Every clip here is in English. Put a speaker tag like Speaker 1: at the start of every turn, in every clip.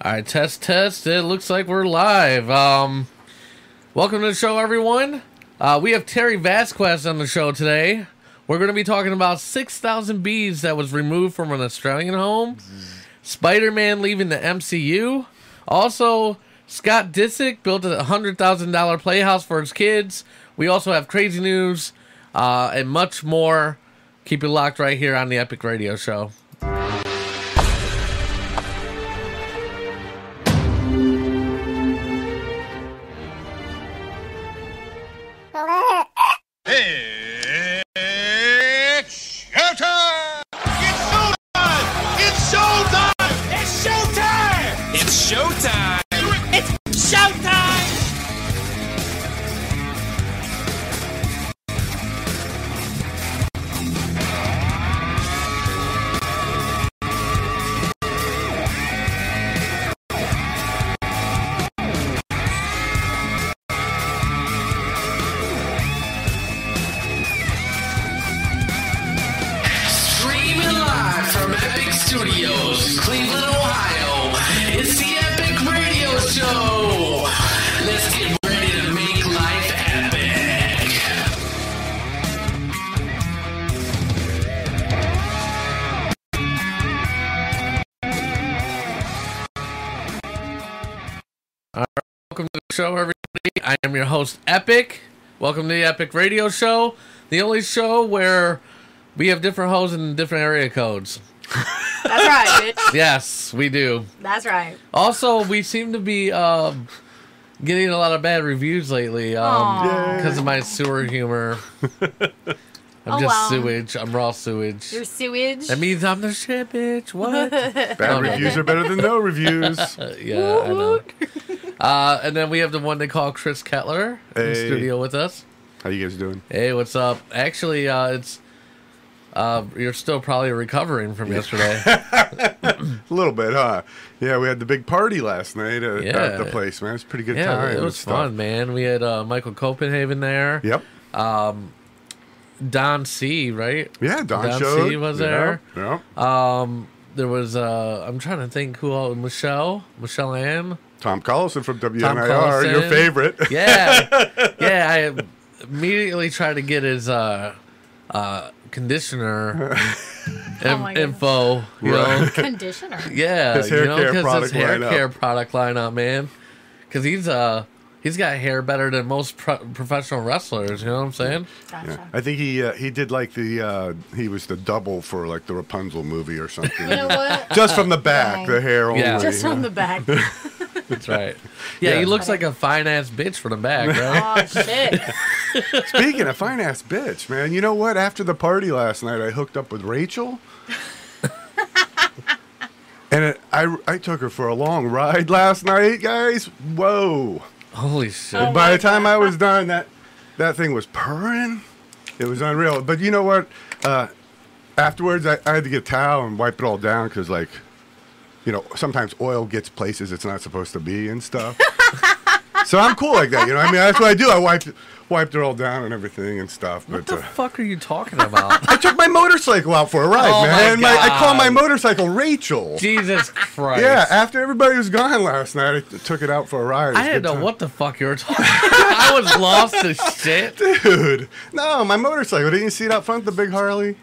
Speaker 1: All right, test, test. It looks like we're live. Um, welcome to the show, everyone. Uh, we have Terry Vasquez on the show today. We're going to be talking about 6,000 bees that was removed from an Australian home, Spider Man leaving the MCU. Also, Scott Disick built a $100,000 playhouse for his kids. We also have crazy news uh, and much more. Keep it locked right here on the Epic Radio Show.
Speaker 2: It's showtime! It's showtime! It's showtime! It's showtime! It's showtime! It's showtime!
Speaker 3: Streaming live from Epic Studios, Cleveland, Ohio. It's the Epic Radio Show. Let's get ready to make life epic.
Speaker 1: Welcome to the show, everybody. I am your host, Epic. Welcome to the Epic Radio Show, the only show where we have different hosts in different area codes.
Speaker 4: That's right, bitch.
Speaker 1: Yes, we do.
Speaker 4: That's right.
Speaker 1: Also, we seem to be um, getting a lot of bad reviews lately
Speaker 5: Um,
Speaker 4: Aw.
Speaker 1: because of my sewer humor. I'm
Speaker 4: Oh,
Speaker 1: just
Speaker 4: well.
Speaker 1: sewage. I'm raw sewage.
Speaker 4: Your sewage.
Speaker 1: That means I'm the shit, bitch. What? Uh,
Speaker 5: Bad reviews are better than no reviews.
Speaker 1: yeah, I know. Uh, and then we have the one they call Chris Kettler in the
Speaker 5: Hey.
Speaker 1: studio with us.
Speaker 5: How you guys doing?
Speaker 1: Hey, what's up? Actually, uh, it's uh, you're still probably recovering from yesterday.
Speaker 5: A little bit, huh? Yeah, we had the big party last night at,
Speaker 1: Yeah.
Speaker 5: at the place, man. It was a pretty good
Speaker 1: yeah,
Speaker 5: time.
Speaker 1: it
Speaker 5: and
Speaker 1: was
Speaker 5: stuff.
Speaker 1: fun, man. We had uh, Michael Copenhagen there.
Speaker 5: Yep.
Speaker 1: Don C, right?
Speaker 5: Yeah, Don,
Speaker 1: Don
Speaker 5: showed.
Speaker 1: C was
Speaker 5: Yep,
Speaker 1: there. Uh,
Speaker 5: Yep.
Speaker 1: There was uh, I'm trying to think who all Michelle, Michelle Ann.
Speaker 5: Tom Collison from WNIR, your
Speaker 1: Collison.
Speaker 5: favorite.
Speaker 1: Yeah, yeah. I immediately tried to get his uh, uh, conditioner in-
Speaker 4: my goodness.
Speaker 1: info. You know,
Speaker 4: Conditioner.
Speaker 1: Yeah,
Speaker 5: His hair
Speaker 1: you know,
Speaker 5: care
Speaker 1: 'cause his
Speaker 5: product
Speaker 1: hair
Speaker 5: lineup.
Speaker 1: care product lineup, man. Because he's uh he's got hair better than most pro- professional wrestlers. You know what I'm saying?
Speaker 4: Gotcha.
Speaker 5: I think he uh, he did like the uh, he was the double for like the Rapunzel movie or something.
Speaker 4: You know what?
Speaker 5: Just from the back, the hair only.
Speaker 1: Yeah.
Speaker 4: Just from the back.
Speaker 1: That's right. Yeah, he
Speaker 5: Yeah.
Speaker 1: looks like a fine ass bitch from the back, right?
Speaker 4: Oh shit.
Speaker 5: Speaking of fine ass bitch, man, you know what? After the party last night, I hooked up with Rachel. and it, I, I took her for a long ride last night, guys. Whoa.
Speaker 1: Holy shit!
Speaker 4: Oh.
Speaker 5: By
Speaker 4: my
Speaker 5: the time I was done, that, that thing was purring. It was unreal. But you know what? Uh, afterwards, I, I had to get a towel and wipe it all down because, like, you know, sometimes oil gets places it's not supposed to be and stuff. so I'm cool like that, you know. what I mean, that's what I do. I wiped wiped it all down and everything and stuff.
Speaker 1: What
Speaker 5: but
Speaker 1: the
Speaker 5: uh,
Speaker 1: fuck are you talking about?
Speaker 5: I took my motorcycle out for a ride,
Speaker 1: Oh
Speaker 5: man.
Speaker 1: my
Speaker 5: and my, I call my
Speaker 1: God.
Speaker 5: motorcycle Rachel.
Speaker 1: Jesus Christ!
Speaker 5: Yeah, after everybody was gone last night, I t- took it out for a ride. It was
Speaker 1: I
Speaker 5: a
Speaker 1: didn't
Speaker 5: good
Speaker 1: know
Speaker 5: time.
Speaker 1: what the fuck you were talking. I was lost as shit.
Speaker 5: Dude, no, my motorcycle. Didn't you see it out front, the big Harley?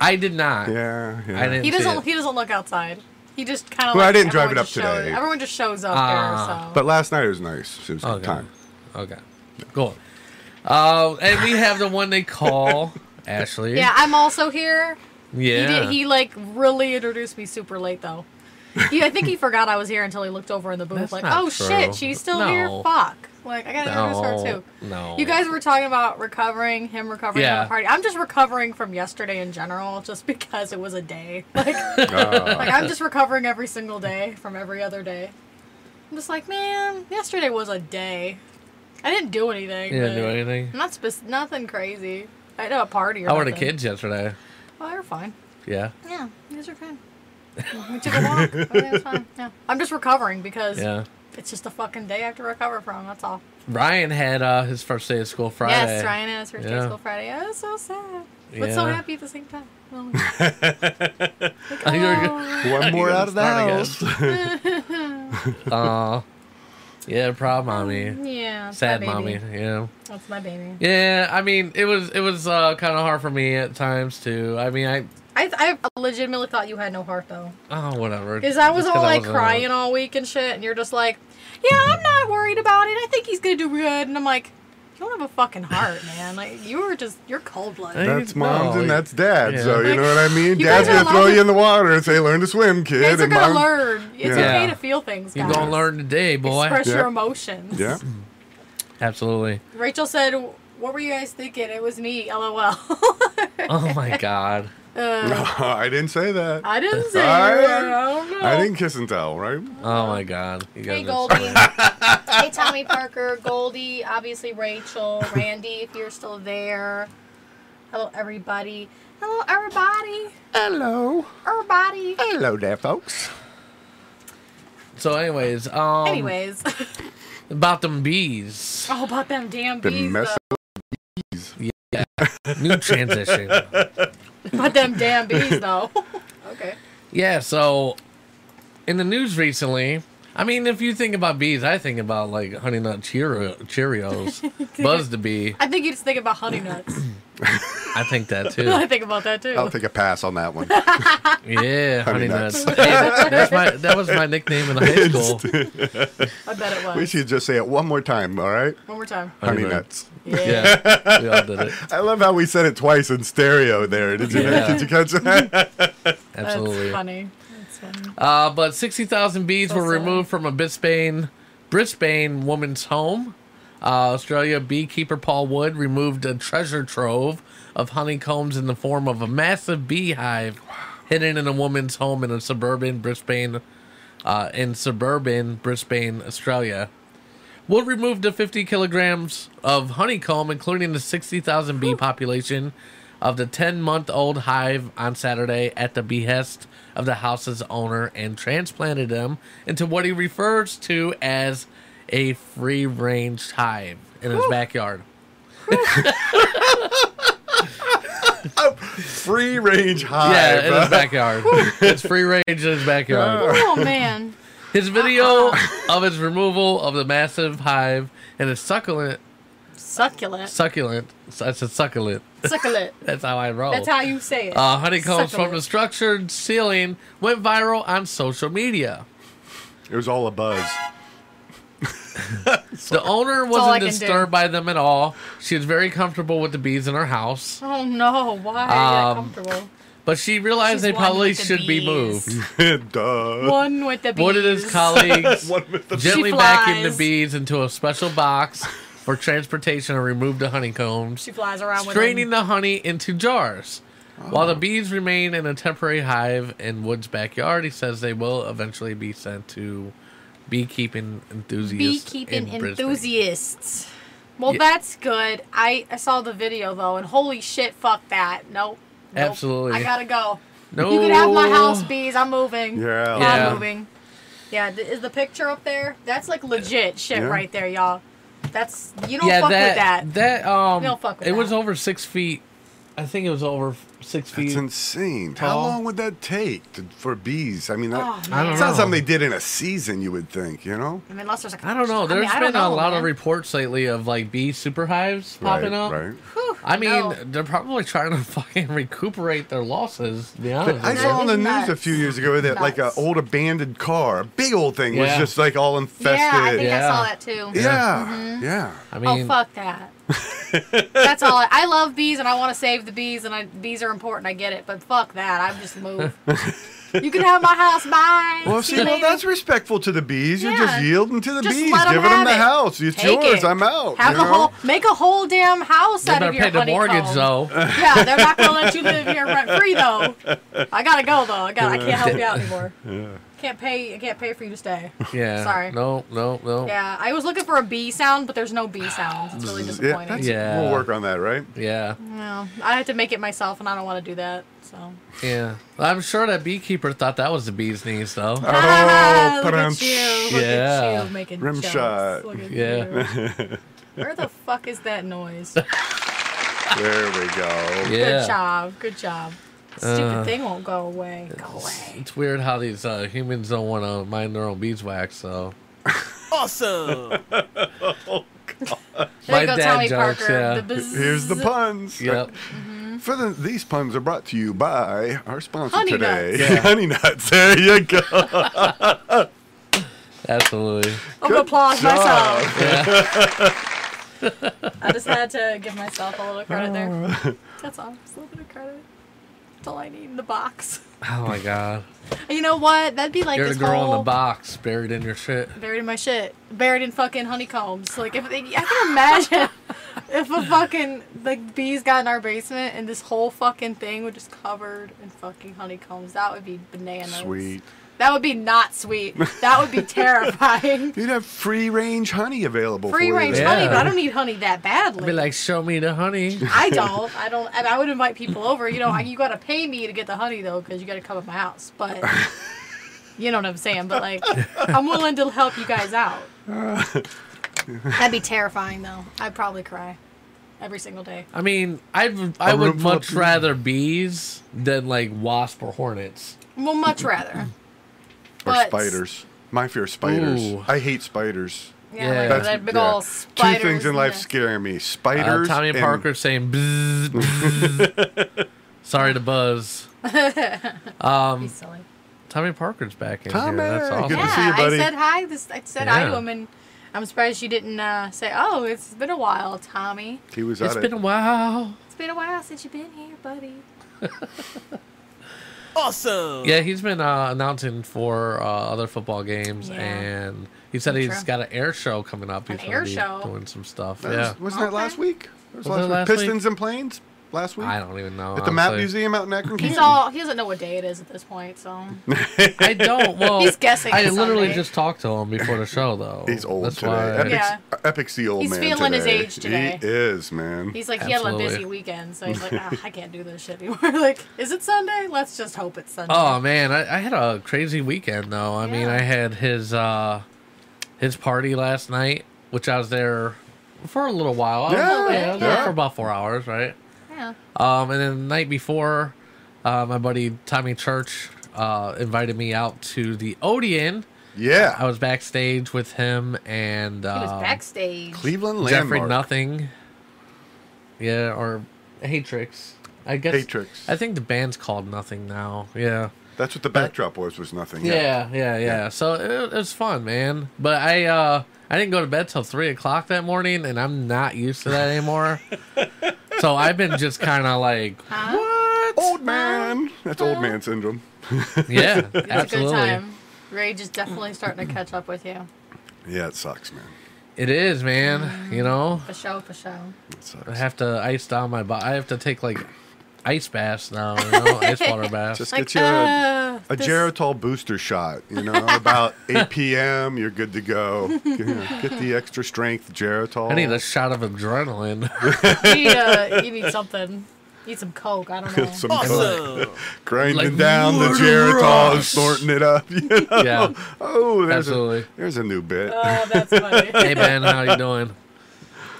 Speaker 1: I did not.
Speaker 5: Yeah, yeah.
Speaker 1: I didn't.
Speaker 4: He
Speaker 1: see
Speaker 4: doesn't.
Speaker 1: it.
Speaker 4: He doesn't look outside. He just kind of.
Speaker 5: Well, I
Speaker 4: like,
Speaker 5: didn't drive
Speaker 4: everyone
Speaker 5: it up
Speaker 4: just shows-
Speaker 5: today.
Speaker 4: everyone just shows up
Speaker 1: Ah.
Speaker 4: there. So.
Speaker 5: But last night it was nice. It was a good
Speaker 1: Okay.
Speaker 5: time.
Speaker 1: Okay, cool. Uh, and we have the one they call Ashley.
Speaker 4: yeah, I'm also here.
Speaker 1: Yeah.
Speaker 4: He did. He like really introduced me super late though. He, I think he forgot I was here until he looked over in the booth,
Speaker 1: That's
Speaker 4: like,
Speaker 1: not
Speaker 4: "Oh
Speaker 1: true.
Speaker 4: shit, she's still here."
Speaker 1: No.
Speaker 4: Fuck. Like, I gotta introduce her
Speaker 1: no,
Speaker 4: too.
Speaker 1: no.
Speaker 4: You guys were talking about recovering, him recovering
Speaker 1: Yeah.
Speaker 4: from the party. I'm just recovering from yesterday in general, just because it was a day. Like,
Speaker 5: Uh,
Speaker 4: like I'm just recovering every single day from every other day. I'm just like, man, yesterday was a day. I didn't do anything.
Speaker 1: You didn't do
Speaker 4: but-
Speaker 1: anything.
Speaker 4: Not spec- nothing crazy. I had a party. Or
Speaker 1: I went to
Speaker 4: nothing.
Speaker 1: kids yesterday.
Speaker 4: Oh, they were fine.
Speaker 1: Yeah.
Speaker 4: Yeah, you guys are fine. we took a walk. Everything was fine. Yeah. I'm just recovering because
Speaker 1: Yeah.
Speaker 4: it's just a fucking day I have to recover from. That's all.
Speaker 1: Ryan had uh, his first day of school Friday.
Speaker 4: Yes, Ryan and his first day
Speaker 1: Yeah.
Speaker 4: of school Friday. Oh, it's so sad. But so
Speaker 1: Yeah.
Speaker 4: happy at the same time. Oh, like,
Speaker 1: You're
Speaker 4: oh.
Speaker 5: One more out of the
Speaker 1: Start again.
Speaker 5: house.
Speaker 1: Aw. yeah, proud mommy.
Speaker 4: Yeah. that's
Speaker 1: Sad
Speaker 4: my Mm, baby.
Speaker 1: mommy. Yeah.
Speaker 4: That's my baby.
Speaker 1: Yeah, I mean, it was it was uh, kind of hard for me at times too. I mean, I
Speaker 4: I, I legitimately thought you had no heart though,
Speaker 1: oh whatever.
Speaker 4: because I was
Speaker 1: Just 'cause
Speaker 4: all like
Speaker 1: wasn't-
Speaker 4: crying all week and shit, and you're just like, "Yeah, I'm not worried about it. I think he's gonna do good." And I'm like, "You don't have a fucking heart, man. Like you were just you're cold blooded."
Speaker 5: That's
Speaker 1: No,
Speaker 5: moms
Speaker 1: you-
Speaker 5: and that's dad. So
Speaker 1: yeah.
Speaker 5: you know what I mean.
Speaker 4: You
Speaker 5: Dad's
Speaker 4: guys are
Speaker 5: gonna throw
Speaker 4: allowed
Speaker 5: you
Speaker 4: to-
Speaker 5: in the water and say, "Learn to swim, kid."
Speaker 4: Kids are
Speaker 5: and
Speaker 4: gonna
Speaker 5: mom-
Speaker 4: learn. It's
Speaker 5: Yeah.
Speaker 4: okay to feel things,
Speaker 1: You
Speaker 4: guys.
Speaker 1: gonna learn today, boy?
Speaker 4: Express your
Speaker 5: Yeah.
Speaker 4: emotions.
Speaker 5: Yeah.
Speaker 1: Absolutely.
Speaker 4: Rachel said, "What were you guys thinking? It was me. LOL."
Speaker 1: Oh my god.
Speaker 4: uh,
Speaker 5: No, I didn't say that. I,
Speaker 4: I didn't say.
Speaker 5: I-
Speaker 4: that. I don't know.
Speaker 5: didn't kiss and tell, right?
Speaker 1: Oh my god. You guys
Speaker 6: Hey,
Speaker 1: are-
Speaker 6: Goldie. hey, Tommy Parker. Goldie, obviously, Rachel, Randy, if you're still there. Hello, everybody.
Speaker 4: Hello, everybody.
Speaker 5: Hello,
Speaker 4: Everybody.
Speaker 5: hello there, folks.
Speaker 1: So, anyways, um,
Speaker 4: Anyways,
Speaker 1: about them bees.
Speaker 6: Oh,
Speaker 4: all about them damn
Speaker 5: Been
Speaker 4: bees.
Speaker 5: messing.
Speaker 4: though.
Speaker 1: New transition.
Speaker 4: About them damn bees, though. okay.
Speaker 1: Yeah. So, in the news recently, I mean, if you think about bees, I think about like Honey Nut Cheerio- Cheerios, Buzz the Bee.
Speaker 4: I think you just think about honey nuts.
Speaker 1: I think that too.
Speaker 4: I think about that too.
Speaker 5: I'll take a pass on that one.
Speaker 1: Yeah, honey,
Speaker 5: Honey
Speaker 1: nuts.
Speaker 5: Nuts.
Speaker 1: Hey, that, that's my, that was my nickname in high school.
Speaker 4: I bet it
Speaker 5: we
Speaker 4: was.
Speaker 5: should just say it one more time, all right?
Speaker 4: One more time.
Speaker 5: Honey
Speaker 1: Honey
Speaker 5: nuts.
Speaker 4: Yeah.
Speaker 1: Yeah, we all did it.
Speaker 5: I love how we said it twice in stereo. There, did you
Speaker 1: Yeah.
Speaker 5: did you catch that?
Speaker 4: That's
Speaker 1: Absolutely.
Speaker 4: funny. That's funny.
Speaker 1: Uh, but 60,000 bees
Speaker 4: So
Speaker 1: were
Speaker 4: sad.
Speaker 1: removed from a Brisbane, Brisbane woman's home. Uh, Australia beekeeper Paul Wood removed a treasure trove of honeycombs in the form of a massive beehive hidden in a woman's home in a suburban Brisbane, uh, in suburban Brisbane, Australia. Wood removed the 50 kilograms of honeycomb, including the 60,000 bee population of the 10 month old hive on Saturday at the behest of the house's owner and transplanted them into what he refers to as a free range hive in his backyard.
Speaker 5: Free range high.
Speaker 1: Yeah, in his backyard. it's free range in his backyard.
Speaker 4: Oh man.
Speaker 1: His video of his removal of the massive hive and his succulent,
Speaker 4: Succulent.
Speaker 1: succulent, I said succulent.
Speaker 4: Succulent.
Speaker 1: That's how I roll.
Speaker 4: That's how you say it.
Speaker 1: Uh, honeycombs
Speaker 4: Succulent.
Speaker 1: from the structured ceiling went viral on social media.
Speaker 5: It was all a buzz.
Speaker 1: The owner
Speaker 4: all I
Speaker 1: wasn't
Speaker 4: can
Speaker 1: disturbed
Speaker 4: do.
Speaker 1: by them at all. She was very comfortable with the bees in her house,
Speaker 4: Oh no! Why
Speaker 1: Um,
Speaker 4: are you comfortable?
Speaker 1: but she realized
Speaker 6: She's
Speaker 1: they
Speaker 6: one
Speaker 1: probably
Speaker 6: with the
Speaker 1: should be
Speaker 6: bees.
Speaker 1: moved.
Speaker 5: Duh.
Speaker 4: One with the bees.
Speaker 1: One of his colleagues
Speaker 5: What with the
Speaker 1: gently
Speaker 4: She
Speaker 1: vacuumed the
Speaker 4: flies.
Speaker 1: bees into a special box for transportation and removed the honeycombs.
Speaker 4: She flies around with
Speaker 1: straining
Speaker 4: him.
Speaker 1: the honey into jars. While
Speaker 4: Oh.
Speaker 1: the bees remain in a temporary hive in Wood's backyard, he says they will eventually be sent to beekeeping enthusiasts.
Speaker 4: beekeeping
Speaker 1: in Brisbane.
Speaker 4: enthusiasts. Well,
Speaker 1: Yeah.
Speaker 4: that's good. I, I saw the video though, and holy shit, fuck that. Nope. nope.
Speaker 1: Absolutely.
Speaker 4: I gotta go.
Speaker 1: No.
Speaker 4: You can have my house, bees. I'm moving.
Speaker 5: Yeah.
Speaker 1: Yeah.
Speaker 4: I'm moving. Yeah, th- is the picture up there? That's like legit shit
Speaker 5: Yeah.
Speaker 4: right there, y'all. That's you don't
Speaker 1: yeah,
Speaker 4: fuck
Speaker 1: that,
Speaker 4: with that.
Speaker 1: that um,
Speaker 4: You don't fuck with
Speaker 1: it was
Speaker 4: that.
Speaker 1: over six feet. I think it was over f- six
Speaker 5: That's
Speaker 1: feet.
Speaker 5: insane. How
Speaker 1: Tall.
Speaker 5: long would that take to, for bees? I mean, that,
Speaker 4: Oh,
Speaker 1: I don't
Speaker 4: man.
Speaker 5: it's
Speaker 1: know.
Speaker 5: not something they did in a season. You would think, you know.
Speaker 4: I mean, unless there's like
Speaker 1: I don't know.
Speaker 4: There's
Speaker 1: There's been a lot of reports lately of like bee superhives popping
Speaker 5: right,
Speaker 1: up.
Speaker 5: right.
Speaker 1: I mean,
Speaker 4: No.
Speaker 1: they're probably trying to fucking recuperate their losses. To be honest,
Speaker 5: I
Speaker 1: with you.
Speaker 5: saw on the
Speaker 4: That
Speaker 5: news
Speaker 4: is
Speaker 5: a
Speaker 4: nuts.
Speaker 5: few years ago that like an
Speaker 4: Nuts.
Speaker 5: old abandoned car, a big old thing,
Speaker 1: Yeah.
Speaker 5: was just like all infested.
Speaker 6: Yeah, I think
Speaker 1: Yeah.
Speaker 6: I saw that too.
Speaker 5: yeah,
Speaker 1: I
Speaker 4: Oh
Speaker 1: mean,
Speaker 4: fuck that. That's all. I, I love bees and I want to save the bees and I, bees are important. I get it, but fuck that. I'm just move. you can have my house. Bye.
Speaker 5: Well,
Speaker 4: See
Speaker 5: see,
Speaker 4: you
Speaker 5: well,
Speaker 4: later.
Speaker 5: that's respectful to the bees. You're
Speaker 4: Yeah.
Speaker 5: just yielding to the
Speaker 4: Just
Speaker 5: bees,
Speaker 4: let 'em
Speaker 5: giving them
Speaker 4: have
Speaker 5: the
Speaker 4: it.
Speaker 5: house. It's
Speaker 4: Take
Speaker 5: yours.
Speaker 4: it.
Speaker 5: I'm out.
Speaker 4: Have
Speaker 5: you
Speaker 4: a
Speaker 5: know?
Speaker 4: whole, make a whole damn house
Speaker 1: they
Speaker 4: out
Speaker 1: better
Speaker 4: of your
Speaker 1: pay the
Speaker 4: honeycomb.
Speaker 1: mortgage though.
Speaker 4: Yeah, they're not gonna let you live here rent free though. I gotta go though. I got. to I can't help you out anymore. Can't pay. I can't pay for you to stay.
Speaker 1: Yeah.
Speaker 4: Sorry.
Speaker 1: No, no, no. Yeah.
Speaker 4: Yeah, I was looking for a bee sound, but there's no bee sounds. It's really
Speaker 5: Yeah,
Speaker 4: disappointing.
Speaker 5: that's,
Speaker 1: Yeah.
Speaker 5: we'll work on that, right?
Speaker 1: Yeah.
Speaker 4: Yeah, I had to make it myself, and I don't want to do that.
Speaker 5: Oh,
Speaker 4: So.
Speaker 1: I'm sure that beekeeper thought that was the bee's knees, though.
Speaker 4: Ah,
Speaker 5: Oh,
Speaker 4: look at
Speaker 5: pa-dum.
Speaker 4: you. Look
Speaker 1: Yeah.
Speaker 4: at you making
Speaker 5: Rim
Speaker 4: jokes.
Speaker 5: shot.
Speaker 4: Look at
Speaker 1: Yeah.
Speaker 4: you. Where the fuck is that noise?
Speaker 5: There we go.
Speaker 1: yeah. Uh.
Speaker 4: Good job. Good job. Stupid thing won't go away. Go away.
Speaker 1: It's weird how these uh, humans don't want to mind their own beeswax. So
Speaker 2: Awesome.
Speaker 6: There
Speaker 1: My
Speaker 6: you go,
Speaker 1: dad
Speaker 6: Tommy
Speaker 1: jokes,
Speaker 6: Parker.
Speaker 1: yeah.
Speaker 6: The buzz-
Speaker 5: Here's the puns.
Speaker 1: yep.
Speaker 5: For the, these puns are brought to you by our sponsor
Speaker 4: Honey
Speaker 5: today,
Speaker 4: Nuts.
Speaker 1: Yeah.
Speaker 5: Honey Nuts. There you go.
Speaker 1: Absolutely.
Speaker 4: Over applause
Speaker 5: job.
Speaker 4: myself.
Speaker 1: Yeah.
Speaker 4: I just had to give myself a little credit
Speaker 5: Oh.
Speaker 4: there. That's all. Just a little bit of credit. That's all I need in the box.
Speaker 1: Oh my god.
Speaker 4: You know what? That'd be like
Speaker 1: You're the
Speaker 4: this
Speaker 1: girl
Speaker 4: whole
Speaker 1: in the box buried in your shit.
Speaker 4: buried in my shit, buried in fucking honeycombs. Like if they, I can imagine if a fucking like bees got in our basement and this whole fucking thing was just covered in fucking honeycombs. That would be bananas.
Speaker 5: Sweet.
Speaker 4: That would be not sweet. That would be terrifying.
Speaker 5: You'd have free range honey available
Speaker 4: Free
Speaker 5: for
Speaker 4: range
Speaker 5: you.
Speaker 1: Yeah.
Speaker 4: honey, but I don't need honey that
Speaker 1: I'd
Speaker 4: badly.
Speaker 1: be like, show me the honey.
Speaker 4: I don't. I don't. I, I would invite people over. You know, I- you gotta pay me to get the honey though, because you gotta come at my house. But you know what I'm saying. But like, I'm willing to help you guys out. That'd be terrifying though. I'd probably cry every single day.
Speaker 1: I mean, I'd, I would
Speaker 5: room full of
Speaker 1: much
Speaker 5: bees.
Speaker 1: rather bees than like wasp or hornets.
Speaker 4: Well, much rather.
Speaker 5: Or
Speaker 4: But-
Speaker 5: spiders. My fear is spiders.
Speaker 1: Ooh.
Speaker 5: I hate spiders.
Speaker 4: Yeah,
Speaker 1: Yeah.
Speaker 4: Like,
Speaker 1: That's-
Speaker 4: that big
Speaker 5: yeah.
Speaker 4: old spider.
Speaker 5: Two things in life scare me:
Speaker 1: Uh,
Speaker 5: spiders.
Speaker 1: Tommy Parker saying, bzzz, bzzz. sorry to buzz.
Speaker 4: Be silly.
Speaker 1: Tommy Parker's back in
Speaker 5: Tommy,
Speaker 1: here. That's
Speaker 5: Um,
Speaker 1: awesome.
Speaker 5: good to
Speaker 4: Yeah,
Speaker 5: see you, buddy.
Speaker 4: I said hi. This I said hi
Speaker 1: Yeah.
Speaker 4: to him, and I'm surprised you didn't uh, say, "Oh, it's been a while, Tommy.
Speaker 5: He was
Speaker 1: It's
Speaker 5: at
Speaker 1: been a while.
Speaker 4: It's been a while since you've been here, buddy."
Speaker 2: Awesome.
Speaker 1: Yeah, he's been uh, announcing for uh, other football games,
Speaker 4: Yeah.
Speaker 1: and he said
Speaker 4: That's
Speaker 1: he's
Speaker 4: true.
Speaker 1: got an air show coming up. He's
Speaker 4: An
Speaker 1: gonna
Speaker 4: air
Speaker 1: be
Speaker 4: show?
Speaker 1: doing some stuff.
Speaker 5: That
Speaker 1: yeah,
Speaker 5: was, wasn't that last week? That
Speaker 1: Was
Speaker 5: was
Speaker 1: that last
Speaker 5: last
Speaker 1: week?
Speaker 5: week? Pistons and planes last week
Speaker 1: I don't even know.
Speaker 5: at the Map
Speaker 1: honestly.
Speaker 5: Museum out in Akron.
Speaker 4: He's
Speaker 5: Canton.
Speaker 4: all he doesn't know what day it is at this point, so
Speaker 1: I don't. Well,
Speaker 4: He's guessing
Speaker 1: I
Speaker 4: it's
Speaker 1: literally
Speaker 4: Sunday.
Speaker 1: just talked to him before the show, though.
Speaker 5: He's old
Speaker 1: That's
Speaker 5: today.
Speaker 1: why.
Speaker 5: Epic's,
Speaker 4: Yeah.
Speaker 5: Epic's the old
Speaker 4: He's
Speaker 5: man.
Speaker 4: feeling his
Speaker 5: today.
Speaker 4: age today.
Speaker 5: He is, man.
Speaker 4: he's like he had a
Speaker 1: Absolutely.
Speaker 4: busy weekend, so he's like, ah, I can't do this shit anymore. like, is it Sunday? Let's just hope it's Sunday.
Speaker 1: Oh man, I, I had a crazy weekend though. I mean,
Speaker 4: Yeah.
Speaker 1: I had his uh his party last night, which I was there for a little while. I was,
Speaker 5: Yeah,
Speaker 1: yeah, I was there
Speaker 5: yeah.
Speaker 1: for about four hours, right?
Speaker 4: yeah.
Speaker 1: Um, and then the night before, uh, my buddy Tommy Church uh, invited me out to the Odeon.
Speaker 5: yeah.
Speaker 1: I was backstage with him and
Speaker 4: He
Speaker 1: um,
Speaker 4: was backstage.
Speaker 5: Cleveland
Speaker 1: Jeffrey
Speaker 5: landmark.
Speaker 1: Nothing. Yeah, or Hatrix. I guess
Speaker 5: Hatrix.
Speaker 1: I think the band's called Nothing now. Yeah.
Speaker 5: That's what the backdrop was. Was nothing.
Speaker 1: Yeah, yeah, yeah. So it, it was fun, man. But I uh I didn't go to bed till three o'clock that morning, and I'm not used to that anymore. so I've been just kind of like,
Speaker 5: Old man. That's old man syndrome.
Speaker 1: yeah,
Speaker 4: It was
Speaker 1: absolutely.
Speaker 4: a good time. Rage is definitely starting to catch up with you.
Speaker 5: Yeah, it sucks, man.
Speaker 1: It is, man. You know,
Speaker 4: For show, for show.
Speaker 5: It
Speaker 1: I
Speaker 5: sucks.
Speaker 1: have to ice down my body. I have to take like ice baths now. You know, ice water baths.
Speaker 5: Just
Speaker 4: Like,
Speaker 5: get you a,
Speaker 4: uh,
Speaker 5: a
Speaker 4: this-
Speaker 5: Geritol booster shot. You know, about 8 p.m. You're good to go. You know, Get the extra strength Geritol.
Speaker 1: I need a shot of adrenaline.
Speaker 4: you, need, uh, you need something. Need some coke. I don't know.
Speaker 5: Some
Speaker 2: Awesome.
Speaker 5: grinding
Speaker 1: Like,
Speaker 5: down the
Speaker 1: what a
Speaker 5: Geritol,
Speaker 1: rush.
Speaker 5: snorting it up. You know?
Speaker 1: yeah,
Speaker 5: Oh, there's
Speaker 1: absolutely.
Speaker 5: a, there's a new bit.
Speaker 4: oh, that's funny.
Speaker 1: Hey Ben, how you doing?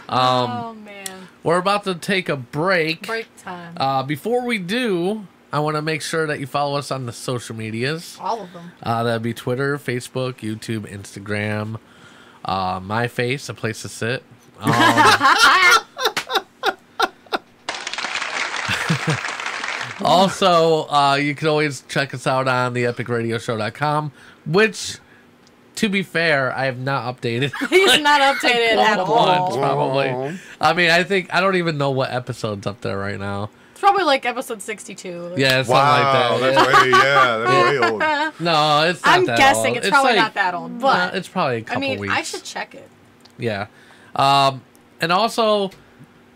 Speaker 5: Um,
Speaker 4: oh man,
Speaker 1: We're about to take a break.
Speaker 4: break time.
Speaker 1: Uh, before we do, I want to make sure that you follow us on the social medias.
Speaker 4: All of them.
Speaker 1: Uh, that'd be Twitter, Facebook, YouTube, Instagram, uh, My Face, a place to sit. Um, also, uh, you can always check us out on the epicradioshow.com, which, to be fair, I have not updated.
Speaker 4: He's not updated at
Speaker 1: Once,
Speaker 4: all.
Speaker 1: probably. I mean, I think I don't even know what episode's up there right now.
Speaker 4: It's probably like episode sixty-two. Like,
Speaker 1: Yeah, something
Speaker 5: wow,
Speaker 1: like that. yeah.
Speaker 5: that's way yeah, that's way old.
Speaker 1: No, it's not
Speaker 4: I'm
Speaker 1: that
Speaker 4: guessing
Speaker 1: old.
Speaker 4: it's, probably
Speaker 1: like-
Speaker 4: not that old,
Speaker 1: Uh,
Speaker 4: but
Speaker 1: it's probably a
Speaker 4: I
Speaker 1: couple
Speaker 4: mean,
Speaker 1: weeks.
Speaker 4: I should check it.
Speaker 1: Yeah. Um, and also,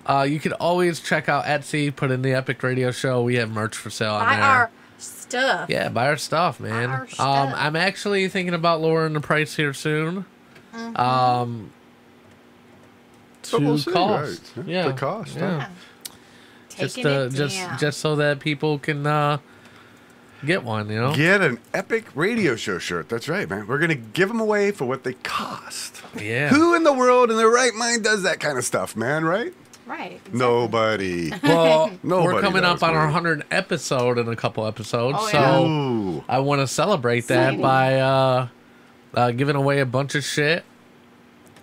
Speaker 1: uh, you can always check out Etsy, put in the Epic Radio Show. We have merch for sale on
Speaker 4: Buy
Speaker 1: there.
Speaker 4: our stuff.
Speaker 1: yeah, buy our stuff, man.
Speaker 4: our
Speaker 1: Um,
Speaker 4: stuff.
Speaker 1: I'm actually thinking about lowering the price here soon.
Speaker 4: Mm-hmm.
Speaker 1: Um, to
Speaker 5: But we'll see,
Speaker 1: cost.
Speaker 5: right.
Speaker 1: Yeah.
Speaker 5: The cost, huh?
Speaker 1: Yeah.
Speaker 4: Taking
Speaker 1: Just, uh,
Speaker 4: it
Speaker 1: just,
Speaker 4: down.
Speaker 1: just so that people can uh, get one, you know?
Speaker 5: Get an epic radio show shirt. That's right, man. We're gonna give them away for what they cost.
Speaker 1: Yeah.
Speaker 5: Who in the world in their right mind does that kind of stuff, man? Right?
Speaker 4: Right.
Speaker 5: Nobody.
Speaker 1: Well, we're
Speaker 5: Nobody
Speaker 1: coming up
Speaker 5: knows
Speaker 1: on our
Speaker 5: me.
Speaker 1: 100th episode in a couple episodes,
Speaker 4: Oh,
Speaker 1: so
Speaker 4: yeah.
Speaker 5: Ooh.
Speaker 1: I want to celebrate that
Speaker 6: Exciting.
Speaker 1: by uh, uh, giving away a bunch of shit.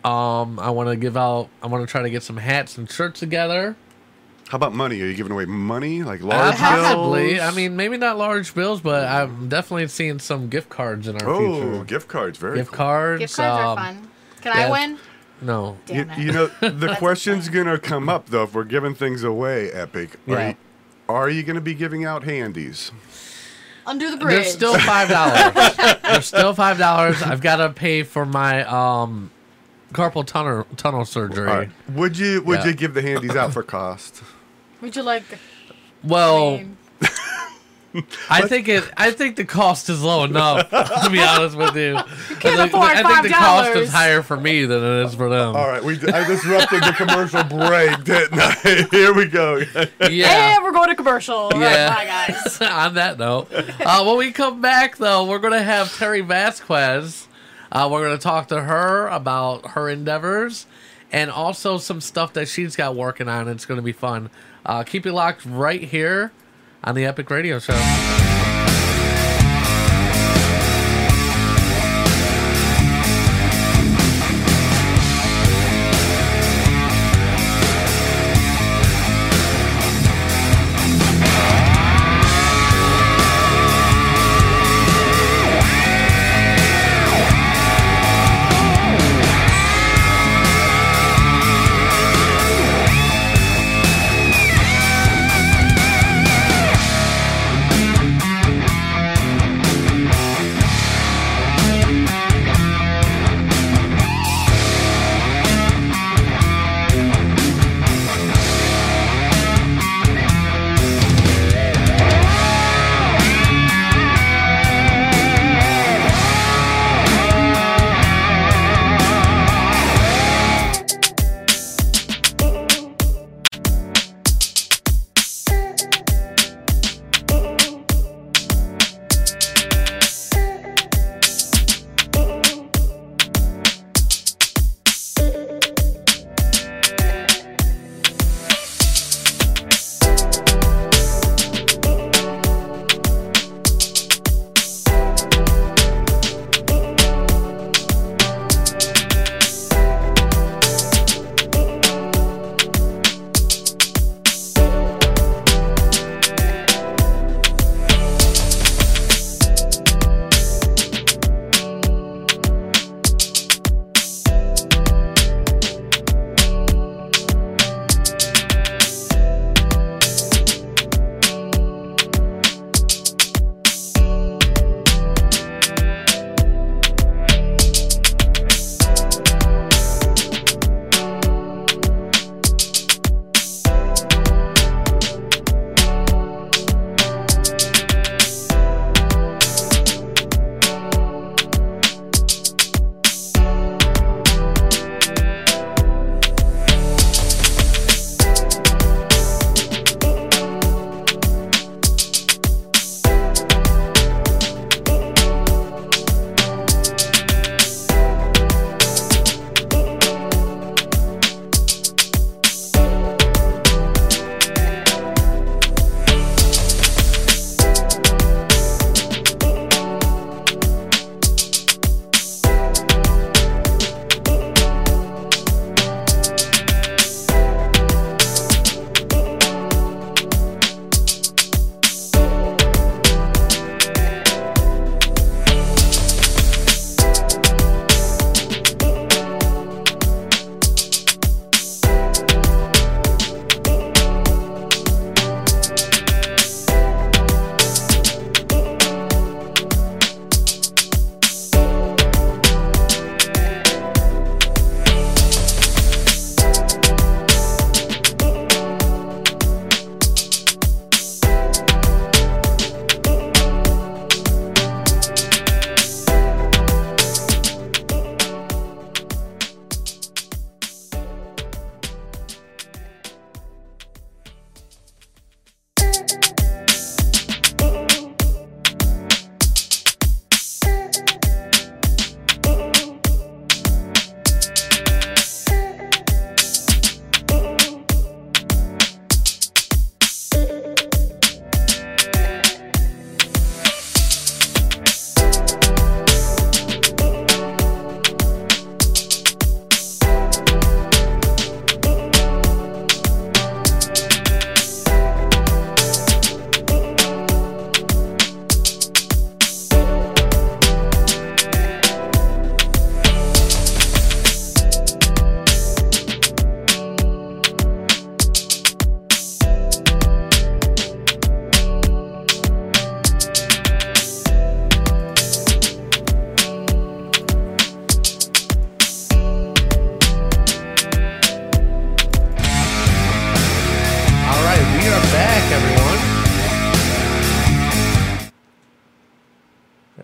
Speaker 1: Um, I want to give out. I want to try to get some hats and shirts together.
Speaker 5: How about money? Are you giving away money? Like large
Speaker 1: Possibly.
Speaker 5: bills?
Speaker 1: Uh, I mean, maybe not large bills, but I'm definitely seeing some gift cards in our
Speaker 5: Oh,
Speaker 1: future.
Speaker 5: gift cards. Very
Speaker 1: Gift
Speaker 5: cool.
Speaker 1: cards.
Speaker 6: Gift cards
Speaker 1: um,
Speaker 6: are fun. Can
Speaker 1: yeah.
Speaker 6: I win?
Speaker 1: No.
Speaker 5: You,
Speaker 6: Damn it.
Speaker 5: you know, the question's going to come up, though, if we're giving things away, Epic. Are
Speaker 1: Yeah.
Speaker 5: you, are you going to be giving out handies?
Speaker 4: Under the bridge.
Speaker 1: They're still five dollars. They're still five dollars. I've got to pay for my um, carpal tunnel tunnel surgery.
Speaker 5: All right. Would you would
Speaker 1: Yeah.
Speaker 5: you give the handies out for cost?
Speaker 4: Would you like?
Speaker 1: Well,
Speaker 4: I mean,
Speaker 1: I think it. I think the cost is low enough. to be honest with you, you I
Speaker 4: can't
Speaker 1: think,
Speaker 4: afford
Speaker 1: I think the cost is
Speaker 4: $5.
Speaker 1: higher for me than it is for them.
Speaker 5: All right, we I disrupted the commercial break, didn't I? Here we go.
Speaker 1: Yeah.
Speaker 4: And we're going to commercial. All right,
Speaker 1: Yeah.
Speaker 4: bye guys.
Speaker 1: on that note, uh, when we come back, though, we're going to have Terry Vasquez. Uh, we're going to talk to her about her endeavors and also some stuff that she's got working on. It's going to be fun. Uh, keep it locked right here on the Epic Radio Show.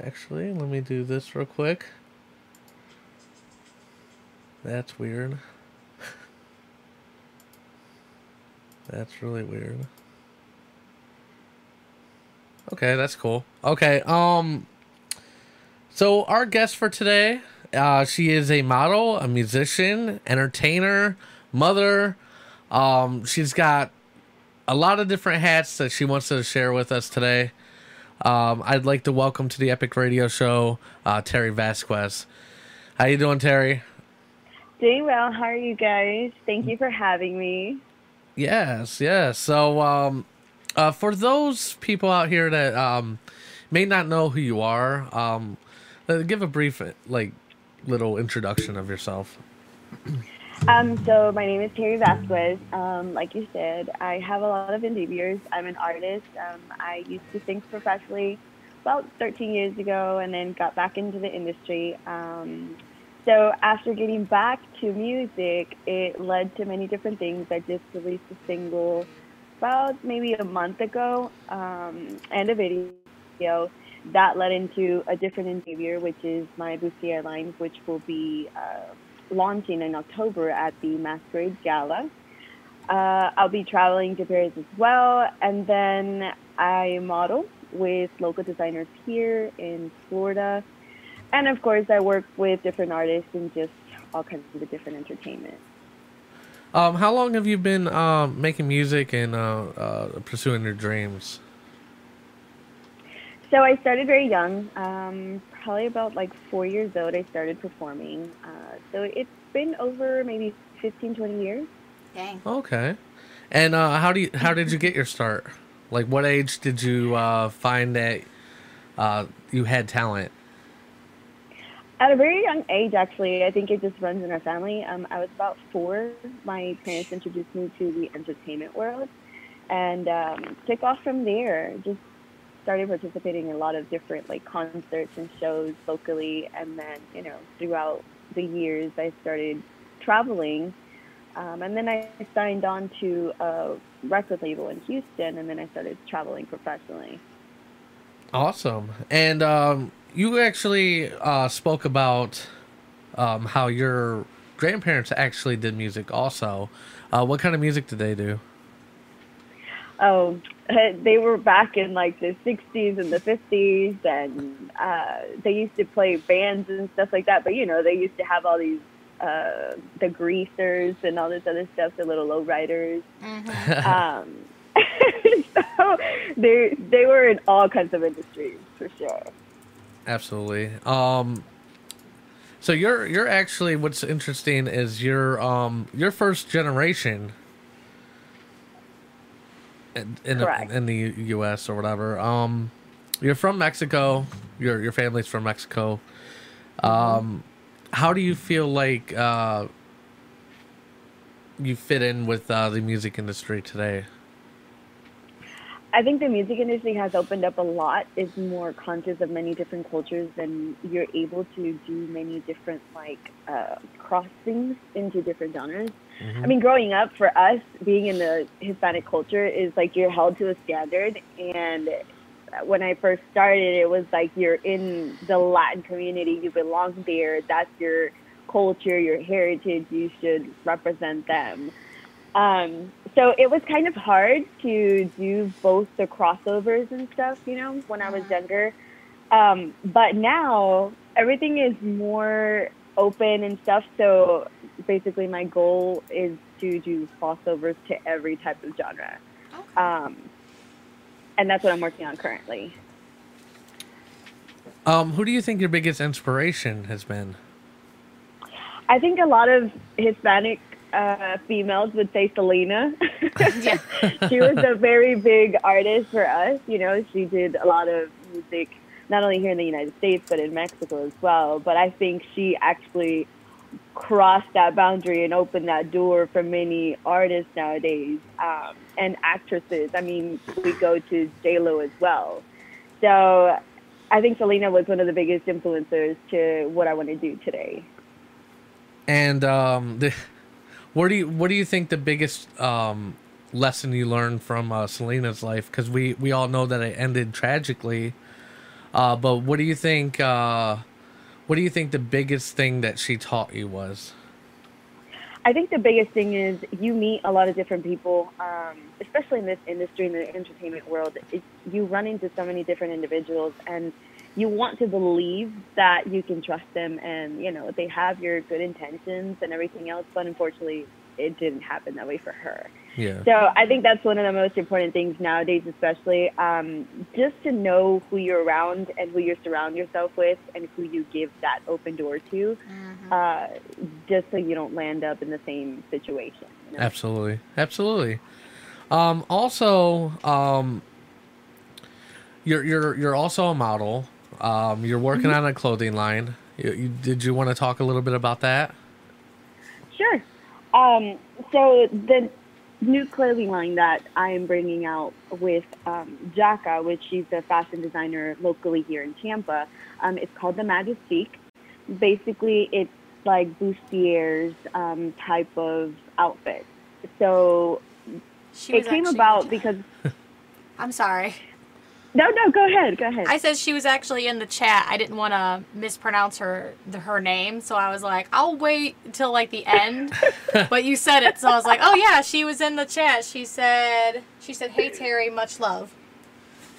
Speaker 1: actually. Let me do this real quick. That's weird. that's really weird. Okay, that's cool. Okay, um so our guest for today, uh she is a model, a musician, entertainer, mother. Um she's got a lot of different hats that she wants to share with us today. Um, I'd like to welcome to the Epic Radio Show uh, Terry Vasquez. How you doing, Terry?
Speaker 7: Doing well. How are you guys? Thank you for having me.
Speaker 1: Yes, yes. So, um, uh, for those people out here that um, may not know who you are, um, uh, give a brief like little introduction of yourself.
Speaker 7: Um, so my name is Terry Vasquez. Um, like you said, I have a lot of endeavors. I'm an artist. Um, I used to sing professionally about 13 years ago, and then got back into the industry. Um, so after getting back to music, it led to many different things. I just released a single about maybe a month ago, um, and a video. That led into a different endeavor, which is my bustier line, which will be uh, launching in October at the Masquerade Gala. Uh, I'll be traveling to Paris as well, and then I model with local designers here in Florida, and of course I work with different artists and just all kinds of different entertainment.
Speaker 1: Um, how long have you been um, making music and uh, uh, pursuing your dreams?
Speaker 7: So I started very young, um, probably about like four years old. I started performing. Uh, so it's been over maybe 15, 20 years.
Speaker 6: Dang.
Speaker 1: Okay. And uh, how do you how did you get your start? Like, what age did you uh, find that uh, you had talent?
Speaker 7: At a very young age, actually, I think it just runs in our family. Um, I was about four. My parents introduced me to the entertainment world and um, took off from there. Just started participating in a lot of different like concerts and shows locally. And then, you know, throughout the years, I started traveling. Um, and then I signed on to a record label in Houston. And then I started traveling professionally.
Speaker 1: Awesome. And um, you actually uh, spoke about um, how your grandparents actually did music. Also, uh, what kind of music did they do?
Speaker 7: Oh, they were back in like the 60s and the 50s, and uh, they used to play bands and stuff like that. But you know, they used to have all these uh, the greasers and all this other stuff, the little lowriders. um, so they they were in all kinds of industries for sure.
Speaker 1: Absolutely. Um, so you're you're actually what's interesting is you're um you're first generation in in,
Speaker 7: Correct.
Speaker 1: in the U- U.S. or whatever. Um, you're from Mexico. Your your family's from Mexico. Um, how do you feel like uh you fit in with uh, the music industry today?
Speaker 7: I think the music industry has opened up a lot. Is more conscious of many different cultures, and you're able to do many different like uh, crossings into different genres. I mean, growing up for us, being in the Hispanic culture is like you're held to a standard, and when I first started, it was like you're in the Latin community, you belong there. That's your culture, your heritage. You should represent them. Um, so it was kind of hard to do both the crossovers and stuff, you know, when I was younger. Um, but now everything is more open and stuff. So basically, my goal is to do crossovers to every type of genre. Um, and that's what I'm working on currently.
Speaker 1: Um, who do you think your biggest inspiration has been?
Speaker 7: I think a lot of Hispanic uh, females would say Selena. she was a very big artist for us. You know, she did a lot of music, not only here in the United States, but in Mexico as well. But I think she actually crossed that boundary and opened that door for many artists nowadays um, and actresses. I mean, we go to J-Lo as well. So I think Selena was one of the biggest influencers to what I want to do today.
Speaker 1: And um, the, where do you what do you think the biggest um, lesson you learned from uh, Selena's life? Because we we all know that it ended tragically. Uh, but what do you think? Uh, what do you think the biggest thing that she taught you was?
Speaker 7: I think the biggest thing is you meet a lot of different people, um, especially in this industry, in the entertainment world. It, you run into so many different individuals, and you want to believe that you can trust them, and you know they have your good intentions and everything else. But unfortunately, it didn't happen that way for her.
Speaker 1: Yeah.
Speaker 7: So I think that's one of the most important things nowadays, especially um, just to know who you're around and who you surround yourself with and who you give that open door to, uh, just so you don't land up in the same situation. you know?
Speaker 1: Absolutely. Absolutely. Um, also, um, you're you're you're also a model. Um, you're working on a clothing line. You, you, did you want to talk a little bit about that?
Speaker 7: Sure. Um, so the new clothing line that I am bringing out with um, Jaka, which she's a fashion designer locally here in Tampa, um, it's called the Majestique. Basically, it's like bustiers um, type of outfit. So
Speaker 4: She was
Speaker 7: it came
Speaker 4: actually-
Speaker 7: about because
Speaker 4: I'm sorry.
Speaker 7: no, no, go ahead, go ahead.
Speaker 4: I said she was actually in the chat. I didn't want to mispronounce her the, her name, so I was like, I'll wait till like the end. but you said it, so I was like, oh yeah, she was in the chat. She said she said, "Hey Terry, much love."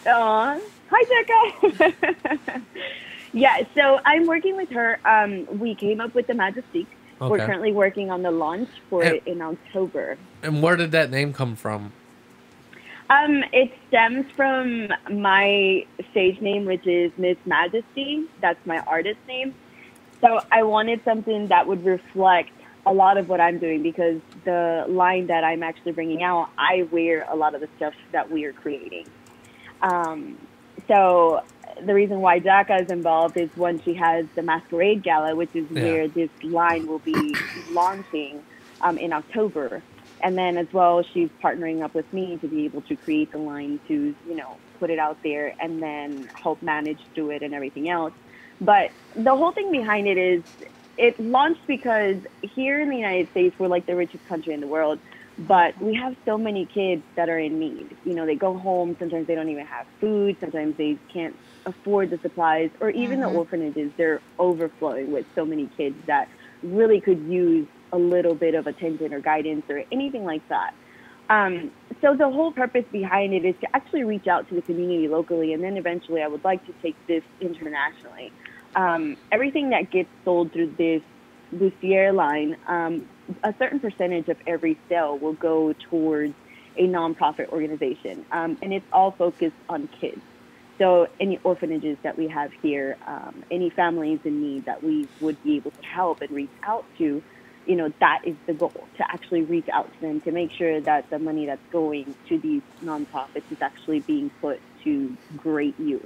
Speaker 7: Aw. Hi, Becca. yeah, so I'm working with her. Um, we came up with the Majestique.
Speaker 1: Okay.
Speaker 7: We're currently working on the launch for
Speaker 1: Hey.
Speaker 7: it in October.
Speaker 1: And where did that name come from?
Speaker 7: Um, it stems from my stage name, which is Miss Majesty. That's my artist name. So I wanted something that would reflect a lot of what I'm doing because the line that I'm actually bringing out, I wear a lot of the stuff that we are creating. Um, so the reason why Jaka is involved is when she has the Masquerade Gala, which is
Speaker 1: Yeah.
Speaker 7: where this line will be launching um, in October. And then as well, she's partnering up with me to be able to create the line to, you know, put it out there and then help manage through it and everything else. But the whole thing behind it is it launched because here in the United States, we're like the richest country in the world, but we have so many kids that are in need. You know, they go home, sometimes they don't even have food, sometimes they can't afford the supplies, or even the orphanages, they're overflowing with so many kids that really could use a little bit of attention or guidance or anything like that. Um, so the whole purpose behind it is to actually reach out to the community locally, and then eventually I would like to take this internationally. Um, everything that gets sold through this Bustier line, um, a certain percentage of every sale will go towards a nonprofit organization, um, and it's all focused on kids. So any orphanages that we have here, um, any families in need that we would be able to help and reach out to, you know, that is the goal to actually reach out to them to make sure that the money that's going to these nonprofits is actually being put to great use.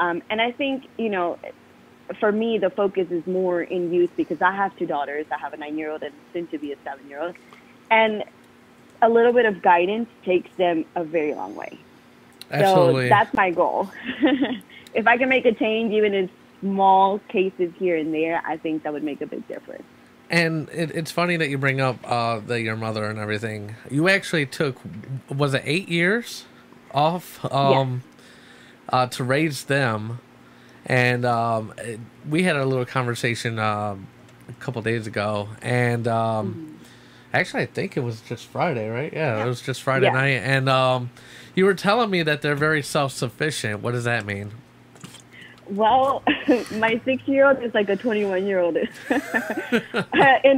Speaker 7: Um, and I think, you know, for me, the focus is more in youth because I have two daughters. I have a nine year old and soon to be a seven year old. And a little bit of guidance takes them a very long way.
Speaker 1: Absolutely.
Speaker 7: So that's my goal. if I can make a change, even in small cases here and there, I think that would make a big difference.
Speaker 1: And it, it's funny that you bring up uh, that your mother and everything. You actually took was it eight years off um, uh, to raise them, and um, it- we had a little conversation um, a couple days ago, and um, actually I think it was just Friday, right? Yeah, it was just Friday
Speaker 7: Mm-hmm. Yeah.
Speaker 1: night, and um, you were telling me that they're very self sufficient. What does that mean?
Speaker 7: Well, my six year old is like a 21 year old in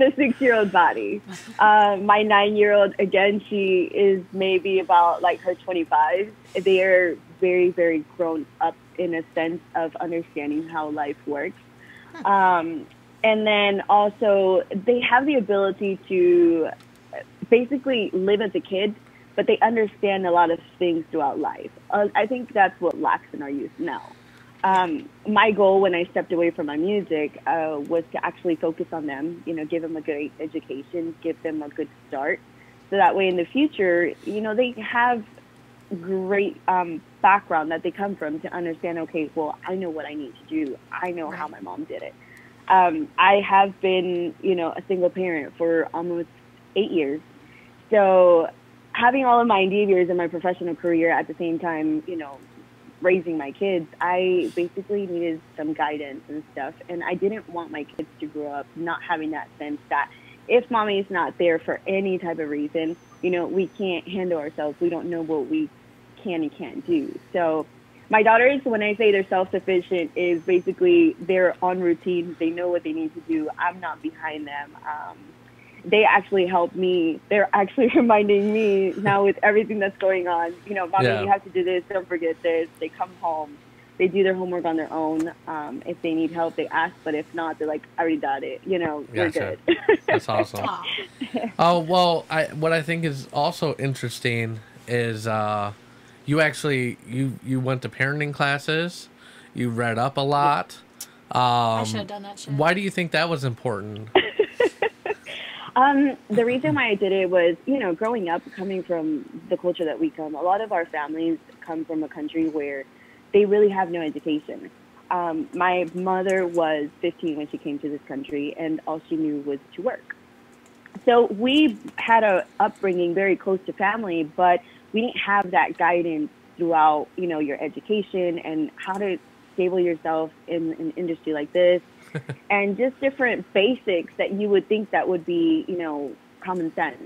Speaker 7: a six year old body. Uh, my nine year old, again, she is maybe about like her 25. They are very, very grown up in a sense of understanding how life works. Um, and then also, they have the ability to basically live as a kid, but they understand a lot of things throughout life. Uh, I think that's what lacks in our youth now. Um, my goal when I stepped away from my music uh, was to actually focus on them, you know, give them a great education, give them a good start. So that way in the future, you know, they have great um, background that they come from to understand, okay, well, I know what I need to do. I know how my mom did it. Um, I have been, you know, a single parent for almost eight years. So having all of my endeavors in my professional career at the same time, you know, raising my kids, I basically needed some guidance and stuff. And I didn't want my kids to grow up not having that sense that if mommy's not there for any type of reason, you know, we can't handle ourselves. We don't know what we can and can't do. So my daughters, when I say they're self-sufficient, is basically they're on routine. They know what they need to do. I'm not behind them. Um, they actually help me. They're actually reminding me now with everything that's going on. You know, mommy,
Speaker 1: Yeah.
Speaker 7: you have to do this. Don't forget this. They come home. They do their homework on their own. Um, if they need help, they ask. But if not, they're like, I already got it. You know, we're
Speaker 1: Gotcha.
Speaker 7: good.
Speaker 1: That's awesome.
Speaker 4: Aw.
Speaker 1: Oh well, I what I think is also interesting is uh, you actually you you went to parenting classes, you read up a lot. Um,
Speaker 4: I should have done that shit.
Speaker 1: Why do you think that was important?
Speaker 7: Um, the reason why I did it was, you know, growing up, coming from the culture that we come, a lot of our families come from a country where they really have no education. Um, my mother was 15 when she came to this country, and all she knew was to work. So we had a upbringing very close to family, but we didn't have that guidance throughout, you know, your education and how to stable yourself in an industry like this and just different basics that you would think that would be, you know, common sense.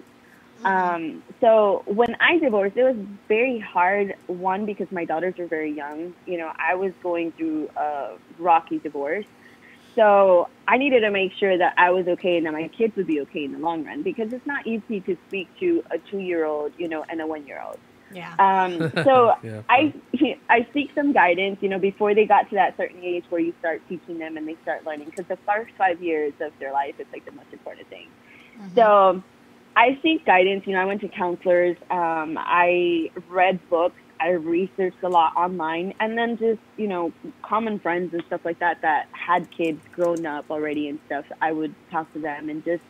Speaker 7: Um, so when I divorced, it was very hard. One because my daughters were very young. You know, I was going through a rocky divorce, so I needed to make sure that I was okay and that my kids would be okay in the long run because it's not easy to speak to a two-year-old, you know, and a one-year-old.
Speaker 4: Yeah.
Speaker 7: Um, so
Speaker 1: Yeah.
Speaker 7: I I seek some guidance, you know, before they got to that certain age where you start teaching them and they start learning because the first five years of their life is like the most important thing. So I seek guidance. You know, I went to counselors. Um, I read books. I researched a lot online, and then just you know, common friends and stuff like that that had kids grown up already and stuff. I would talk to them and just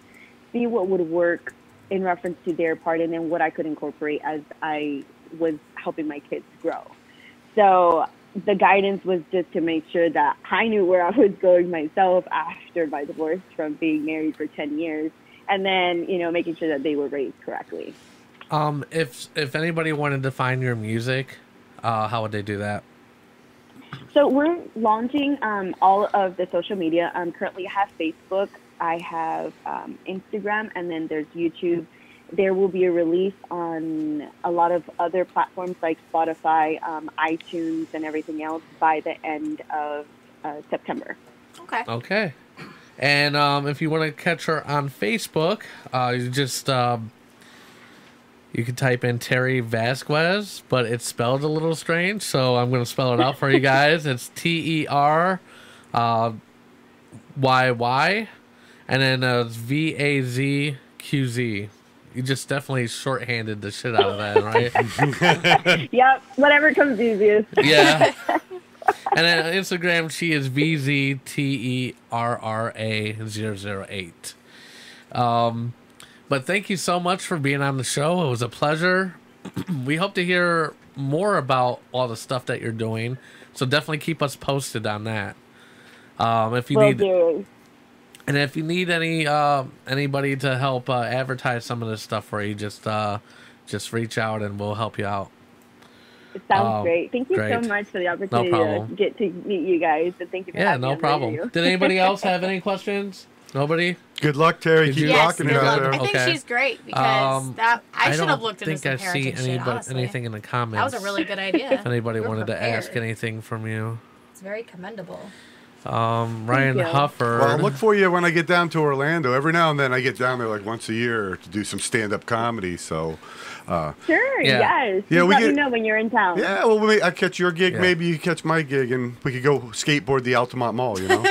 Speaker 7: see what would work in reference to their part, and then what I could incorporate as I was helping my kids grow. So the guidance was just to make sure that I knew where I was going myself after my divorce from being married for 10 years and then, you know, making sure that they were raised correctly.
Speaker 1: Um, if if anybody wanted to find your music, uh, how would they do that?
Speaker 7: So we're launching um, all of the social media. Um, currently, I have Facebook, I have um, Instagram, and then there's YouTube. There will be a release on a lot of other platforms like Spotify, um, iTunes, and everything else by the end of uh, September.
Speaker 4: Okay.
Speaker 1: Okay. And um, if you want to catch her on Facebook, uh, you just um, you can type in Terry Vasquez, but it's spelled a little strange, so I'm going to spell it out for you guys. It's T E R uh, Y Y, and then uh, it's V A Z Q Z. You just definitely shorthanded the shit out of that, right?
Speaker 7: Yep, whatever comes easiest.
Speaker 1: Yeah. And then on Instagram, she is E VZTERRA008. Um, but thank you so much for being on the show. It was a pleasure. we hope to hear more about all the stuff that you're doing. So definitely keep us posted on that. Um, if you
Speaker 7: Will
Speaker 1: need
Speaker 7: do.
Speaker 1: and if you need any uh, anybody to help uh, advertise some of this stuff for you, just uh, just reach out and we'll help you out.
Speaker 7: It sounds
Speaker 1: Oh,
Speaker 7: great. Thank you
Speaker 1: great.
Speaker 7: so much for the opportunity
Speaker 1: problem.
Speaker 7: to get to meet you guys, and thank you for
Speaker 1: Yeah,
Speaker 7: having me
Speaker 1: no
Speaker 7: on the
Speaker 1: problem.
Speaker 7: radio.
Speaker 1: Did anybody else have any questions? Nobody.
Speaker 5: Good luck, Terry.
Speaker 1: Did
Speaker 5: Keep
Speaker 1: you-
Speaker 6: Yes,
Speaker 5: rocking it
Speaker 6: good
Speaker 5: out
Speaker 6: luck.
Speaker 5: there.
Speaker 6: I think
Speaker 1: Okay.
Speaker 6: she's great because
Speaker 1: Um,
Speaker 6: that
Speaker 4: I should have
Speaker 1: don't
Speaker 4: looked into
Speaker 1: think
Speaker 4: some
Speaker 1: I
Speaker 4: parenting
Speaker 1: see
Speaker 4: shit,
Speaker 1: anybody,
Speaker 4: honestly.
Speaker 1: anything in the
Speaker 4: That
Speaker 1: comments.
Speaker 4: was a really good idea.
Speaker 1: If anybody
Speaker 4: We were
Speaker 1: wanted to ask
Speaker 4: prepared.
Speaker 1: anything from you,
Speaker 4: It's very commendable.
Speaker 1: um, Ryan
Speaker 7: you.
Speaker 1: Huffer.
Speaker 5: Well, I'll look for you when I get down to Orlando. Every now and then I get down there like once a year to do some stand up comedy. So, uh,
Speaker 7: Sure.
Speaker 1: Yeah.
Speaker 7: Yes.
Speaker 5: Yeah,
Speaker 7: Just
Speaker 5: we
Speaker 7: let
Speaker 5: get-
Speaker 7: me know when you're in town.
Speaker 5: yeah, well, we may, I catch your gig.
Speaker 1: Yeah.
Speaker 5: Maybe you catch my gig and we could go skateboard the Altamont Mall, you know?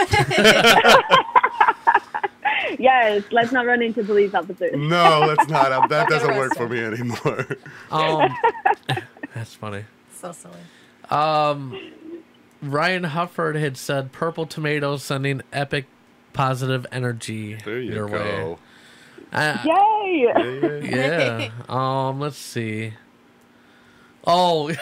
Speaker 7: Yes. Let's not run into police officers.
Speaker 5: no, that's not. uh, That doesn't
Speaker 4: Interesting.
Speaker 5: work for me anymore.
Speaker 1: um, that's funny.
Speaker 4: So silly.
Speaker 1: Um, Ryan Hufford had said, "Purple tomatoes sending epic positive energy
Speaker 5: There you
Speaker 1: your way."
Speaker 5: go.
Speaker 1: I-
Speaker 7: Yay.
Speaker 5: Yeah.
Speaker 1: Yeah. um, let's see. Oh,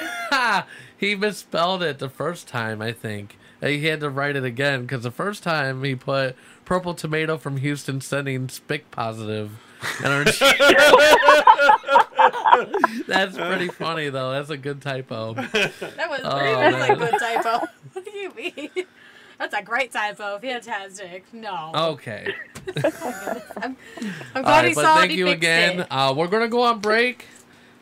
Speaker 1: he misspelled it the first time, I think. Uh, He had to write it again because the first time he put purple tomato from Houston sending spick positive energy. that that's pretty funny though. That's a good typo.
Speaker 4: That was
Speaker 1: Oh,
Speaker 4: pretty that's a
Speaker 1: man.
Speaker 4: good typo. what do you mean? That's a great typo. Fantastic. No.
Speaker 1: Okay.
Speaker 4: I'm
Speaker 1: All
Speaker 4: glad
Speaker 1: right,
Speaker 4: he
Speaker 1: Oh, but
Speaker 4: saw it.
Speaker 1: thank
Speaker 4: he
Speaker 1: you
Speaker 4: fixed
Speaker 1: again.
Speaker 4: it.
Speaker 1: Uh, we're gonna go on break.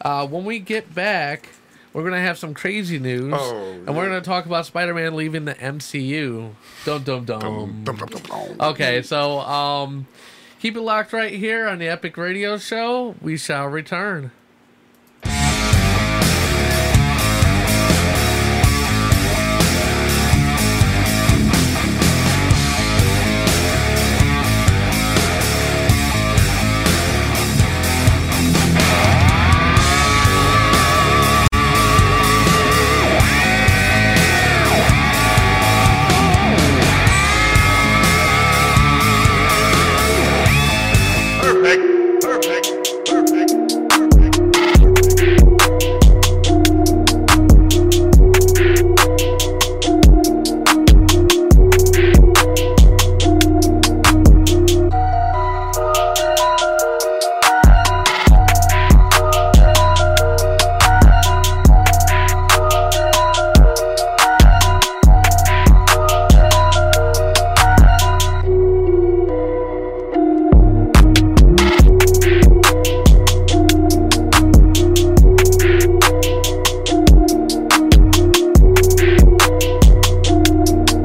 Speaker 1: Uh, when we get back, we're gonna have some crazy news,
Speaker 5: Oh,
Speaker 1: and we're gonna talk about Spider-Man leaving the MCU. Dum dum dum.
Speaker 5: Dum, dum, dum, dum.
Speaker 1: Okay, so um, keep it locked right here on the Epic Radio Show. We shall return.
Speaker 8: Perfect. Perfect. Perfect. Perfect.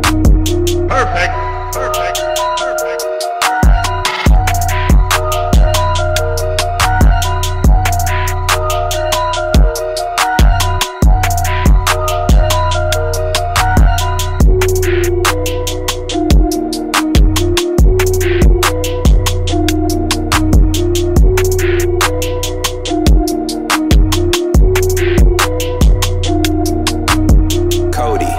Speaker 8: Perfect. Perfect. Perfect.
Speaker 9: Cody.
Speaker 4: Oh,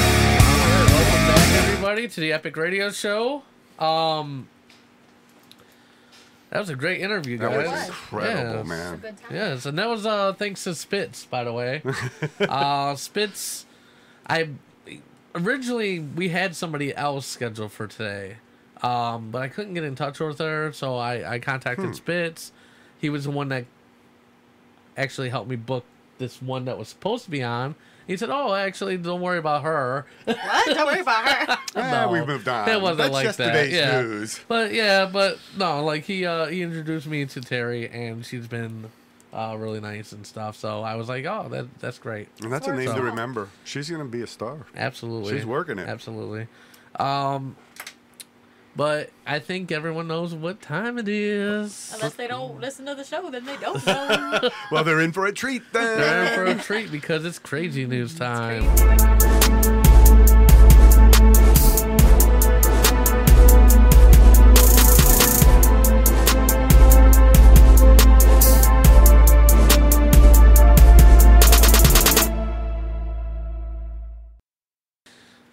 Speaker 1: Welcome back, everybody, to the Epic Radio Show. Um, that was a great interview,
Speaker 5: That
Speaker 1: guys.
Speaker 5: was incredible,
Speaker 1: Yeah.
Speaker 6: It's a
Speaker 5: man.
Speaker 6: good time.
Speaker 1: Yes, and that was uh thanks to Spitz, by the way. uh Spitz I originally we had somebody else scheduled for today. Um, but I couldn't get in touch with her, so I, I contacted Spitz. He was the one that actually helped me book this one that was supposed to be on. He said, "Oh, actually, don't worry about her."
Speaker 4: What? Don't worry about her.
Speaker 5: Ah,
Speaker 1: No,
Speaker 5: we moved on.
Speaker 1: It wasn't
Speaker 5: That's
Speaker 1: like
Speaker 5: yesterday's
Speaker 1: that. Yeah.
Speaker 5: news.
Speaker 1: But yeah, but no, like he uh, he introduced me to Terry, and she's been uh, really nice and stuff. So I was like, "Oh, that that's great."
Speaker 5: And that's a
Speaker 4: So-
Speaker 5: name
Speaker 1: so-
Speaker 5: to remember. She's gonna be a star.
Speaker 1: Absolutely.
Speaker 5: She's working it.
Speaker 1: Absolutely. Um but I think everyone knows what time it is.
Speaker 4: Unless they don't listen to the show, then they don't know.
Speaker 5: Well, they're in for a treat
Speaker 1: They're in
Speaker 5: then.
Speaker 1: for a treat because it's crazy news time.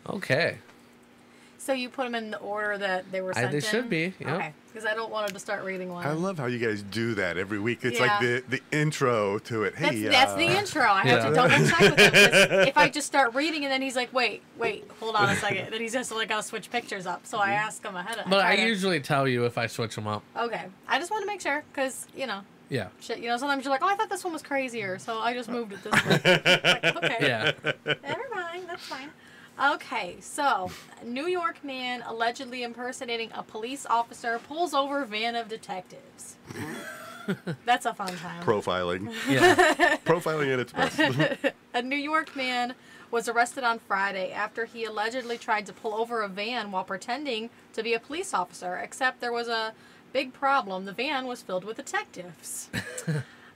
Speaker 1: Okay.
Speaker 4: so you put them in the order that they were
Speaker 1: I-
Speaker 4: sent
Speaker 1: they
Speaker 4: in?
Speaker 1: should be, yep.
Speaker 4: Okay, because I don't want them to start reading one.
Speaker 5: I love how you guys do that every week. It's like
Speaker 4: Yeah.
Speaker 5: the, the intro to it.
Speaker 4: That's,
Speaker 5: Hey,
Speaker 4: that's
Speaker 5: uh,
Speaker 4: the intro. I have
Speaker 1: Yeah.
Speaker 4: to double check with him. 'cause If I just start reading and then he's like, wait, wait, hold on a second. Then he's just like, I'll switch pictures up. So I ask him ahead of
Speaker 1: Mm-hmm. But
Speaker 4: try
Speaker 1: I
Speaker 4: to-
Speaker 1: usually tell you if I switch them up.
Speaker 4: Okay. I just want to make sure because, you know,
Speaker 1: Yeah.
Speaker 4: shit, you know, sometimes you're like, oh, I thought this one was crazier. So I just moved it this way. like, okay.
Speaker 1: Yeah.
Speaker 4: Never mind. That's fine. Okay, so New York man allegedly impersonating a police officer pulls over van of detectives. That's a fun time.
Speaker 5: profiling.
Speaker 1: Yeah.
Speaker 5: profiling at its best.
Speaker 4: A New York man was arrested on Friday after he allegedly tried to pull over a van while pretending to be a police officer, except there was a big problem. The van was filled with detectives.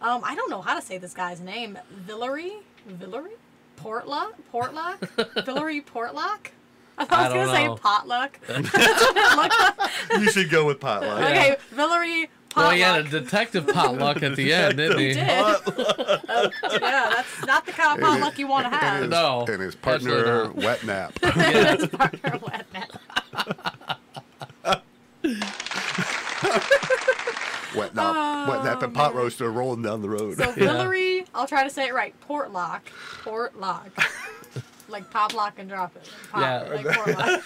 Speaker 4: um, I don't know how to say this guy's name. Villery? Villery? Portlock? Portlock? Villery Portlock? I,
Speaker 1: I
Speaker 4: was going
Speaker 1: don't
Speaker 4: to say
Speaker 1: know.
Speaker 4: potluck. That's what it looked like.
Speaker 5: you should go with potluck.
Speaker 4: Okay, Villery Potluck.
Speaker 1: Well, he had a detective potluck at the end, didn't he?
Speaker 4: Did. Oh, yeah, that's not the kind of potluck you want to have.
Speaker 5: And his,
Speaker 1: No,
Speaker 5: and his
Speaker 1: absolutely
Speaker 5: partner
Speaker 1: not.
Speaker 5: wet nap.
Speaker 1: Yeah.
Speaker 4: partner wet nap.
Speaker 5: wet nap. wet nap and pot roaster rolling down the road.
Speaker 4: Oh, So Villery, I'll try to say it right. Portlock, Portlock, like pop lock and drop it. Pop,
Speaker 1: Yeah.
Speaker 4: like Portlock.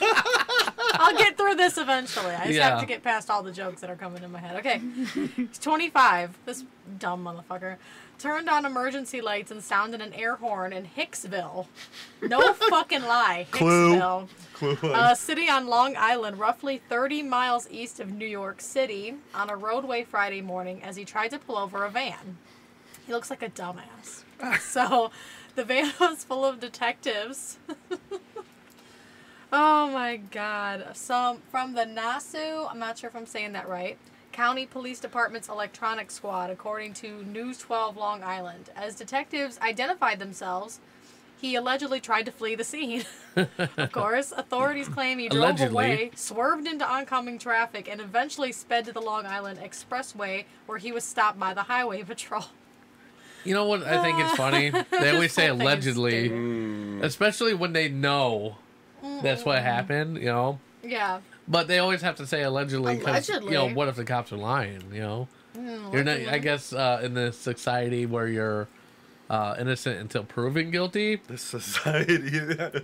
Speaker 4: I'll get through this eventually. I just
Speaker 1: Yeah.
Speaker 4: have to get past all the jokes that are coming in my head. Okay, he's 25. This dumb motherfucker turned on emergency lights and sounded an air horn in Hicksville. No fucking lie,
Speaker 5: Clue.
Speaker 4: Hicksville.
Speaker 5: Clue one.
Speaker 4: A Uh, city on Long Island, roughly 30 miles east of New York City, on a roadway Friday morning as he tried to pull over a van. He looks like a dumbass. so the van was full of detectives. oh my god. Some from the Nassau, I'm not sure if I'm saying that right. County Police Department's electronic squad, according to News 12 Long Island. As detectives identified themselves, he allegedly tried to flee the scene. of course, authorities claim he drove
Speaker 1: Allegedly.
Speaker 4: away, swerved into oncoming traffic, and eventually sped to the Long Island Expressway where he was stopped by the highway patrol.
Speaker 1: You know what I think it's funny? They always say
Speaker 4: whole thing is stupid.
Speaker 1: allegedly, especially when they know that's
Speaker 4: Mm.
Speaker 1: what happened, you know.
Speaker 4: Yeah.
Speaker 1: But they always have to say allegedly because you know
Speaker 4: Allegedly. Mm,
Speaker 1: what if the cops are lying? You know, you're not. I guess uh, in this society where you're uh, innocent until proven guilty.
Speaker 5: this society.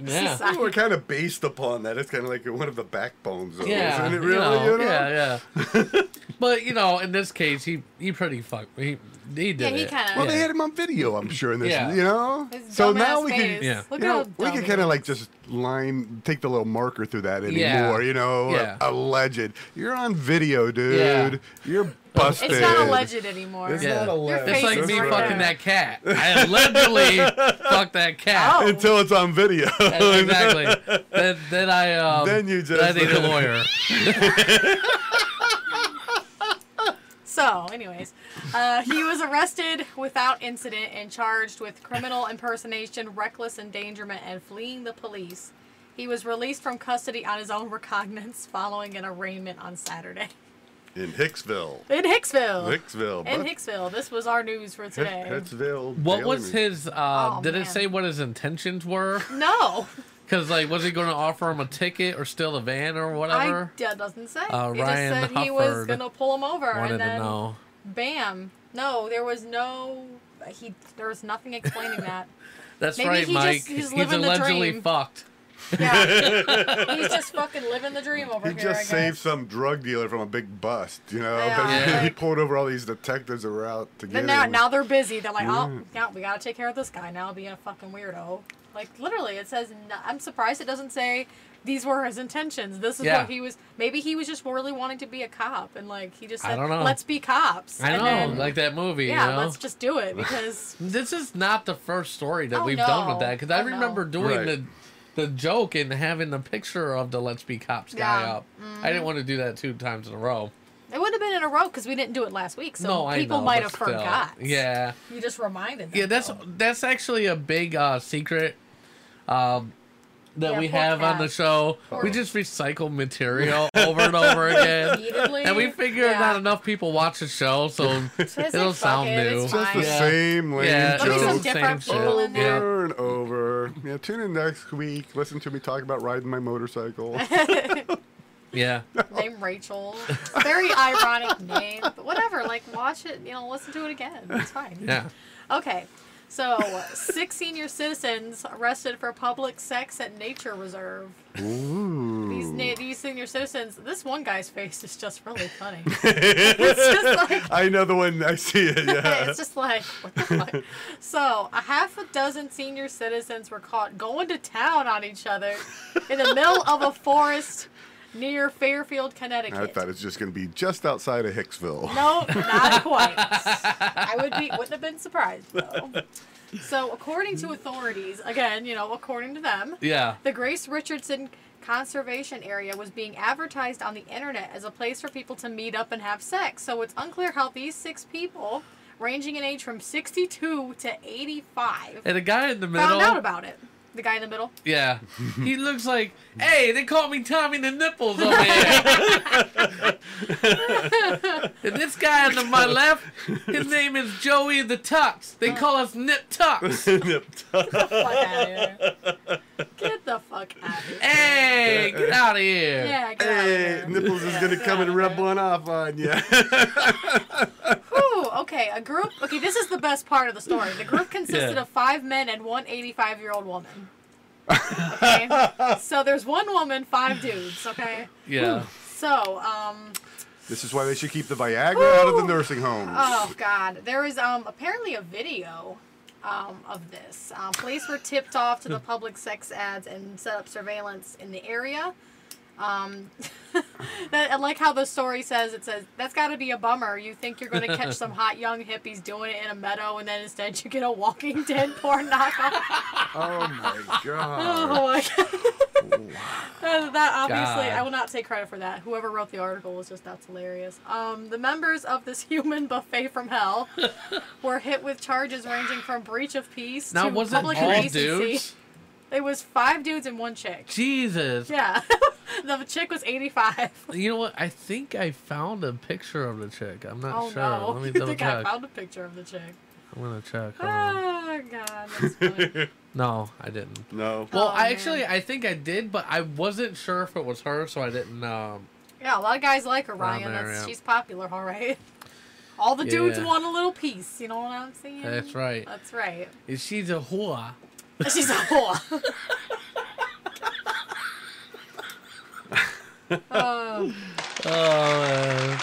Speaker 1: Yeah,
Speaker 4: Society.
Speaker 5: We're kind of based upon that. It's kind of like one of the backbones of
Speaker 1: yeah,
Speaker 5: it, isn't it?
Speaker 1: you
Speaker 5: Really,
Speaker 1: know,
Speaker 5: you know?
Speaker 1: yeah, yeah. but you know, in this case, he he pretty fuck he he did
Speaker 4: Yeah, he
Speaker 1: it.
Speaker 4: kinda-
Speaker 5: Well, they
Speaker 1: Yeah.
Speaker 5: had him on video, I'm sure. In this,
Speaker 1: Yeah.
Speaker 5: you know.
Speaker 4: His
Speaker 5: So
Speaker 4: dumbass
Speaker 5: now we
Speaker 4: face.
Speaker 5: can,
Speaker 1: Yeah.
Speaker 4: Look
Speaker 5: you
Speaker 4: at
Speaker 5: know,
Speaker 4: how
Speaker 5: we
Speaker 4: dumb
Speaker 5: can
Speaker 4: he
Speaker 5: kind of
Speaker 4: is.
Speaker 5: like just line, take the little marker through that anymore.
Speaker 1: Yeah.
Speaker 5: You know,
Speaker 1: Yeah.
Speaker 5: alleged. You're on video, dude.
Speaker 1: Yeah.
Speaker 5: You're busted.
Speaker 4: It's not alleged anymore.
Speaker 5: It's
Speaker 1: Yeah.
Speaker 5: not
Speaker 1: Your
Speaker 5: alleged.
Speaker 1: It's
Speaker 4: face
Speaker 1: like
Speaker 4: is
Speaker 1: me
Speaker 4: right
Speaker 1: fucking
Speaker 4: there.
Speaker 1: that cat. I allegedly fucked that cat.
Speaker 4: Oh.
Speaker 5: until it's on video.
Speaker 1: Yeah, exactly. then, then I um,
Speaker 5: Then you
Speaker 1: I
Speaker 5: just-
Speaker 1: need a lawyer.
Speaker 4: So, anyways, uh, he was arrested without incident and charged with criminal impersonation, reckless endangerment, and fleeing the police. He was released from custody on his own recognizance following an arraignment on Saturday
Speaker 5: In Hicksville.
Speaker 4: in Hicksville.
Speaker 5: Hicksville.
Speaker 4: in
Speaker 5: but-
Speaker 4: Hicksville, this was our news for today.
Speaker 5: Hicksville.
Speaker 1: What
Speaker 5: Daily
Speaker 1: was
Speaker 5: News.
Speaker 1: his? Uh,
Speaker 4: Oh,
Speaker 1: did it
Speaker 4: man.
Speaker 1: say what his intentions were?
Speaker 4: no,
Speaker 1: Because like, was he going to offer him a ticket or steal the van or
Speaker 4: I,
Speaker 1: whatever?
Speaker 4: that doesn't say.
Speaker 1: Uh,
Speaker 4: it
Speaker 1: Ryan
Speaker 4: just said he was
Speaker 1: Hufford
Speaker 4: gonna pull him over,
Speaker 1: Wanted
Speaker 4: and
Speaker 1: to
Speaker 4: then
Speaker 1: know.
Speaker 4: bam. No, there was no. He there was nothing explaining that.
Speaker 1: That's
Speaker 4: Maybe
Speaker 1: right,
Speaker 4: he
Speaker 1: Mike.
Speaker 4: just- he's
Speaker 1: he's
Speaker 4: living the
Speaker 1: allegedly
Speaker 4: dream.
Speaker 1: fucked.
Speaker 4: Yeah. He's just fucking living the dream over
Speaker 5: He
Speaker 4: here.
Speaker 5: just
Speaker 4: I guess.
Speaker 5: saved some drug dealer from a big bust, you know.
Speaker 4: Yeah.
Speaker 1: Yeah.
Speaker 5: He pulled over all these detectives that were out to
Speaker 4: Then
Speaker 5: get
Speaker 4: now,
Speaker 5: him.
Speaker 4: now they're busy. They're like, oh,
Speaker 5: Yeah.
Speaker 4: now we gotta take care of this guy. Now being a fucking weirdo. Like literally, it says. n- I'm surprised it doesn't say these were his intentions. This is
Speaker 1: Yeah.
Speaker 4: what he was. Maybe he was just really wanting to be a cop, and like he just
Speaker 1: I
Speaker 4: said,
Speaker 1: don't know.
Speaker 4: "Let's be cops."
Speaker 1: I
Speaker 4: and
Speaker 1: know,
Speaker 4: then,
Speaker 1: like that movie.
Speaker 4: yeah,
Speaker 1: you know?
Speaker 4: let's just do it because
Speaker 1: This is not the first story that
Speaker 4: Oh,
Speaker 1: we've done with
Speaker 4: no.
Speaker 1: that because I
Speaker 4: Oh, no.
Speaker 1: remember doing
Speaker 5: Right.
Speaker 1: the the joke and having the picture of the Let's Be Cops guy
Speaker 4: Yeah. Mm-hmm.
Speaker 1: up. I didn't want to do that two times in a row.
Speaker 4: it wouldn't have been in a row because we didn't do it last week. So
Speaker 1: no, I
Speaker 4: people
Speaker 1: know,
Speaker 4: might
Speaker 1: but
Speaker 4: have
Speaker 1: still.
Speaker 4: forgot.
Speaker 1: Yeah,
Speaker 4: you just reminded them.
Speaker 1: yeah. That's
Speaker 4: though.
Speaker 1: that's actually a big uh, secret um, that
Speaker 4: Yeah,
Speaker 1: we
Speaker 4: poor
Speaker 1: have on the
Speaker 4: cat.
Speaker 1: show. We just recycle material over and over again.
Speaker 4: Repeatedly.
Speaker 1: And we figure
Speaker 4: Yeah.
Speaker 1: not enough people watch the show, so
Speaker 4: Just
Speaker 1: it'll
Speaker 4: like,
Speaker 1: sound
Speaker 4: fuck it,
Speaker 1: new.
Speaker 4: it's
Speaker 5: Just the
Speaker 4: fine. Yeah.
Speaker 5: same lame
Speaker 1: yeah,
Speaker 4: There'll be some
Speaker 5: jokes
Speaker 4: different
Speaker 1: shit.
Speaker 4: people in there.
Speaker 1: Yeah.
Speaker 5: over and over. Yeah, tune in next week. Listen to me talk about riding my motorcycle.
Speaker 1: yeah.
Speaker 4: Name Rachel. Very ironic name, but whatever. Like, watch it, you know, listen to it again. It's fine.
Speaker 1: Yeah.
Speaker 4: Okay. So, six senior citizens arrested for public sex at nature reserve. These
Speaker 5: Ooh.
Speaker 4: na- these senior citizens. This one guy's face is just really funny. it's just like
Speaker 5: I know the one. I see it. Yeah.
Speaker 4: it's just like what the fuck. So a half a dozen senior citizens were caught going to town on each other in the middle of a forest near Fairfield, Connecticut.
Speaker 5: I thought it's just going to be just outside of Hicksville.
Speaker 4: No, not quite. I would be wouldn't have been surprised though. So according to authorities, again, you know, according to them,
Speaker 1: Yeah.
Speaker 4: the Grace Richardson Conservation Area was being advertised on the internet as a place for people to meet up and have sex. So it's unclear how these six people, ranging in age from 62 to 85,
Speaker 1: And the guy in the middle.
Speaker 4: found out about it. The guy in the middle.
Speaker 1: Yeah. he looks like, hey, they call me Tommy the Nipples over here. and this guy on the, my left, his name is Joey the Tux.
Speaker 4: Oh.
Speaker 1: They call us Nip Tux.
Speaker 4: Fuck out here. Get the fuck out of here.
Speaker 1: hey, get out of here.
Speaker 4: Yeah, get out of
Speaker 5: Hey,
Speaker 4: here.
Speaker 5: nipples is going to come and rub one off on you.
Speaker 4: Ooh, okay. A group. Okay, this is the best part of the story. The group consisted
Speaker 1: Yeah.
Speaker 4: of five men and one 85 year old woman. Okay. so there's one woman, five dudes. Okay.
Speaker 1: Yeah.
Speaker 4: So, um,
Speaker 5: this is why they should keep the Viagra out of the
Speaker 4: Ooh.
Speaker 5: nursing homes.
Speaker 4: oh god, there is um apparently a video. Um, of this, um, police were tipped off to the public sex ads and set up surveillance in the area. Um, that, I like how the story says it says that's got to be a bummer. You think you're going to catch some hot young hippies doing it in a meadow, and then instead you get a Walking Dead porn knockoff.
Speaker 5: Oh my
Speaker 4: Oh
Speaker 5: god.
Speaker 4: my god! Uh, that obviously,
Speaker 1: God.
Speaker 4: I will not take credit for that. Whoever wrote the article was just that's hilarious. Um, the members of this human buffet from hell were hit with charges ranging from breach of peace
Speaker 1: Now,
Speaker 4: to
Speaker 1: wasn't
Speaker 4: public
Speaker 1: all
Speaker 4: indecency.
Speaker 1: dudes?
Speaker 4: It was five dudes and one chick.
Speaker 1: Jesus.
Speaker 4: Yeah, the chick was eighty-five.
Speaker 1: You know what? I think I found a picture of the chick. I'm not
Speaker 4: oh
Speaker 1: sure.
Speaker 4: no!
Speaker 1: Let me
Speaker 4: you
Speaker 1: double
Speaker 4: think I
Speaker 1: check.
Speaker 4: found a picture of the chick?
Speaker 1: I'm going to check. Hold on.
Speaker 4: Oh god, that's funny.
Speaker 1: No, I didn't.
Speaker 5: No.
Speaker 1: Well,
Speaker 4: Oh,
Speaker 1: I
Speaker 4: man.
Speaker 1: actually, I think I did, but I wasn't sure if it was her, so I didn't. Um,
Speaker 4: yeah, a lot of guys like her, Ryan.
Speaker 1: there,
Speaker 4: That's,
Speaker 1: yeah.
Speaker 4: She's popular, all right. All the dudes
Speaker 1: Yeah.
Speaker 4: want a little piece. You know what I'm saying?
Speaker 1: That's right.
Speaker 4: That's right.
Speaker 1: she's a whore.
Speaker 4: She's a whore. Oh,
Speaker 1: Uh,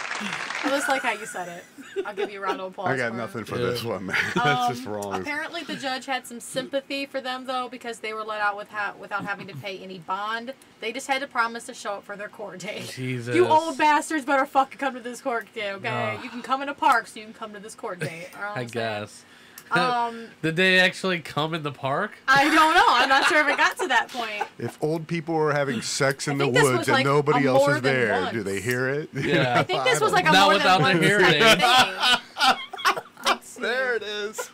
Speaker 4: I just like how you said it. I'll give you a round of applause.
Speaker 5: I got
Speaker 4: for it.
Speaker 5: nothing for
Speaker 1: Yeah.
Speaker 5: this one, man. That's just
Speaker 4: Um,
Speaker 5: wrong.
Speaker 4: Apparently, the judge had some sympathy for them though, because they were let out with ha- without having to pay any bond. They just had to promise to show up for their court date.
Speaker 1: Jesus.
Speaker 4: You old bastards better fucking come to this court date, okay?
Speaker 1: Ugh.
Speaker 4: You can come in a park, so you can come to this court date. you know what
Speaker 1: I
Speaker 4: I'm saying?
Speaker 1: guess.
Speaker 4: Um,
Speaker 1: Did they actually come in the park?
Speaker 4: I don't know. I'm not sure if it got to that point.
Speaker 5: If old people are having sex in the
Speaker 4: think this was
Speaker 5: woods and
Speaker 4: like
Speaker 5: nobody
Speaker 4: a
Speaker 5: else
Speaker 4: more
Speaker 5: is
Speaker 4: than
Speaker 5: there,
Speaker 4: once.
Speaker 5: do they hear it?
Speaker 1: Yeah.
Speaker 4: I think this was like a
Speaker 1: Not
Speaker 4: more
Speaker 1: without the
Speaker 4: than one
Speaker 1: hearing
Speaker 4: second
Speaker 1: aid.
Speaker 4: thing. Let's see.
Speaker 5: There it is.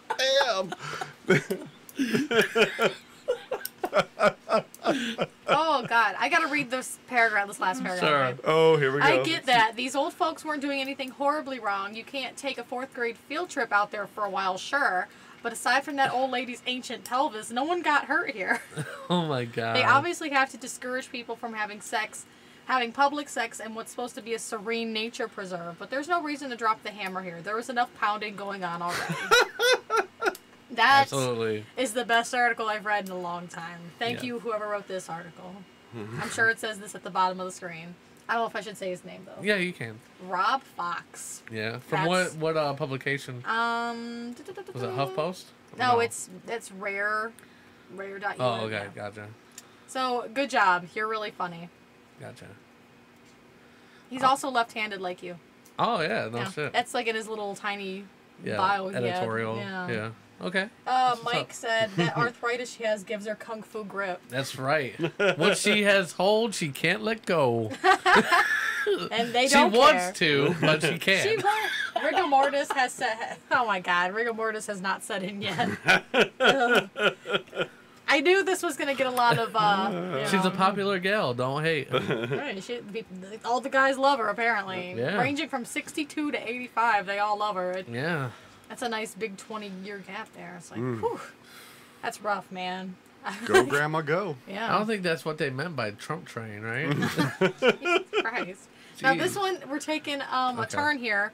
Speaker 5: Damn.
Speaker 4: Oh God, I gotta read this paragraph, this last paragraph.
Speaker 1: Sure.
Speaker 4: right?
Speaker 5: Oh, here we go.
Speaker 4: I get that. These old folks weren't doing anything horribly wrong. You can't take a fourth grade field trip out there for a while, sure. But aside from that old lady's ancient pelvis, no one got hurt here.
Speaker 1: Oh my god.
Speaker 4: They obviously have to discourage people from having sex, having public sex in what's supposed to be a serene nature preserve. But there's no reason to drop the hammer here. There was enough pounding going on already.
Speaker 6: That's
Speaker 1: Absolutely.
Speaker 4: is the best article I've read in a long time. Thank
Speaker 1: Yeah.
Speaker 4: you, whoever wrote this article. I'm sure it says this at the bottom of the screen. I don't know if I should say his name though.
Speaker 1: Yeah, you can.
Speaker 4: Rob Fox.
Speaker 1: Yeah. From
Speaker 4: That's-
Speaker 1: what what uh, publication?
Speaker 4: Um.
Speaker 1: Was it HuffPost?
Speaker 4: No, it's it's rare, rare. dot
Speaker 1: Oh,
Speaker 4: UN,
Speaker 1: okay.
Speaker 4: yeah.
Speaker 1: Gotcha.
Speaker 4: So good job. You're really funny.
Speaker 1: Gotcha.
Speaker 4: He's also left-handed like you.
Speaker 1: Oh yeah. No
Speaker 4: Yeah.
Speaker 1: shit.
Speaker 4: That's like in his little tiny
Speaker 1: yeah.
Speaker 4: bio. yeah,
Speaker 1: editorial.
Speaker 4: Yeah.
Speaker 1: yeah. Okay.
Speaker 4: Uh,
Speaker 1: what's
Speaker 4: Mike
Speaker 1: up.
Speaker 4: said that arthritis she has gives her kung fu grip,
Speaker 1: That's right. Once she has hold, she can't let go.
Speaker 4: and they
Speaker 1: Uh, she
Speaker 4: don't care.
Speaker 1: wants to, but she can't.
Speaker 4: She won't. Rigor mortis has said. Oh my God, rigor mortis has not set in yet. Ugh. I knew this was gonna get a lot of. Uh, you
Speaker 1: She's a
Speaker 4: know,
Speaker 1: popular gal. Don't hate.
Speaker 4: right, she- be- all the guys love her apparently.
Speaker 1: Uh, Yeah.
Speaker 4: Ranging from 62 to 85, they all love her. It,
Speaker 1: yeah.
Speaker 4: That's a nice big 20 year gap there. It's like,
Speaker 1: Mm.
Speaker 4: whew, that's rough, man.
Speaker 5: Go, Grandma, go.
Speaker 1: I
Speaker 4: Yeah.
Speaker 1: don't think that's what they meant by Trump train, right?
Speaker 4: Christ. Now this
Speaker 1: Jeez.
Speaker 4: one we're taking um, a
Speaker 1: Okay.
Speaker 4: turn here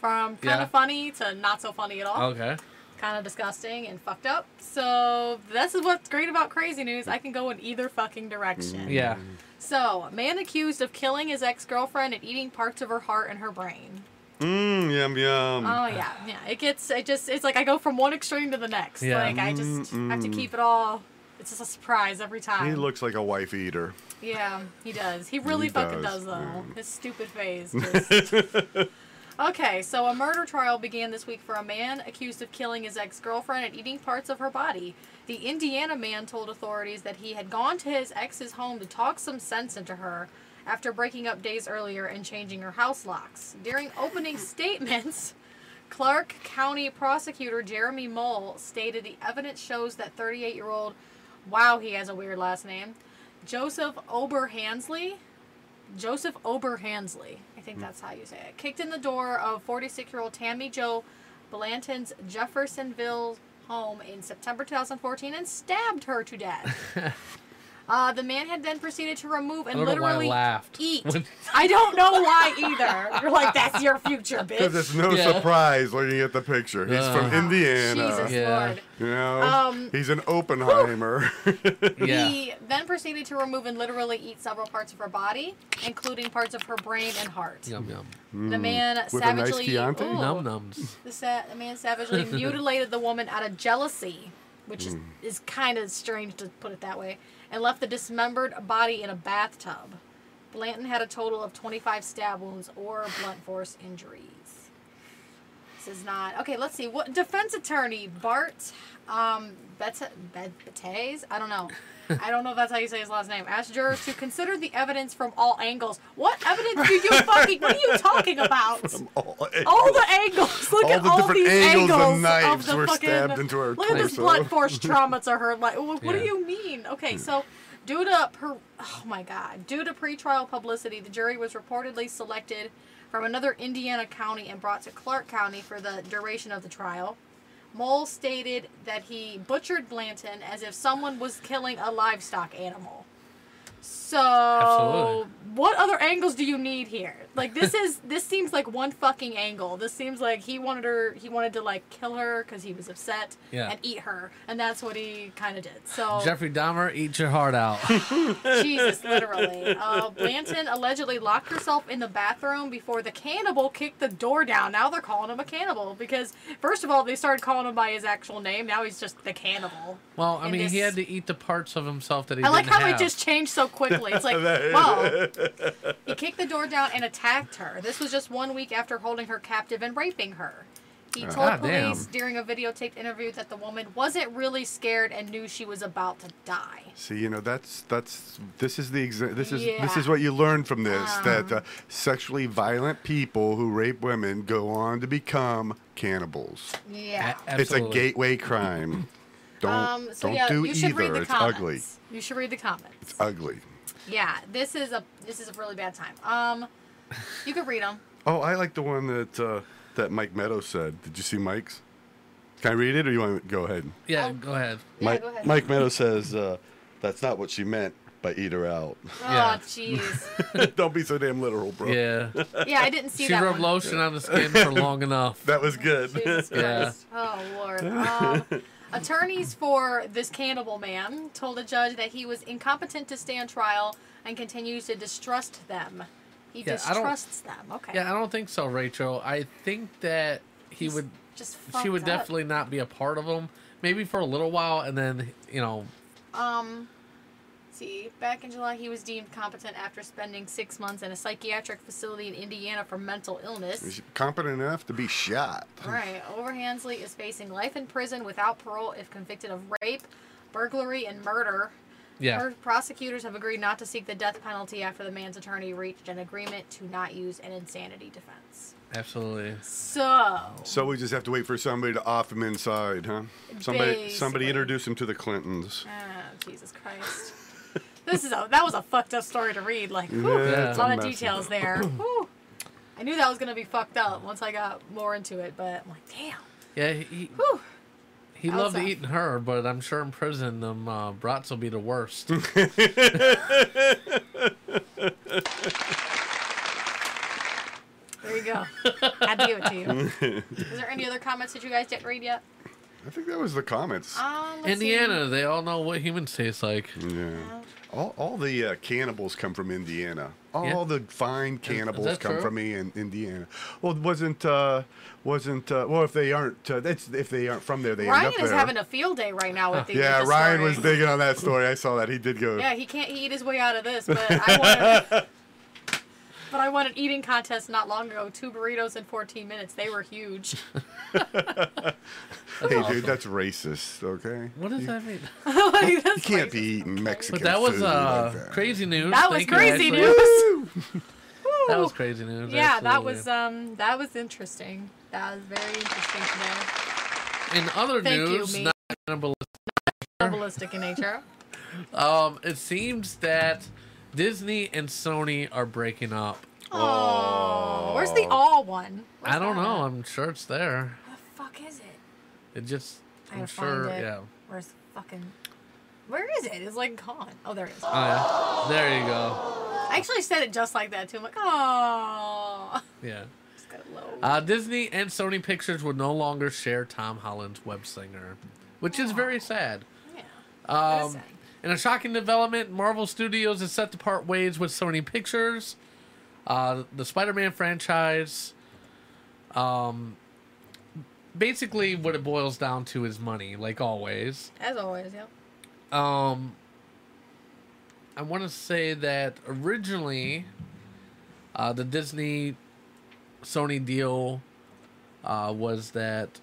Speaker 4: from kind of
Speaker 1: Yeah. Oh.
Speaker 4: funny to not so funny at all.
Speaker 1: okay.
Speaker 4: kind of disgusting and fucked up. So this is what's great about crazy news. I can go in either fucking direction.
Speaker 1: Yeah.
Speaker 4: So man accused of killing his ex girlfriend and eating parts of her heart and her brain.
Speaker 5: Mmm, yum, yum.
Speaker 4: Oh
Speaker 1: Mm.
Speaker 4: yeah, yeah. It gets it just it's like I go from one extreme to the next.
Speaker 1: Yeah.
Speaker 4: Like I just have to keep it all. It's just a surprise every time.
Speaker 5: he looks like a wife eater.
Speaker 4: Yeah, he does. He really
Speaker 5: He
Speaker 4: fucking does, Mm.
Speaker 5: does,
Speaker 4: though.
Speaker 5: yeah.
Speaker 4: His stupid face. just- okay, so a murder trial began this week for a man accused of killing his ex girlfriend and eating parts of her body. The Indiana man told authorities that he had gone to his ex's home to talk some sense into her after breaking up days earlier and changing her house locks. During opening statements. Clark County prosecutor Jeremy Mull stated the evidence shows that 38 year old, wow, he has a weird last name, Joseph Oberhansley, Joseph Oberhansley, I think
Speaker 1: Hmm.
Speaker 4: that's how you say it, kicked in the door of 46 year old Tammy Jo Blanton's Jeffersonville home in September 2014 and stabbed her to death. Uh, the man had then proceeded to remove
Speaker 1: I
Speaker 4: and
Speaker 1: don't know why I
Speaker 4: literally
Speaker 1: laughed.
Speaker 4: eat.
Speaker 1: When-
Speaker 4: I don't know why either. You're like, that's your future, bitch.
Speaker 5: Because it's no
Speaker 1: Yeah.
Speaker 5: surprise looking at the picture. He's from
Speaker 1: Uh.
Speaker 5: Indiana.
Speaker 4: Ah. Jesus
Speaker 1: Yeah.
Speaker 4: Lord.
Speaker 5: You know,
Speaker 4: Um,
Speaker 5: he's an Oppenheimer.
Speaker 1: yeah.
Speaker 4: He then proceeded to remove and literally eat several parts of her body, including parts of her brain and heart.
Speaker 1: Yum yum.
Speaker 4: The man
Speaker 5: With a nice
Speaker 4: savagely
Speaker 5: Chianti?
Speaker 4: Ooh.
Speaker 1: Num nums.
Speaker 4: the, sa- the man savagely mutilated the woman out of jealousy, which is, is kind of strange to put it that way, and left the dismembered body in a bathtub. Blanton had a total of 25 stab wounds or blunt force injuries. This is not okay. Let's see. What defense attorney Bart um, Bete, Bet- Betes? I don't know. I don't know if that's how you say his last name. Asked jurors to consider the evidence from all angles. What evidence do you fucking? What are you talking about?
Speaker 5: Oh.
Speaker 4: all the angles. Look
Speaker 5: All
Speaker 4: at
Speaker 5: the
Speaker 4: all
Speaker 5: different
Speaker 4: these
Speaker 5: angles
Speaker 4: angles,
Speaker 5: the
Speaker 4: of
Speaker 5: knives
Speaker 4: the
Speaker 5: were
Speaker 4: fucking.
Speaker 5: stabbed into her
Speaker 4: look at this
Speaker 5: torso. Hmm.
Speaker 4: blunt force trauma to her. Like, what, what
Speaker 1: Yeah.
Speaker 4: do you mean? Okay, so due to per, oh my god, due to pretrial publicity, the jury was reportedly selected from another Indiana county and brought to Clark County for the duration of the trial. Mole stated that he butchered Blanton as if someone was killing a livestock animal. So,
Speaker 1: Absolutely.
Speaker 4: what other angles do you need here? Like this is this seems like one fucking angle. This seems like he wanted her he wanted to like kill her cuz he was upset
Speaker 1: Yeah.
Speaker 4: and eat her and that's what he kind of did. So
Speaker 1: Jeffrey Dahmer, eat your heart out.
Speaker 4: Jesus literally. Uh, Blanton allegedly locked herself in the bathroom before the cannibal kicked the door down. Now they're calling him a cannibal because first of all they started calling him by his actual name. Now he's just the cannibal.
Speaker 1: Well, I
Speaker 4: And
Speaker 1: mean, he
Speaker 4: this-
Speaker 1: had to eat the parts of himself that he
Speaker 4: I like
Speaker 1: didn't
Speaker 4: how
Speaker 1: have.
Speaker 4: it just changed so quickly. It's like, whoa. He kicked the door down and attacked her. This was just one week after holding her captive and raping her. He
Speaker 5: Oh,
Speaker 4: told
Speaker 1: God damn.
Speaker 4: police during a videotaped interview that the woman wasn't really scared and knew she was about to die.
Speaker 5: See, you know, that's that's this is the exa- this is this
Speaker 4: Yeah. Um.
Speaker 5: is what you learn from this that uh, sexually violent people who rape women go on to become cannibals.
Speaker 4: Yeah.
Speaker 1: A- absolutely.
Speaker 5: It's a gateway crime. Don't
Speaker 4: Um, so
Speaker 5: Uh, don't
Speaker 4: yeah,
Speaker 5: do
Speaker 4: you should read
Speaker 5: either.
Speaker 4: the
Speaker 5: It's
Speaker 4: comments.
Speaker 5: ugly.
Speaker 4: You should read the comments.
Speaker 5: Ugly.
Speaker 4: Yeah, this is a this is a really bad time. Um, you can read them.
Speaker 5: Oh, I like the one that uh, that Mike Meadows said. Did you see Mike's? Can I read it, or you want to go ahead?
Speaker 4: Oh.
Speaker 1: Yeah, go ahead.
Speaker 5: Mike,
Speaker 6: go ahead.
Speaker 5: Mike Meadows says uh, that's not what she meant. by Eat Her Out.
Speaker 1: Yeah.
Speaker 4: Oh, jeez.
Speaker 5: Don't be so damn literal, bro.
Speaker 1: Yeah.
Speaker 4: Yeah, I didn't see
Speaker 1: She
Speaker 4: that
Speaker 1: rubbed
Speaker 4: one.
Speaker 1: lotion on the skin for long enough.
Speaker 5: That was good.
Speaker 4: Jesus
Speaker 1: Yeah.
Speaker 4: Christ. Oh, Lord. Um, attorneys for this cannibal man told a judge that he was incompetent to stand trial and continues to distrust them. He
Speaker 1: Yeah, I don't-
Speaker 4: distrusts them. Okay.
Speaker 1: Yeah, I don't think so, Rachel. I think that he
Speaker 4: He's
Speaker 1: would.
Speaker 4: Just
Speaker 1: She
Speaker 4: fucked
Speaker 1: would
Speaker 4: up.
Speaker 1: definitely not be a part of them. Maybe for a little while, and then you know.
Speaker 4: Um, see, back in July, he was deemed competent after spending six months in a psychiatric facility in Indiana for mental illness.
Speaker 5: He's competent enough to be shot.
Speaker 4: Right. Overhansley is facing life in prison without parole if convicted of rape, burglary, and murder.
Speaker 1: Yeah.
Speaker 4: Her prosecutors have agreed not to seek the death penalty after the man's attorney reached an agreement to not use an insanity defense.
Speaker 1: Absolutely.
Speaker 4: So, ah,
Speaker 5: So we just have to wait for somebody to off him inside, huh? Somebody, somebody
Speaker 4: Basically.
Speaker 5: introduce him to the Clintons.
Speaker 4: ah, Jesus Christ. this is a that was a fucked up story to read. Like, whew.
Speaker 5: Yeah, it's
Speaker 4: a lot of
Speaker 5: mess.
Speaker 4: details there. Whew. I knew that was gonna be fucked up once I got more into it, but I'm like, damn.
Speaker 1: Yeah. He,
Speaker 4: Whew.
Speaker 1: he
Speaker 4: That
Speaker 1: loved
Speaker 4: was uh, rough.
Speaker 1: eating her, but I'm sure in prison, them uh, brats will be the worst.
Speaker 4: There you go. Had to give it to you. Is there any other comments that you guys didn't read yet?
Speaker 5: I think that was the comments.
Speaker 4: Um, let's see.
Speaker 1: Indiana, they all know what humans taste like.
Speaker 5: Mm. yeah. All, all the uh, cannibals come from Indiana. All
Speaker 1: Yeah.
Speaker 5: the fine cannibals
Speaker 1: that
Speaker 5: come
Speaker 1: true?
Speaker 5: from in, Indiana. Well, it wasn't uh, wasn't uh, well if they aren't uh, that's if they aren't from there they
Speaker 4: Ryan
Speaker 5: end up
Speaker 4: is
Speaker 5: there.
Speaker 4: having a field day right now with the
Speaker 5: yeah,
Speaker 4: with the
Speaker 5: Ryan
Speaker 4: story.
Speaker 5: was digging on that story. I saw that he did go.
Speaker 4: Yeah, he can't eat his way out of this, but I wanted. but I won an eating contest not long ago. Two burritos in 14 minutes. They were huge.
Speaker 5: hey, dude, that's racist. Okay,
Speaker 1: What does that mean?
Speaker 4: Like, that's
Speaker 5: you can't
Speaker 4: like-
Speaker 5: be eating Mexican.
Speaker 1: But that was
Speaker 5: food
Speaker 1: uh,
Speaker 5: like that.
Speaker 1: crazy news.
Speaker 4: That was
Speaker 1: Thank you,
Speaker 4: crazy
Speaker 1: Ashley.
Speaker 4: news.
Speaker 1: That was crazy news.
Speaker 4: Yeah, that
Speaker 1: absolutely.
Speaker 4: was um that was interesting. That was very interesting today.
Speaker 1: In other
Speaker 4: uh, Thank you,
Speaker 1: news,
Speaker 4: me.
Speaker 1: not cannibal-
Speaker 4: Ballistic in nature.
Speaker 1: um, it seems that Disney and Sony are breaking up.
Speaker 4: Oh, where's the all one? Where's
Speaker 1: I don't
Speaker 4: that
Speaker 1: know.
Speaker 4: at?
Speaker 1: I'm sure it's there.
Speaker 4: What the fuck is it?
Speaker 1: It just,
Speaker 4: I
Speaker 1: I'm
Speaker 4: gotta
Speaker 1: sure,
Speaker 4: find it.
Speaker 1: yeah.
Speaker 4: Where's the fucking? Where is it? It's like gone. Oh, there it is.
Speaker 1: Oh, yeah. There you go.
Speaker 4: I actually said it just like that too. I'm like, oh.
Speaker 1: Yeah.
Speaker 4: Just got low.
Speaker 1: Uh, Disney and Sony Pictures will no longer share Tom Holland's web singer, which is very sad.
Speaker 4: yeah. That is
Speaker 1: Um,
Speaker 4: sad.
Speaker 1: in a shocking development, Marvel Studios is set to part ways with Sony Pictures, uh, the Spider-Man franchise. Um, basically, what it boils down to is money, like always.
Speaker 4: As always, yeah.
Speaker 1: Um, I want to say that originally, uh, the Disney Sony deal uh, was that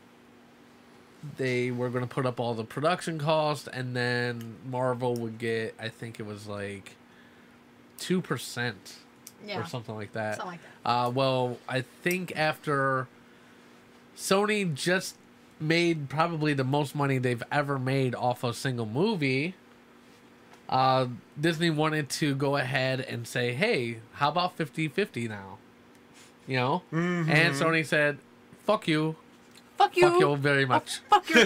Speaker 1: they were going to put up all the production costs, and then Marvel would get, I think it was like two percent
Speaker 4: Yeah.
Speaker 1: or something like that.
Speaker 4: Something like that.
Speaker 1: Uh, well, I think after Sony just made probably the most money they've ever made off a single movie, uh, Disney wanted to go ahead and say, hey, how about 50 50 now? You know? And Sony said, fuck you.
Speaker 4: Fuck Mm-hmm. you. Oh,
Speaker 1: Fuck you very much.
Speaker 4: Fuck your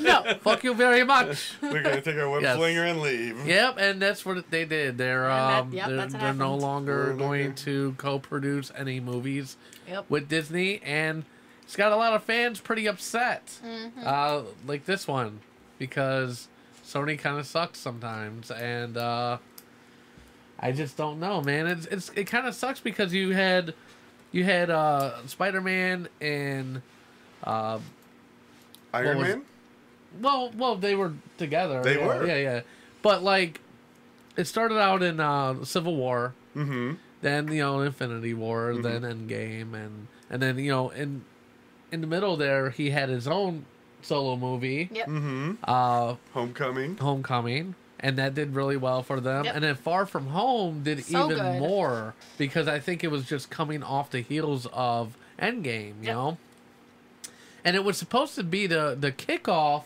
Speaker 4: no.
Speaker 1: fuck you very much.
Speaker 5: We're gonna take our web
Speaker 1: Yes.
Speaker 5: slinger and leave.
Speaker 1: Yep, and that's what they did. They're
Speaker 4: And that-
Speaker 1: um,
Speaker 4: yep,
Speaker 1: they're,
Speaker 4: that's what
Speaker 1: they're no
Speaker 4: happened.
Speaker 1: longer
Speaker 5: Mhm.
Speaker 1: going to co-produce any movies
Speaker 4: Yep.
Speaker 1: with Disney, and it's got a lot of fans pretty upset. Uh, like this one, because Sony kind of sucks sometimes, and uh, I just don't know, man. It's it's it kind of sucks because you had you had uh, Spider Man and
Speaker 5: Iron
Speaker 1: was-
Speaker 5: Man.
Speaker 1: well, well, they were together.
Speaker 5: They
Speaker 1: yeah,
Speaker 5: were.
Speaker 1: yeah, yeah. But like, it started out in uh, Civil War.
Speaker 5: Mm-hmm.
Speaker 1: then you know Infinity War, then Endgame, and and then you know in in the middle there he had his own solo movie,
Speaker 4: Yep.
Speaker 5: Mm-hmm.
Speaker 1: uh,
Speaker 5: Homecoming.
Speaker 1: Homecoming, and that did really well for them.
Speaker 4: Yep.
Speaker 1: And then Far From Home did
Speaker 4: So
Speaker 1: even
Speaker 4: good.
Speaker 1: more because I think it was just coming off the heels of Endgame, you
Speaker 4: Yep.
Speaker 1: know. And it was supposed to be the the kickoff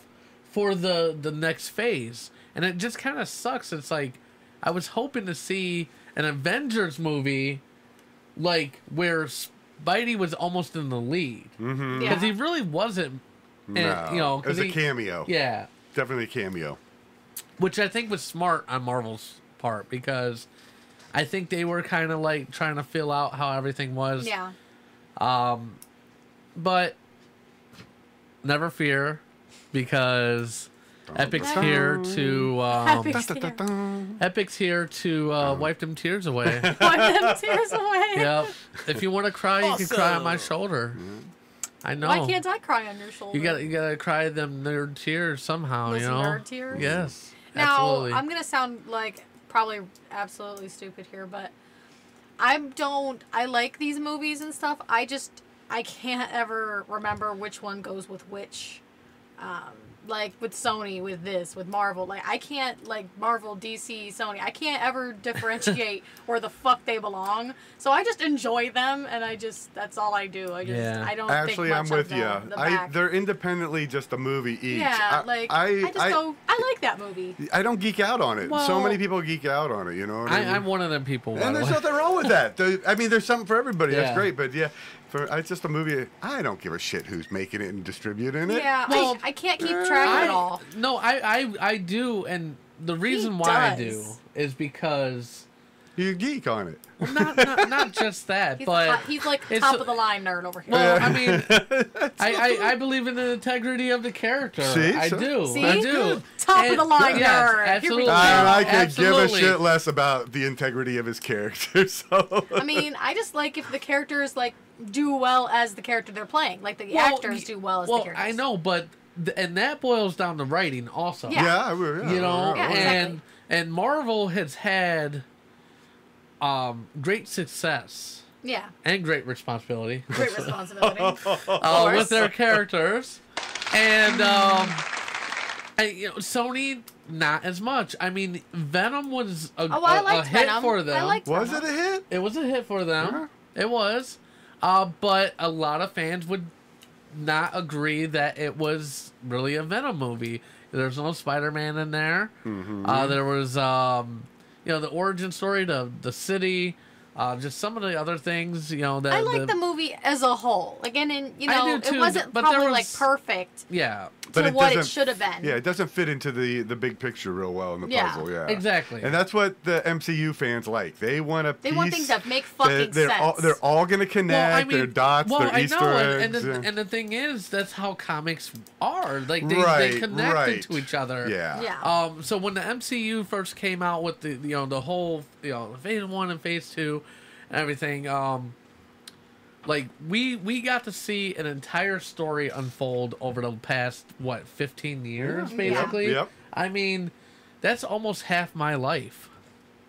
Speaker 1: for the the next phase, and it just kind of sucks. It's like I was hoping to see an Avengers movie, like where Spidey was almost in the lead because
Speaker 4: Yeah.
Speaker 1: he really wasn't. And, you know,
Speaker 5: it was
Speaker 1: 'cause
Speaker 5: a
Speaker 1: he-
Speaker 5: cameo.
Speaker 1: Yeah,
Speaker 5: Definitely a cameo.
Speaker 1: which I think was smart on Marvel's part because I think they were kind of like trying to fill out how everything was.
Speaker 4: Yeah.
Speaker 1: But never fear because Epic's
Speaker 5: dun.
Speaker 1: here to um,
Speaker 10: Epic tear.
Speaker 5: Dun-dun-dun.
Speaker 1: Epic's here to
Speaker 5: Um.
Speaker 1: uh, wipe them tears away.
Speaker 10: Wipe them tears away.
Speaker 1: yep. If you want to cry, you can cry on my
Speaker 11: Awesome.
Speaker 1: shoulder. I know.
Speaker 10: Why can't I cry on your shoulder?
Speaker 1: You got to you gotta cry them nerd tears somehow,
Speaker 10: Those
Speaker 1: you know.
Speaker 10: nerd tears?
Speaker 1: Yes,
Speaker 4: Now
Speaker 1: absolutely.
Speaker 4: I'm gonna sound like probably absolutely stupid here, but I don't. I like these movies and stuff. I just I can't ever remember which one goes with which. Um, like with Sony, with this, with Marvel. Like I can't like Marvel, DC, Sony. I can't ever differentiate where the fuck they belong. So I just enjoy them, and I just that's all I do. I just
Speaker 1: Yeah.
Speaker 4: I don't.
Speaker 5: Actually,
Speaker 4: think much
Speaker 5: I'm with
Speaker 4: of
Speaker 5: you.
Speaker 4: The, the
Speaker 5: I,
Speaker 4: back.
Speaker 5: they're independently just a movie each.
Speaker 4: yeah,
Speaker 5: I,
Speaker 4: like
Speaker 5: I,
Speaker 4: I, just
Speaker 5: I,
Speaker 4: go. I like that movie.
Speaker 5: I don't geek out on it. so
Speaker 4: Well-
Speaker 5: many people geek out on it. You know. What I,
Speaker 1: I,
Speaker 5: mean?
Speaker 1: I'm one of them people. by
Speaker 5: and
Speaker 1: the
Speaker 5: there's
Speaker 1: way.
Speaker 5: nothing wrong with that. The- I mean, there's something for everybody.
Speaker 1: Yeah.
Speaker 5: That's great. But yeah, for it's just a movie. I don't give a shit who's making it and distributing it.
Speaker 4: Yeah,
Speaker 1: Well,
Speaker 4: I, I can't keep track of
Speaker 1: I-
Speaker 4: it all.
Speaker 1: No, I, I I do, and the reason why I do
Speaker 4: does.
Speaker 1: is because
Speaker 5: You geek on it.
Speaker 1: not not, not just that,
Speaker 4: He's,
Speaker 1: but
Speaker 4: top, he's like
Speaker 1: it's
Speaker 4: top
Speaker 1: a-
Speaker 4: of the line nerd over here.
Speaker 1: well, I mean, I, I I believe in the integrity of the character.
Speaker 5: See?
Speaker 1: I
Speaker 5: So-
Speaker 1: do.
Speaker 4: See?
Speaker 1: I do.
Speaker 4: Top of
Speaker 1: And-
Speaker 4: the line
Speaker 1: yes,
Speaker 4: nerd. Here we
Speaker 1: Absolutely.
Speaker 4: go.
Speaker 5: And I could
Speaker 1: absolutely.
Speaker 5: give a shit less about the integrity of his character. So
Speaker 4: I mean, I just like if the characters like do well as the character they're playing, like the
Speaker 1: Well,
Speaker 4: actors
Speaker 1: y-
Speaker 4: do well as
Speaker 1: well,
Speaker 4: the characters.
Speaker 1: I know, but th- and that boils down to writing also.
Speaker 4: Yeah.
Speaker 5: yeah, I would. yeah,
Speaker 1: you know,
Speaker 5: yeah,
Speaker 4: Yeah,
Speaker 5: yeah.
Speaker 1: and
Speaker 4: exactly.
Speaker 1: and Marvel has had um great success
Speaker 4: Yeah,
Speaker 1: and great responsibility
Speaker 4: great responsibility.
Speaker 1: uh, with their characters, and um, and, you know, Sony not as much. I mean, Venom was a,
Speaker 4: Oh, I
Speaker 1: a- a
Speaker 4: liked
Speaker 1: hit
Speaker 4: Venom.
Speaker 1: for them.
Speaker 4: I liked
Speaker 5: was it
Speaker 4: Venom.
Speaker 5: a hit?
Speaker 1: It was a hit for them.
Speaker 5: Huh?
Speaker 1: It was. Uh, but a lot of fans would not agree that it was really a Venom movie. There's no Spider Man in there. Uh, there was, um, you know, the origin story to the city, uh, just some of the other things, you know, that.
Speaker 4: I like the, movie as a whole. Like, and, and you
Speaker 1: I
Speaker 4: know,
Speaker 1: do too,
Speaker 4: it wasn't
Speaker 1: but there
Speaker 4: probably like
Speaker 1: was-
Speaker 4: perfect
Speaker 1: Yeah,
Speaker 5: But
Speaker 4: to
Speaker 5: it
Speaker 4: what it
Speaker 5: doesn't-
Speaker 4: should have been.
Speaker 5: Yeah, it doesn't fit into the the big picture real well in the
Speaker 4: Yeah.
Speaker 5: puzzle. Yeah,
Speaker 1: Exactly.
Speaker 5: And that's what the MCU fans like. They want a
Speaker 4: They want things
Speaker 5: piece
Speaker 4: that make fucking
Speaker 5: they're All,
Speaker 4: sense.
Speaker 5: they're all gonna connect. their dots.
Speaker 1: well,
Speaker 5: their
Speaker 1: I
Speaker 5: Easter
Speaker 1: know, and, and
Speaker 5: eggs.
Speaker 1: the,
Speaker 5: yeah.
Speaker 1: and the thing is, that's how comics are. Like they, they
Speaker 5: Right,
Speaker 1: connected
Speaker 5: right.
Speaker 1: to each other.
Speaker 5: yeah.
Speaker 4: Yeah.
Speaker 1: Um, so when the MCU first came out with the you know the whole you know phase one and phase two, and everything, um, like we we got to see an entire story unfold over the past what fifteen years basically.
Speaker 5: Mm, Yep.
Speaker 1: I mean, that's almost half my life,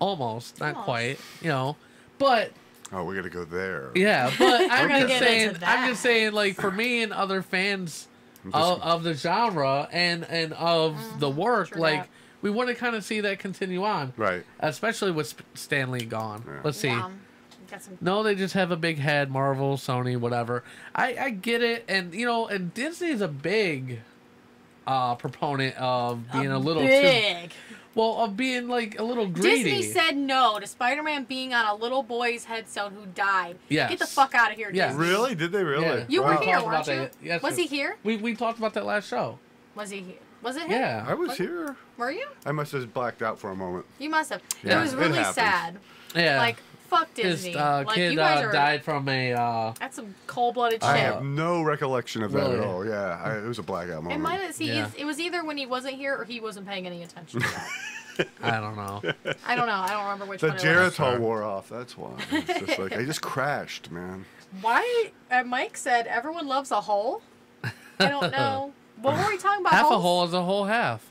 Speaker 1: almost not quite, you know, but
Speaker 5: Oh, we're gonna go there.
Speaker 1: yeah, but I'm
Speaker 5: gonna
Speaker 1: just
Speaker 5: get
Speaker 1: saying,
Speaker 4: into
Speaker 1: I'm
Speaker 4: that.
Speaker 1: just saying, like for me and other fans of, of the genre and and of the work,
Speaker 4: Mm, true
Speaker 1: like
Speaker 4: that.
Speaker 1: we want to kind of see that continue on,
Speaker 5: Right.
Speaker 1: Especially with Sp- Stanley gone.
Speaker 5: Yeah.
Speaker 1: Let's see.
Speaker 4: Yeah. Got some
Speaker 1: No, they just have a big head. Marvel, Sony, whatever. I I get it, and you know, and Disney's a big uh proponent of being a, little too
Speaker 4: big.
Speaker 1: well of being like a little greedy.
Speaker 4: Disney said no to Spider Man being on a little boy's headstone who died.
Speaker 1: Yes.
Speaker 4: Get the fuck out of here,
Speaker 1: Yeah.
Speaker 4: Disney.
Speaker 5: Really? Did they really?
Speaker 1: Yeah.
Speaker 4: You
Speaker 5: Wow.
Speaker 4: were here,
Speaker 1: Talked about
Speaker 4: weren't you?
Speaker 1: that yesterday.
Speaker 4: was he here?
Speaker 1: we we talked about that last show.
Speaker 4: Was he here? Was it him?
Speaker 1: Yeah.
Speaker 5: I was here.
Speaker 4: Were you?
Speaker 5: I must have blacked out for a moment.
Speaker 4: You must have.
Speaker 1: Yeah.
Speaker 4: it was
Speaker 5: It
Speaker 4: really
Speaker 5: happens.
Speaker 4: sad.
Speaker 1: yeah.
Speaker 4: Like, fuck
Speaker 1: His
Speaker 4: Disney.
Speaker 1: uh,
Speaker 4: like,
Speaker 1: kid
Speaker 4: you guys
Speaker 1: uh,
Speaker 4: are.
Speaker 1: died from a. Uh,
Speaker 4: That's some cold blooded
Speaker 5: I
Speaker 1: Yeah.
Speaker 4: shit.
Speaker 5: have no recollection of that
Speaker 1: Really?
Speaker 5: at all. Yeah, I, it was a blackout
Speaker 4: It
Speaker 5: moment.
Speaker 4: might have, see,
Speaker 1: Yeah.
Speaker 4: it was either when he wasn't here or he wasn't paying any attention to that.
Speaker 1: I don't know.
Speaker 4: I don't know. I don't remember which
Speaker 5: the
Speaker 4: one it was.
Speaker 5: Geritol wore off. That's why. It's just like I just crashed, man.
Speaker 4: Why? Uh, Mike said everyone loves a hole. I don't know. what were we talking about?
Speaker 1: half a
Speaker 4: holes?
Speaker 1: hole is a whole half.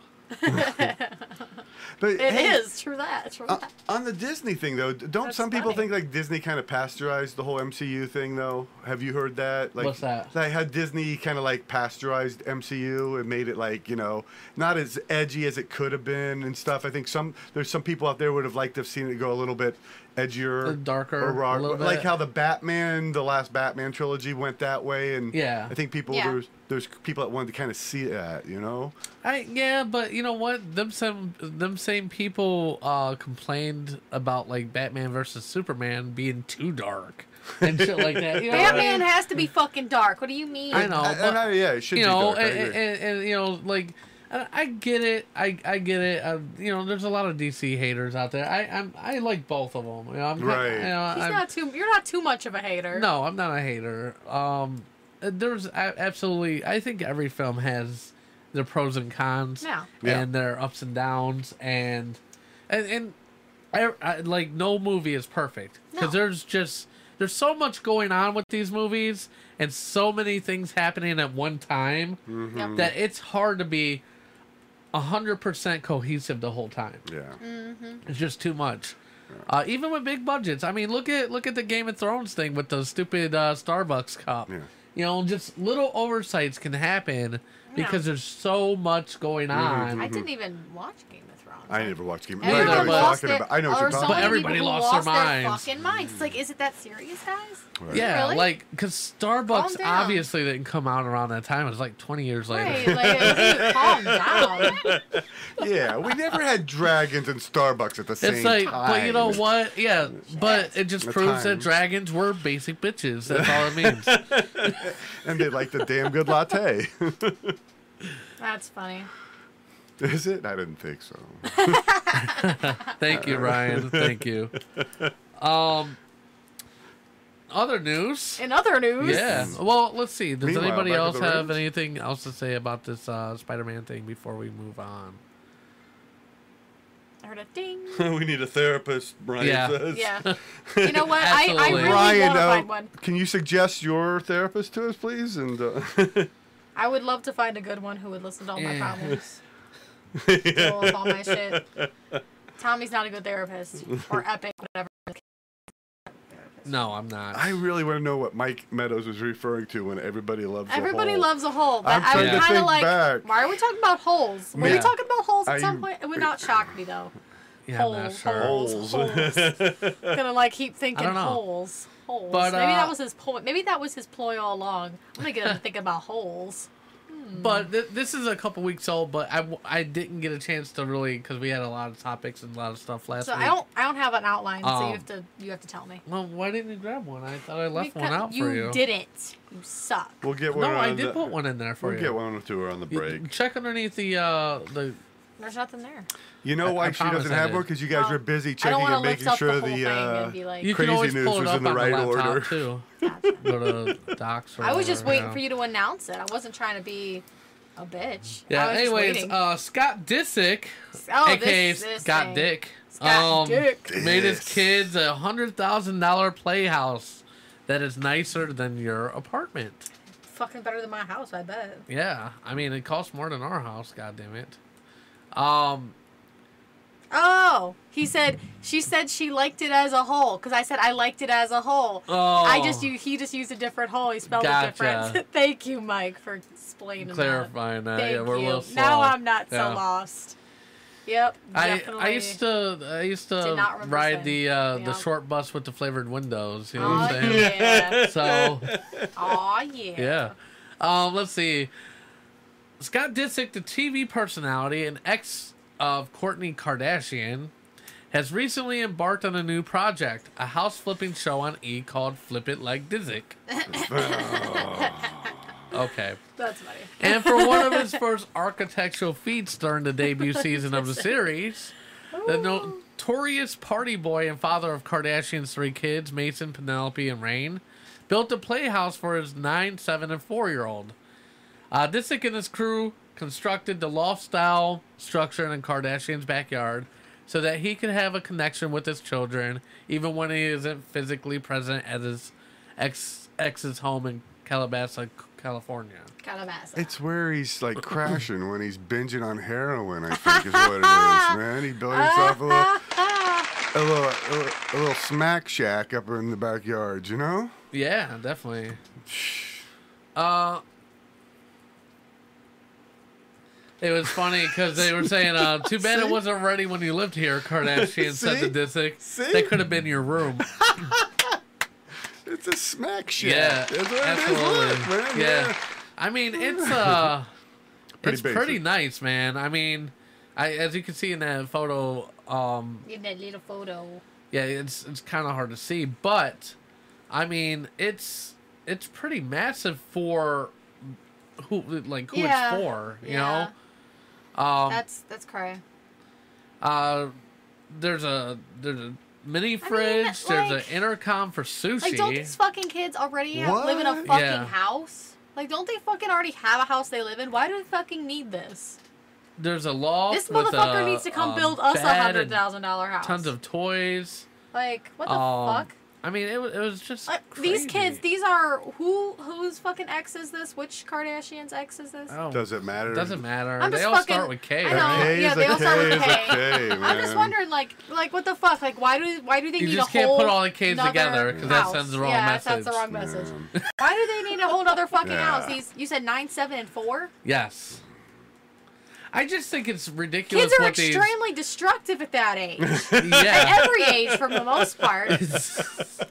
Speaker 5: But
Speaker 4: It is
Speaker 5: hey,
Speaker 4: True that. True
Speaker 5: Uh,
Speaker 4: that.
Speaker 5: on the Disney thing, though, d- don't
Speaker 4: That's
Speaker 5: some people
Speaker 4: funny.
Speaker 5: think like Disney kind of pasteurized the whole MCU thing, though? Have you heard that? Like,
Speaker 1: What's that?
Speaker 5: Like how Disney kind of like pasteurized MCU and made it like you know not as edgy as it could have been and stuff. I think some there's some people out there would have liked to have seen it go a little bit edgier,
Speaker 1: Uh, darker,
Speaker 5: or raw-
Speaker 1: a little
Speaker 5: like
Speaker 1: bit.
Speaker 5: how the Batman, the last Batman trilogy went that way, and
Speaker 1: Yeah.
Speaker 5: I think people
Speaker 4: Yeah.
Speaker 5: there's there's people that wanted to kind of see that, you know.
Speaker 1: I yeah, but you know what? Them some them same people uh, complained about like Batman versus Superman being too dark and shit like that. You know what I
Speaker 4: Batman
Speaker 1: mean?
Speaker 4: has to be fucking dark. What do you mean?
Speaker 1: I know.
Speaker 5: and I, yeah, it should
Speaker 1: you
Speaker 5: be
Speaker 1: know,
Speaker 5: dark, I
Speaker 1: and,
Speaker 5: agree.
Speaker 1: and, and, you know, like And I get it. I, I get it. Uh, you know, there's a lot of DC haters out there. I I'm, I like both of them. You know, I'm not-
Speaker 5: Right.
Speaker 1: you know,
Speaker 4: He's
Speaker 1: I'm-
Speaker 4: not too. You're not too much of a hater.
Speaker 1: no, I'm not a hater. Um, uh, there's a- absolutely. I think every film has their pros and cons,
Speaker 4: Yeah.
Speaker 5: Yeah.
Speaker 1: and their ups and downs, and and and I, I like no movie is perfect because there's just there's so much going on with these movies and so many things happening at one time
Speaker 4: Yep.
Speaker 1: that it's hard to be hundred percent cohesive the whole time.
Speaker 5: Yeah.
Speaker 1: It's just too much. Uh, even with big budgets, I mean, look at look at the Game of Thrones thing with the stupid uh, Starbucks cup.
Speaker 5: Yeah.
Speaker 1: You know, just little oversights can happen because there's so much going on.
Speaker 6: I didn't even watch Game of Thrones.
Speaker 5: I never watched Game of
Speaker 1: Everyone
Speaker 5: Thrones. I know what you're
Speaker 1: lost
Speaker 5: talking
Speaker 6: their-
Speaker 5: about. I know what
Speaker 6: there
Speaker 5: you're
Speaker 6: were so
Speaker 5: talking
Speaker 6: many
Speaker 5: about.
Speaker 1: everybody
Speaker 6: people who
Speaker 1: lost their minds.
Speaker 6: Their fucking minds. It's like, is it that serious, guys?
Speaker 5: Right.
Speaker 1: Yeah,
Speaker 6: Really?
Speaker 1: like because Starbucks
Speaker 6: down.
Speaker 1: obviously didn't come out around that time. It was like 20 years later.
Speaker 6: Right, like, calm down.
Speaker 5: Yeah, we never had dragons and Starbucks at the same
Speaker 1: It's like,
Speaker 5: time.
Speaker 1: but you know what? Yeah, but it just
Speaker 5: The
Speaker 1: proves
Speaker 5: time.
Speaker 1: that dragons were basic bitches. That's all it means.
Speaker 5: And they like the damn good latte.
Speaker 4: That's funny.
Speaker 5: Is it? I didn't think so.
Speaker 1: Thank you, Ryan. Thank you. Um, other news.
Speaker 4: In other news,
Speaker 1: Yeah. Well, let's see. Does
Speaker 5: Meanwhile,
Speaker 1: anybody
Speaker 5: back at
Speaker 1: else
Speaker 5: the
Speaker 1: have
Speaker 5: Ravens.
Speaker 1: anything else to say about this uh, Spider-Man thing before we move on?
Speaker 4: I heard a ding.
Speaker 9: we need a therapist, Brian
Speaker 1: Yeah.
Speaker 9: says.
Speaker 4: Yeah. You know what? I, I
Speaker 1: Absolutely.
Speaker 4: really
Speaker 5: Brian,
Speaker 4: want to
Speaker 5: uh,
Speaker 4: find one.
Speaker 5: can you suggest your therapist to us, please? And uh,
Speaker 4: I would love to find a good one who would listen to all my
Speaker 1: Yeah.
Speaker 4: problems. Deal with all my shit. Tommy's not a good therapist or epic, whatever.
Speaker 1: No, I'm not.
Speaker 5: I really want to know what Mike Meadows was referring to when everybody loves.
Speaker 4: Everybody
Speaker 5: the hole.
Speaker 4: loves a hole, but
Speaker 5: I'm
Speaker 4: I
Speaker 5: trying
Speaker 4: was
Speaker 5: to
Speaker 4: kind of
Speaker 5: think
Speaker 4: like,
Speaker 5: back.
Speaker 4: why are we talking about holes? Were
Speaker 1: Yeah.
Speaker 4: we talking about holes at
Speaker 5: I-
Speaker 4: some point? It would not shock me though.
Speaker 1: yeah, I'm not
Speaker 5: Oh,
Speaker 4: Holes,
Speaker 1: sure.
Speaker 4: holes, holes. Gonna like keep thinking
Speaker 1: I don't know.
Speaker 4: holes, holes.
Speaker 1: But,
Speaker 4: maybe
Speaker 1: uh,
Speaker 4: that was his point. Maybe that was his ploy all along. I'm gonna get him to think about holes.
Speaker 1: But th- this is a couple weeks old. But I, w- I didn't get a chance to really because we had a lot of topics and a lot of stuff last
Speaker 4: So
Speaker 1: week.
Speaker 4: I don't, I don't have an outline. so
Speaker 1: Um,
Speaker 4: you have to, you have to tell me.
Speaker 1: Well, why didn't you grab one? I thought I left
Speaker 4: Because
Speaker 1: one out for you.
Speaker 4: didn't. You suck.
Speaker 5: We'll get one.
Speaker 1: No, I
Speaker 5: on
Speaker 1: did
Speaker 5: the-
Speaker 1: put one in there for
Speaker 5: We'll
Speaker 1: you.
Speaker 5: get one or two on the
Speaker 1: You-
Speaker 5: break.
Speaker 1: Check underneath the uh the
Speaker 4: There's nothing there.
Speaker 5: You
Speaker 1: I- I
Speaker 5: know why she
Speaker 1: promise
Speaker 5: doesn't
Speaker 1: I
Speaker 5: have
Speaker 1: did.
Speaker 5: one? Because you guys
Speaker 4: Oh,
Speaker 5: were busy
Speaker 4: I
Speaker 5: checking
Speaker 4: don't want to
Speaker 5: and
Speaker 4: lift
Speaker 5: making
Speaker 4: up the
Speaker 5: sure
Speaker 4: whole
Speaker 5: the.
Speaker 4: thing
Speaker 5: uh,
Speaker 4: and be like,
Speaker 1: you
Speaker 5: Crazy
Speaker 1: can always
Speaker 5: news
Speaker 1: pull it
Speaker 5: was
Speaker 1: up
Speaker 5: in the
Speaker 1: on
Speaker 5: right
Speaker 1: the laptop
Speaker 5: order.
Speaker 1: too.
Speaker 4: Gotcha.
Speaker 1: Go to docs. Or
Speaker 4: I was just
Speaker 5: Uh,
Speaker 1: whatever,
Speaker 4: waiting for you to announce it. I wasn't trying to be a bitch.
Speaker 1: Yeah.
Speaker 4: I was just
Speaker 1: Anyways,
Speaker 4: waiting.
Speaker 1: uh, Scott Disick,
Speaker 4: oh,
Speaker 1: aka
Speaker 4: this, this
Speaker 1: Scott
Speaker 4: thing.
Speaker 1: Dick,
Speaker 4: Scott
Speaker 1: um,
Speaker 4: Dick.
Speaker 1: made his
Speaker 5: Yes.
Speaker 1: kids a hundred thousand dollar playhouse that is nicer than your apartment.
Speaker 4: Fucking better than my house, I bet.
Speaker 1: Yeah, I mean it costs more than our house. God damn it. Um.
Speaker 4: Oh, he said she said she liked it as a whole because I said I liked it as a whole.
Speaker 1: Oh.
Speaker 4: I just u- he just used a different whole. He spelled
Speaker 1: Gotcha.
Speaker 4: it different. Thank you, Mike, for explaining that.
Speaker 1: Clarifying that.
Speaker 4: Thank
Speaker 1: yeah, we're
Speaker 4: you.
Speaker 1: a little slow.
Speaker 4: Now I'm not
Speaker 1: Yeah.
Speaker 4: so lost. Yep.
Speaker 1: I,
Speaker 4: definitely.
Speaker 1: I used to I used
Speaker 4: Did not
Speaker 1: to
Speaker 4: remember
Speaker 1: ride
Speaker 4: saying.
Speaker 1: the uh, the
Speaker 4: Yeah.
Speaker 1: short bus with the flavored windows. You know what
Speaker 4: Oh
Speaker 1: I'm saying?
Speaker 4: yeah.
Speaker 1: So
Speaker 4: Oh yeah.
Speaker 1: Yeah. Um, let's see. Scott Disick, the TV personality and ex of Courtney Kardashian, has recently embarked on a new project, a house flipping show on E called Flip It Like Disick. okay.
Speaker 4: That's funny.
Speaker 1: And for one of his first architectural feats during the debut season of the series, the notorious party boy and father of Kardashian's three kids, Mason, Penelope, and Rain, built a playhouse for his nine, seven, and four year old. Uh, Disick and his crew constructed the loft style structure in Kardashian's backyard so that he could have a connection with his children even when he isn't physically present at his ex ex's home in Calabasas, California.
Speaker 4: Kind of ass.
Speaker 5: It's where he's like crashing when he's binging on heroin. I think is what it is, man. He built himself a little, a little, a little, a little smack shack up in the backyard. You know?
Speaker 1: Yeah, definitely. Uh, it was funny because they were saying, uh, "Too bad it wasn't ready when you lived here." Kardashian said to Disick,
Speaker 5: See?
Speaker 1: "That could have been your room."
Speaker 5: It's a smack
Speaker 1: yeah,
Speaker 5: shack. That's what it is,
Speaker 1: absolutely.
Speaker 5: look, man,
Speaker 1: yeah. I mean, it's uh,
Speaker 5: Pretty
Speaker 1: it's pretty
Speaker 5: basic.
Speaker 1: nice, man. I mean, I as you can see in that photo, um,
Speaker 4: In that little photo.
Speaker 1: yeah, it's it's kind of hard to see, but I mean, it's it's pretty massive for who like who it's
Speaker 4: Yeah,
Speaker 1: for, you
Speaker 4: yeah.
Speaker 1: know. Um,
Speaker 4: That's that's cray.
Speaker 1: uh, there's a there's a mini fridge. there's
Speaker 4: like-
Speaker 1: an intercom for sushi.
Speaker 4: Like, don't these fucking kids already have, live in a
Speaker 5: What?
Speaker 4: fucking
Speaker 1: Yeah.
Speaker 4: house? Like, don't they fucking already have a house they live in? Why do they fucking need this?
Speaker 1: there's a loft.
Speaker 4: This
Speaker 1: with
Speaker 4: motherfucker
Speaker 1: a,
Speaker 4: needs to come
Speaker 1: um,
Speaker 4: build us a
Speaker 1: bed
Speaker 4: hundred
Speaker 1: and
Speaker 4: thousand dollar house.
Speaker 1: Tons of toys.
Speaker 4: like, what the
Speaker 1: Um,
Speaker 4: fuck?
Speaker 1: I mean, it, wa- it was just
Speaker 4: Like, these kids,
Speaker 1: crazy.
Speaker 4: these are who whose fucking ex is this? Which Kardashian's ex is this?
Speaker 1: Oh,
Speaker 5: Does it matter?
Speaker 1: doesn't matter.
Speaker 4: I'm
Speaker 1: they
Speaker 4: just
Speaker 1: all start
Speaker 4: fucking-
Speaker 1: with K.
Speaker 4: I
Speaker 5: A
Speaker 4: know.
Speaker 1: right?
Speaker 5: K
Speaker 4: yeah,
Speaker 5: is
Speaker 4: they
Speaker 5: a
Speaker 4: all start
Speaker 5: K
Speaker 4: with
Speaker 5: is a
Speaker 4: K.
Speaker 5: K, man.
Speaker 4: I'm just wondering, like, like what the fuck? Like, why do why do they
Speaker 1: You
Speaker 4: need
Speaker 1: just
Speaker 4: a
Speaker 1: can't
Speaker 4: whole
Speaker 1: put all the kids
Speaker 4: nother
Speaker 1: together 'cause that
Speaker 4: house?
Speaker 1: sends the wrong
Speaker 4: yeah, it sends the
Speaker 1: message.
Speaker 4: wrong message.
Speaker 5: Yeah.
Speaker 4: Why do they need a whole other fucking
Speaker 5: Yeah.
Speaker 4: house? These you said nine, seven, and four.
Speaker 1: Yes. I just think it's ridiculous
Speaker 4: Kids are
Speaker 1: what these.
Speaker 4: extremely destructive at that age.
Speaker 1: yeah.
Speaker 4: Every age, for the most part.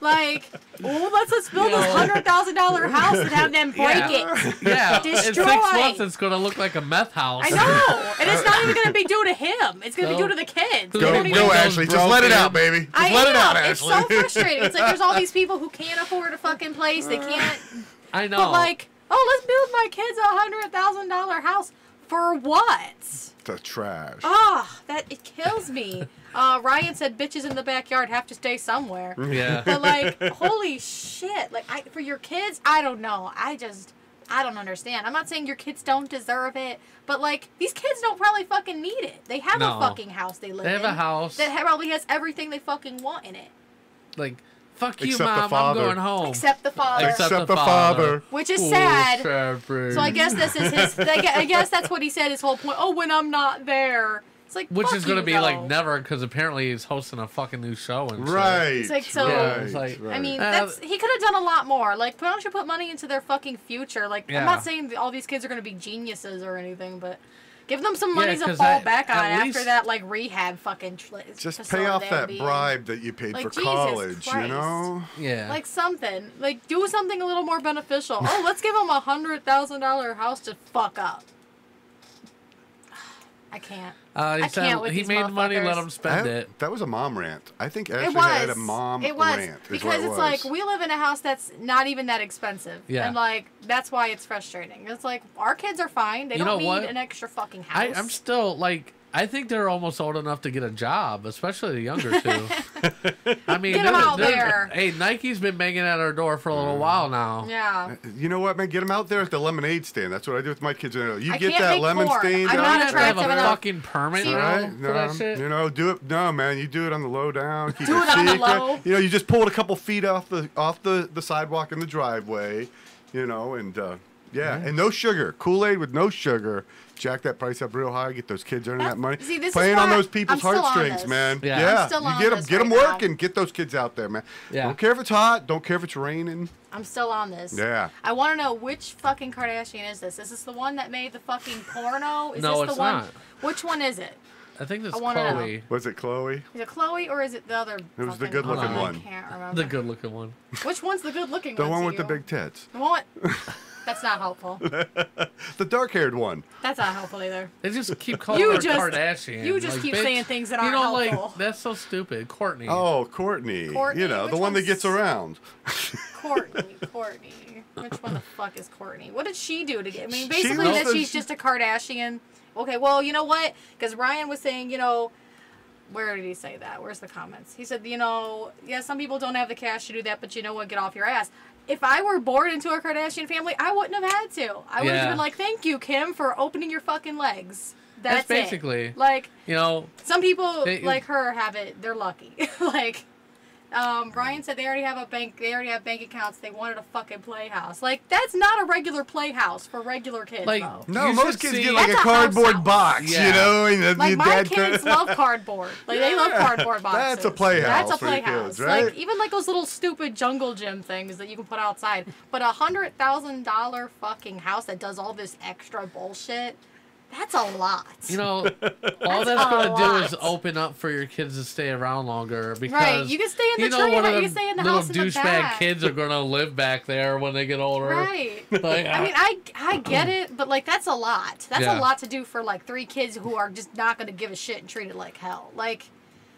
Speaker 4: Like, oh, let's let's build
Speaker 1: You
Speaker 4: this
Speaker 1: know.
Speaker 4: hundred thousand dollar house and have them break
Speaker 1: Yeah.
Speaker 4: it.
Speaker 1: yeah. In
Speaker 4: Destroy.
Speaker 1: six months, it's going to look like a meth house.
Speaker 4: I know, and it's not even gonna be due to him. It's gonna
Speaker 1: No.
Speaker 4: be due to the kids. They
Speaker 1: Go-
Speaker 5: Go,
Speaker 4: don't even
Speaker 5: go
Speaker 1: windows
Speaker 5: Ashley. Just let it
Speaker 1: broken.
Speaker 5: out, baby. Just
Speaker 4: I
Speaker 5: let it
Speaker 4: know.
Speaker 5: out,
Speaker 4: it's
Speaker 5: Ashley.
Speaker 4: so frustrating. It's like there's all these people who can't afford a fucking place.
Speaker 5: Uh.
Speaker 4: They can't.
Speaker 1: I know.
Speaker 4: But like, oh, let's build my kids a hundred thousand dollar house for what?
Speaker 5: the trash.
Speaker 4: Ah, that it kills me. Uh, Ryan said, "Bitches in the backyard have to stay somewhere."
Speaker 1: yeah.
Speaker 4: But like, holy shit! Like, I, for your kids, I don't know. I just, I don't understand. I'm not saying your kids don't deserve it, but like, these kids don't probably fucking need it. They have
Speaker 1: No.
Speaker 4: a fucking house they live in.
Speaker 1: They have a house.
Speaker 4: that ha- probably has everything they fucking want in it,
Speaker 1: Like, fuck you,
Speaker 5: Except the
Speaker 1: mom. I'm
Speaker 5: father.
Speaker 1: going home.
Speaker 4: except the father,
Speaker 1: Oh. Except
Speaker 5: Except
Speaker 1: the
Speaker 5: the
Speaker 1: father.
Speaker 5: father.
Speaker 4: which is
Speaker 1: Ooh,
Speaker 4: sad.
Speaker 1: Shepherd.
Speaker 4: So I guess this is his. I gue- I guess that's what he said. His whole point. Oh, when I'm not there, it's like
Speaker 1: Which
Speaker 4: fuck
Speaker 1: is going to
Speaker 4: you,
Speaker 1: be
Speaker 4: though.
Speaker 1: like never because apparently he's hosting a fucking new show and shit.
Speaker 5: Right.
Speaker 4: It's like, so-
Speaker 1: Yeah, it's like-
Speaker 5: right,
Speaker 4: I mean,
Speaker 1: Uh,
Speaker 4: that's he could have done a lot more. Like, why don't you put money into their fucking future? Like, I'm
Speaker 1: Yeah.
Speaker 4: not saying that all these kids are gonna be geniuses or anything, but give them some money to
Speaker 1: 'cause
Speaker 4: fall
Speaker 1: I-
Speaker 4: back on
Speaker 1: at
Speaker 4: after
Speaker 1: least-
Speaker 4: that like rehab fucking. Tr-
Speaker 5: just
Speaker 4: facility
Speaker 5: pay off that
Speaker 4: be in.
Speaker 5: bribe that you paid
Speaker 4: Like,
Speaker 5: for
Speaker 4: Jesus
Speaker 5: college, you
Speaker 4: Christ.
Speaker 5: know?
Speaker 1: Yeah.
Speaker 4: Like something, like do something a little more beneficial. Oh, let's give them a hundred thousand dollar house to fuck up. I can't.
Speaker 1: uh, he
Speaker 4: I
Speaker 1: said
Speaker 4: can't with
Speaker 1: he
Speaker 4: these
Speaker 1: made money, let
Speaker 4: motherfuckers.
Speaker 1: him spend
Speaker 5: I-
Speaker 1: it.
Speaker 5: That was a mom rant. I think Ashley
Speaker 4: it was.
Speaker 5: had a mom
Speaker 4: it was
Speaker 5: rant. is
Speaker 4: because
Speaker 5: what it
Speaker 4: it's
Speaker 5: was.
Speaker 4: like we live in a house that's not even that expensive,
Speaker 1: Yeah.
Speaker 4: and like that's why it's frustrating. It's like our kids are fine; they
Speaker 1: You know
Speaker 4: don't need
Speaker 1: what?
Speaker 4: an extra fucking house.
Speaker 1: I, I'm still like I think they're almost old enough to get a job, especially the younger two. I mean,
Speaker 4: Get 'em
Speaker 1: they're-
Speaker 4: out
Speaker 1: they're-
Speaker 4: there.
Speaker 1: Hey, Nike's been banging at our door for a
Speaker 5: Mm.
Speaker 1: little while now.
Speaker 4: yeah.
Speaker 5: You know what, man? Get them out there at the lemonade stand. That's what I do with my kids. You, know, you
Speaker 4: I
Speaker 5: get
Speaker 4: can't
Speaker 5: that
Speaker 4: make
Speaker 5: lemon
Speaker 4: corn.
Speaker 5: stand.
Speaker 4: I'm
Speaker 1: You
Speaker 5: out
Speaker 4: not
Speaker 1: have to have a
Speaker 4: attractive enough.
Speaker 1: fucking permit
Speaker 4: See,
Speaker 1: now
Speaker 5: all right,
Speaker 1: for that shit.
Speaker 5: um, you know, do it. No, man, you do it on the low down. Keep
Speaker 4: Do it on the
Speaker 5: secret.
Speaker 4: low.
Speaker 5: You know, you just pull it a couple feet off the off the, the sidewalk in the driveway. You know, and uh, yeah, and no sugar. Kool Aid with no sugar. Jack that price up real high. Get those kids earning that
Speaker 4: That's-
Speaker 5: money.
Speaker 4: see, this is
Speaker 5: Playing
Speaker 4: why
Speaker 5: on those
Speaker 4: I'm
Speaker 5: people's
Speaker 4: still on
Speaker 5: heartstrings,
Speaker 4: this.
Speaker 5: man.
Speaker 1: Yeah. I'm
Speaker 4: still
Speaker 5: you
Speaker 4: on
Speaker 5: get them,
Speaker 4: this
Speaker 5: get them
Speaker 4: right now.
Speaker 5: working. Get those kids out there, man.
Speaker 1: Yeah.
Speaker 5: Don't care if it's hot. Don't care if it's raining.
Speaker 4: I'm still on this.
Speaker 5: Yeah.
Speaker 4: I want to know which fucking Kardashian is this? Is this the one that made the fucking porno? Is
Speaker 1: No,
Speaker 4: this the
Speaker 1: it's
Speaker 4: one?
Speaker 1: not.
Speaker 4: Which one is it?
Speaker 1: I think that's
Speaker 4: I wanna know.
Speaker 1: Chloe,
Speaker 5: Was it Chloe?
Speaker 4: Is it Chloe or is it the other?
Speaker 5: It was the
Speaker 4: fucking
Speaker 5: good-looking
Speaker 4: I
Speaker 5: one.
Speaker 4: can't remember.
Speaker 1: the good-looking one.
Speaker 4: Which one's the good-looking
Speaker 5: The
Speaker 4: one?
Speaker 5: one
Speaker 4: to
Speaker 5: with the
Speaker 4: you?
Speaker 5: big tits.
Speaker 4: The one. with- That's not helpful.
Speaker 5: The dark haired one.
Speaker 4: That's not helpful either.
Speaker 1: They just keep calling
Speaker 4: You
Speaker 1: her
Speaker 4: just-
Speaker 1: Kardashian.
Speaker 4: you just keep
Speaker 1: bitch,
Speaker 4: saying things that
Speaker 1: you
Speaker 4: aren't
Speaker 1: know, like,
Speaker 4: helpful.
Speaker 1: That's so stupid, Courtney.
Speaker 5: Oh, Courtney.
Speaker 4: Courtney,
Speaker 5: You know, the
Speaker 4: which
Speaker 5: one that
Speaker 4: one's-
Speaker 5: gets around.
Speaker 4: Courtney, Courtney. Which one the fuck is Courtney? What did she do to get? I mean,
Speaker 5: She
Speaker 4: basically
Speaker 5: was
Speaker 4: that
Speaker 5: the-
Speaker 4: she's just a Kardashian. Okay, well, you know what? Because Ryan was saying, you know, where did he say that? Where's the comments? He said, you know, yeah, some people don't have the cash to do that, but you know what? Get off your ass. If I were born into a Kardashian family, I wouldn't have had to. I would
Speaker 1: Yeah.
Speaker 4: have been like, thank you, Kim, for opening your fucking legs. That's,
Speaker 1: That's
Speaker 4: it.
Speaker 1: basically-
Speaker 4: like
Speaker 1: You know,
Speaker 4: some people
Speaker 1: They-
Speaker 4: like her have it. They're lucky. like um, Ryan said, they already have a bank. They already have bank accounts. They wanted a fucking playhouse. Like that's not a regular playhouse for regular kids.
Speaker 1: Like,
Speaker 4: though.
Speaker 5: No,
Speaker 1: You should
Speaker 5: most kids
Speaker 1: see-
Speaker 5: get like a
Speaker 4: That's a house
Speaker 5: cardboard
Speaker 4: house.
Speaker 5: box,
Speaker 1: Yeah.
Speaker 5: you know, and the,
Speaker 4: like
Speaker 5: your
Speaker 4: my
Speaker 5: dad
Speaker 4: kids
Speaker 5: cut-
Speaker 4: love cardboard. Like they love
Speaker 5: Yeah.
Speaker 4: cardboard boxes.
Speaker 5: That's a playhouse
Speaker 4: That's a
Speaker 5: for your kids,
Speaker 4: playhouse.
Speaker 5: right?
Speaker 4: Like even like those little stupid jungle gym things that you can put outside. But a hundred thousand dollar fucking house that does all this extra bullshit. That's a lot.
Speaker 1: you know, all that's
Speaker 4: a
Speaker 1: gonna do is
Speaker 4: lot.
Speaker 1: open up for your kids to stay around longer because
Speaker 4: Right, you can stay in the
Speaker 1: you know
Speaker 4: tree
Speaker 1: one
Speaker 4: house,
Speaker 1: of
Speaker 4: you
Speaker 1: them
Speaker 4: can stay in the
Speaker 1: little
Speaker 4: house in the
Speaker 1: douchebag
Speaker 4: back.
Speaker 1: kids are gonna live back there when they get older.
Speaker 4: right.
Speaker 1: Like,
Speaker 4: I mean, I I get it, but like that's a lot. That's
Speaker 1: Yeah.
Speaker 4: a lot to do for like three kids who are just not going to give a shit and treat it like hell. Like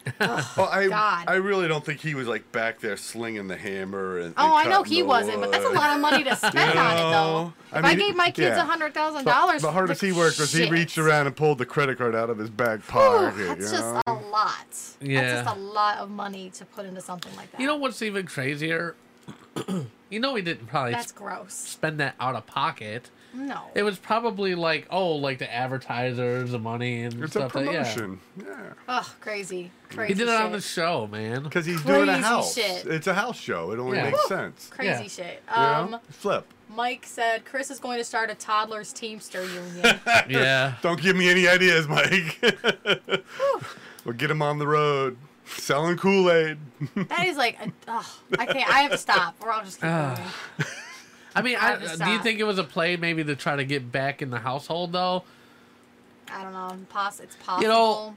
Speaker 5: Well, I
Speaker 4: God.
Speaker 5: I really don't think he was like back there slinging the hammer and.
Speaker 4: Oh, I
Speaker 5: and
Speaker 4: know
Speaker 5: cutting
Speaker 4: he
Speaker 5: the
Speaker 4: wasn't, but that's a
Speaker 5: wood.
Speaker 4: lot of money to spend on it, though.
Speaker 5: know?
Speaker 4: If
Speaker 5: I
Speaker 4: I,
Speaker 5: mean,
Speaker 4: gave my kids
Speaker 5: yeah.
Speaker 4: a hundred thousand
Speaker 5: The,
Speaker 4: dollars,
Speaker 5: the hardest he worked was he
Speaker 4: shit.
Speaker 5: reached around and pulled the credit card out of his back
Speaker 4: Whew,
Speaker 5: pocket.
Speaker 4: that's
Speaker 5: you
Speaker 4: just
Speaker 5: know?
Speaker 4: a lot.
Speaker 1: Yeah.
Speaker 4: That's just a lot of money to put into something like that.
Speaker 1: You know what's even crazier? you know he didn't probably
Speaker 4: that's
Speaker 1: sp-
Speaker 4: gross.
Speaker 1: spend that out of pocket.
Speaker 4: No.
Speaker 1: It was probably like, oh, like the advertisers, the money, and
Speaker 5: It's a
Speaker 1: stuff. That, yeah.
Speaker 5: promotion. Yeah.
Speaker 4: Ugh, crazy. Crazy.
Speaker 1: He did it
Speaker 4: shit.
Speaker 1: on the show, man.
Speaker 5: Because he's doing a
Speaker 4: Crazy
Speaker 5: house.
Speaker 4: shit.
Speaker 5: It's a house show. It only
Speaker 1: Yeah.
Speaker 5: makes sense.
Speaker 4: Crazy
Speaker 1: Yeah.
Speaker 4: shit.
Speaker 5: You know?
Speaker 4: Um,
Speaker 5: Flip.
Speaker 4: Mike said Chris is going to start a toddlers Teamster union.
Speaker 1: yeah.
Speaker 5: Don't give me any ideas, Mike. we'll get him on the road selling Kool Aid.
Speaker 4: that is like, a, ugh, I can't. I have to stop. We're all just keep going.
Speaker 1: I mean, I,
Speaker 4: I just
Speaker 1: do you
Speaker 4: saw-
Speaker 1: think it was a play maybe to try to get back in the household though?
Speaker 4: I don't know. Poss- it's possible.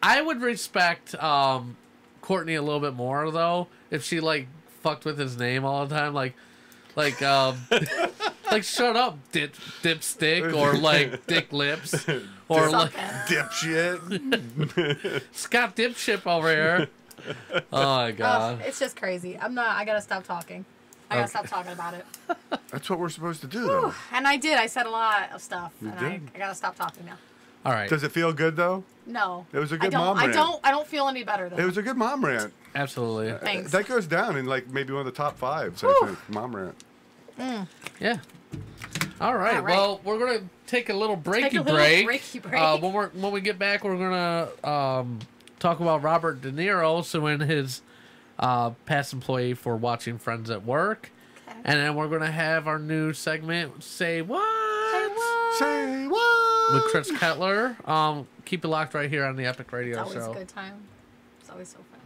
Speaker 1: I would respect um, Courtney a little bit more though if she like fucked with his name all the time, like, like, um, like shut up, dip, dipstick, or like dick lips, or like
Speaker 4: something.
Speaker 5: Dipshit.
Speaker 1: Scott Dipship over here. Oh my
Speaker 4: Ugh,
Speaker 1: god.
Speaker 4: it's just crazy. I'm not. I gotta stop talking. I gotta stop talking about it.
Speaker 5: That's what we're supposed to do, though.
Speaker 4: And I did. I said a lot of stuff. and I,
Speaker 5: did.
Speaker 4: I gotta stop talking now.
Speaker 1: All right,
Speaker 5: Does it feel good, though?
Speaker 4: No.
Speaker 5: It was a
Speaker 4: I
Speaker 5: good
Speaker 4: don't,
Speaker 5: mom
Speaker 4: I
Speaker 5: rant.
Speaker 4: don't. I don't feel any better
Speaker 5: It
Speaker 4: though.
Speaker 5: was uh, a good mom rant.
Speaker 1: absolutely.
Speaker 4: Thanks.
Speaker 5: That goes down in like maybe one of the top fives. I think. Mom rant.
Speaker 1: Yeah. All right.
Speaker 4: All right.
Speaker 1: Well, we're gonna take a little breaky
Speaker 4: Take a little
Speaker 1: break.
Speaker 4: breaky break.
Speaker 1: Uh, when we are when we get back, we're gonna um, talk about Robert De Niro, so in his uh, past employee for watching Friends at Work, and then we're gonna have our new segment. Say what?
Speaker 5: Say what?
Speaker 1: With Chris Kettler. Um, keep it locked right here on the Epic Radio
Speaker 4: It's always
Speaker 1: Show.
Speaker 4: a good time. It's always so fun.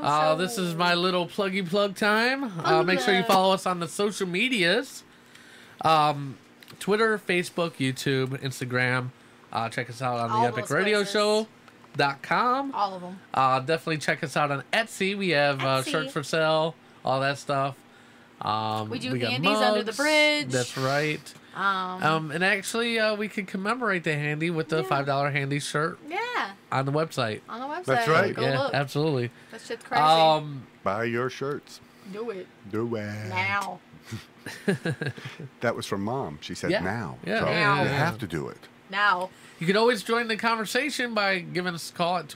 Speaker 1: Oh, Uh, this is my little pluggy plug time.
Speaker 4: Oh,
Speaker 1: Uh, make sure you follow us on the social medias um, Twitter, Facebook, YouTube, Instagram. Uh, check us out on
Speaker 4: All
Speaker 1: the Epic
Speaker 4: those
Speaker 1: Radio
Speaker 4: places.
Speaker 1: Show. Dot com.
Speaker 4: All of them.
Speaker 1: Uh, definitely check us out on Etsy. We have uh,
Speaker 4: Etsy.
Speaker 1: shirts for sale, all that stuff. Um,
Speaker 4: We do
Speaker 1: got
Speaker 4: handies under the bridge.
Speaker 1: That's right. Um, and actually, uh, we could commemorate the handy with the five dollar handy shirt
Speaker 4: Yeah,
Speaker 1: on the website.
Speaker 4: on the website.
Speaker 5: That's right.
Speaker 4: Go
Speaker 1: yeah,
Speaker 4: look.
Speaker 1: absolutely.
Speaker 4: That shit's crazy.
Speaker 1: Um,
Speaker 5: Buy your shirts.
Speaker 4: Do it
Speaker 5: Do it.
Speaker 4: now.
Speaker 5: That was from mom. She said
Speaker 1: Yeah.
Speaker 5: now.
Speaker 1: Yeah.
Speaker 5: So
Speaker 1: Now.
Speaker 5: you have to do it.
Speaker 4: Now.
Speaker 1: you can always join the conversation by giving us a call at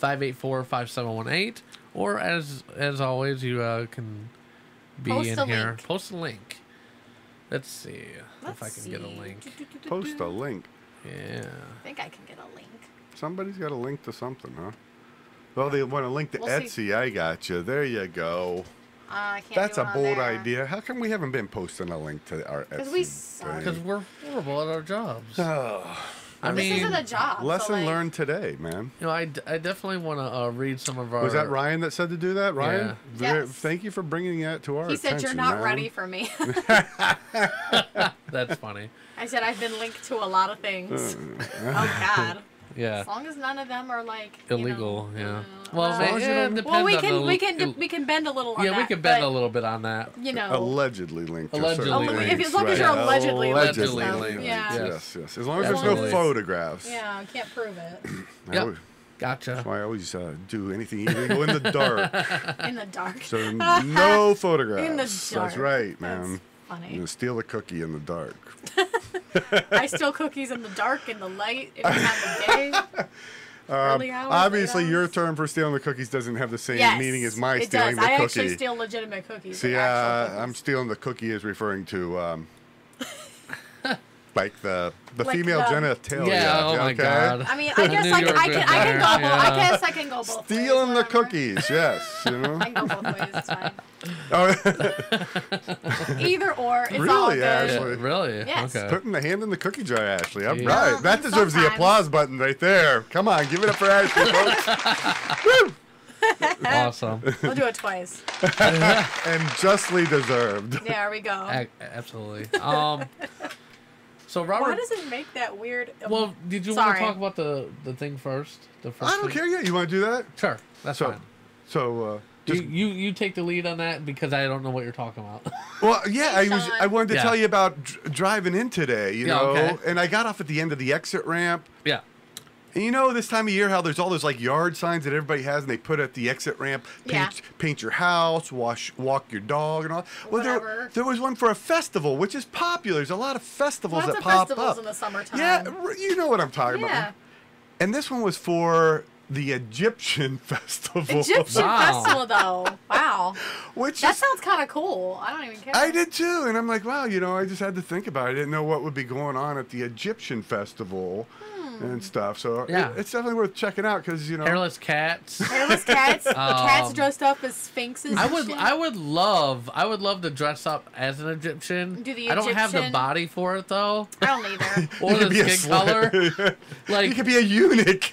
Speaker 1: 216-584-5718. or as as always, you uh, can be
Speaker 4: Post
Speaker 1: in
Speaker 4: a
Speaker 1: here.
Speaker 4: link.
Speaker 1: Post a link. Let's see if I
Speaker 4: Let's
Speaker 1: can get a
Speaker 4: see.
Speaker 1: link.
Speaker 5: Post a link.
Speaker 1: Yeah.
Speaker 4: I think I can get a link.
Speaker 5: Somebody's got a link to something, huh? Well, they want to link to
Speaker 4: We'll
Speaker 5: Etsy.
Speaker 4: see.
Speaker 5: I got you. There you go.
Speaker 4: Uh, I can't
Speaker 5: That's
Speaker 4: do
Speaker 5: a
Speaker 4: it on
Speaker 5: bold
Speaker 4: there.
Speaker 5: idea. How come we haven't been posting a link to our Etsy?
Speaker 4: 'Cause we suck.
Speaker 1: Because
Speaker 5: thing?
Speaker 1: we're horrible at our jobs.
Speaker 5: Uh,
Speaker 1: I
Speaker 4: This
Speaker 1: mean,
Speaker 4: isn't a job. so,
Speaker 5: Lesson
Speaker 4: like,
Speaker 5: learned today, man.
Speaker 1: you know, I, d- I definitely want to uh, read some of our.
Speaker 5: Was that Ryan that said to do that? Ryan,
Speaker 1: Yeah.
Speaker 5: ver-
Speaker 4: Yes.
Speaker 5: thank you for bringing that to our
Speaker 4: He
Speaker 5: attention.
Speaker 4: said, You're not
Speaker 5: man."
Speaker 4: ready for me.
Speaker 1: That's funny.
Speaker 4: I said, I've been linked to a lot of things.
Speaker 5: Uh,
Speaker 4: oh, God.
Speaker 1: Yeah.
Speaker 4: As long as none of them are like you know,
Speaker 1: Illegal. yeah.
Speaker 4: uh,
Speaker 1: Well,
Speaker 4: well,
Speaker 1: it, yeah, it depends
Speaker 4: well, we
Speaker 1: on
Speaker 4: can
Speaker 1: the,
Speaker 4: we can
Speaker 1: it-
Speaker 4: we can bend a little. On
Speaker 1: yeah, we
Speaker 4: that,
Speaker 1: can bend
Speaker 4: but,
Speaker 1: a little bit on that.
Speaker 4: You know,
Speaker 5: Allegedly linked.
Speaker 1: Allegedly
Speaker 5: to certain
Speaker 1: linked.
Speaker 5: things,
Speaker 4: If- as long as you're
Speaker 5: right?
Speaker 4: allegedly linked
Speaker 1: to
Speaker 5: Allegedly
Speaker 1: stuff,
Speaker 5: linked.
Speaker 4: yeah.
Speaker 5: Yes, yes. As long as there's no
Speaker 1: Definitely.
Speaker 5: photographs.
Speaker 4: yeah, can't prove it
Speaker 5: I
Speaker 1: Yep.
Speaker 5: always-
Speaker 1: Gotcha.
Speaker 5: Why I always uh, do anything illegal in the dark.
Speaker 4: in the dark.
Speaker 5: So no photographs.
Speaker 4: in the dark.
Speaker 5: That's right, man.
Speaker 4: That's
Speaker 5: You
Speaker 4: funny.
Speaker 5: know, steal a cookie in the dark.
Speaker 4: I steal cookies in the dark, in the light, in the time of day. early hours, late
Speaker 5: Um, Obviously, your
Speaker 4: hours.
Speaker 5: term for stealing the cookies doesn't have the same
Speaker 4: um, yes,
Speaker 5: meaning as my
Speaker 4: it
Speaker 5: stealing
Speaker 4: does.
Speaker 5: the
Speaker 4: I
Speaker 5: cookie.
Speaker 4: actually steal legitimate cookies.
Speaker 5: See,
Speaker 4: like actual
Speaker 5: uh,
Speaker 4: cookies.
Speaker 5: I'm stealing the cookie is referring to um, like the the
Speaker 4: Like
Speaker 5: female
Speaker 4: the-
Speaker 5: genitalia.
Speaker 1: yeah. Oh my
Speaker 5: okay?
Speaker 1: God.
Speaker 4: I mean, I guess
Speaker 1: knew
Speaker 4: I,
Speaker 1: you
Speaker 4: can-
Speaker 1: were
Speaker 4: I can I
Speaker 1: good
Speaker 4: can go.
Speaker 1: there,
Speaker 4: Both, I
Speaker 1: yeah.
Speaker 4: guess I can go both. ways,
Speaker 5: Stealing the
Speaker 4: whatever.
Speaker 5: cookies, yes, you know.
Speaker 4: I can go both ways. It's fine.
Speaker 5: Oh,
Speaker 4: Either or, it's all
Speaker 5: Really,
Speaker 4: good.
Speaker 5: Ashley?
Speaker 1: Yeah, really?
Speaker 4: Yes.
Speaker 1: Okay.
Speaker 5: Putting the hand in the cookie jar, Ashley. All
Speaker 1: Yeah.
Speaker 5: right, that deserves the
Speaker 4: sometimes.
Speaker 5: applause button right there. Come on, give it up for Ashley, folks.
Speaker 1: Awesome.
Speaker 4: We'll do it twice.
Speaker 5: and justly deserved.
Speaker 4: There we go.
Speaker 1: A- absolutely. Um. So
Speaker 4: Why
Speaker 1: Robert,
Speaker 4: does it make that weird? um,
Speaker 1: well, did you want
Speaker 4: Sorry.
Speaker 1: to talk about the the thing first? The first.
Speaker 5: I don't
Speaker 1: thing?
Speaker 5: care. Yeah, you want to do that?
Speaker 1: Sure. That's
Speaker 5: So,
Speaker 1: fine.
Speaker 5: so uh, just
Speaker 1: you, you you take the lead on that because I don't know what you're talking about.
Speaker 5: Well, yeah, I was.
Speaker 4: Sean.
Speaker 5: I wanted to
Speaker 1: Yeah.
Speaker 5: tell you about dr- driving in today. You
Speaker 1: Yeah,
Speaker 5: know,
Speaker 1: okay.
Speaker 5: and I got off at the end of the exit ramp.
Speaker 1: yeah.
Speaker 5: And you know, this time of year, how there's all those like yard signs that everybody has, and they put at the exit ramp, paint, paint your house, wash, walk your dog, and all. Well, there,
Speaker 4: Whatever.
Speaker 5: there was one for a festival, which is popular. There's a lot of festivals
Speaker 4: Lots
Speaker 5: that
Speaker 4: of
Speaker 5: pop
Speaker 4: festivals
Speaker 5: up.
Speaker 4: in the summertime.
Speaker 5: yeah, r- you know what I'm talking
Speaker 4: Yeah.
Speaker 5: about. And this one was for the Egyptian festival,
Speaker 4: Egyptian
Speaker 1: Wow.
Speaker 4: festival though. Wow.
Speaker 5: which
Speaker 4: That
Speaker 5: is
Speaker 4: sounds kind of cool. I don't even care.
Speaker 5: I did too, and I'm like, wow, you know, I just had to think about it. I didn't know what would be going on at the Egyptian festival
Speaker 4: Hmm.
Speaker 5: and stuff. So it-
Speaker 1: Yeah.
Speaker 5: it's definitely worth checking out because you know,
Speaker 1: Hairless cats.
Speaker 4: Hairless cats. cats
Speaker 1: Um,
Speaker 4: dressed up as sphinxes.
Speaker 1: I
Speaker 4: and
Speaker 1: would
Speaker 4: shit.
Speaker 1: I would love I would love to dress up as an Egyptian.
Speaker 4: Do the
Speaker 1: I don't have the
Speaker 4: Egyptian-
Speaker 1: body for it though.
Speaker 4: I don't either.
Speaker 1: Or the
Speaker 5: could be a
Speaker 1: skin
Speaker 5: slut.
Speaker 1: color.
Speaker 5: you
Speaker 1: Like
Speaker 5: could be a eunuch.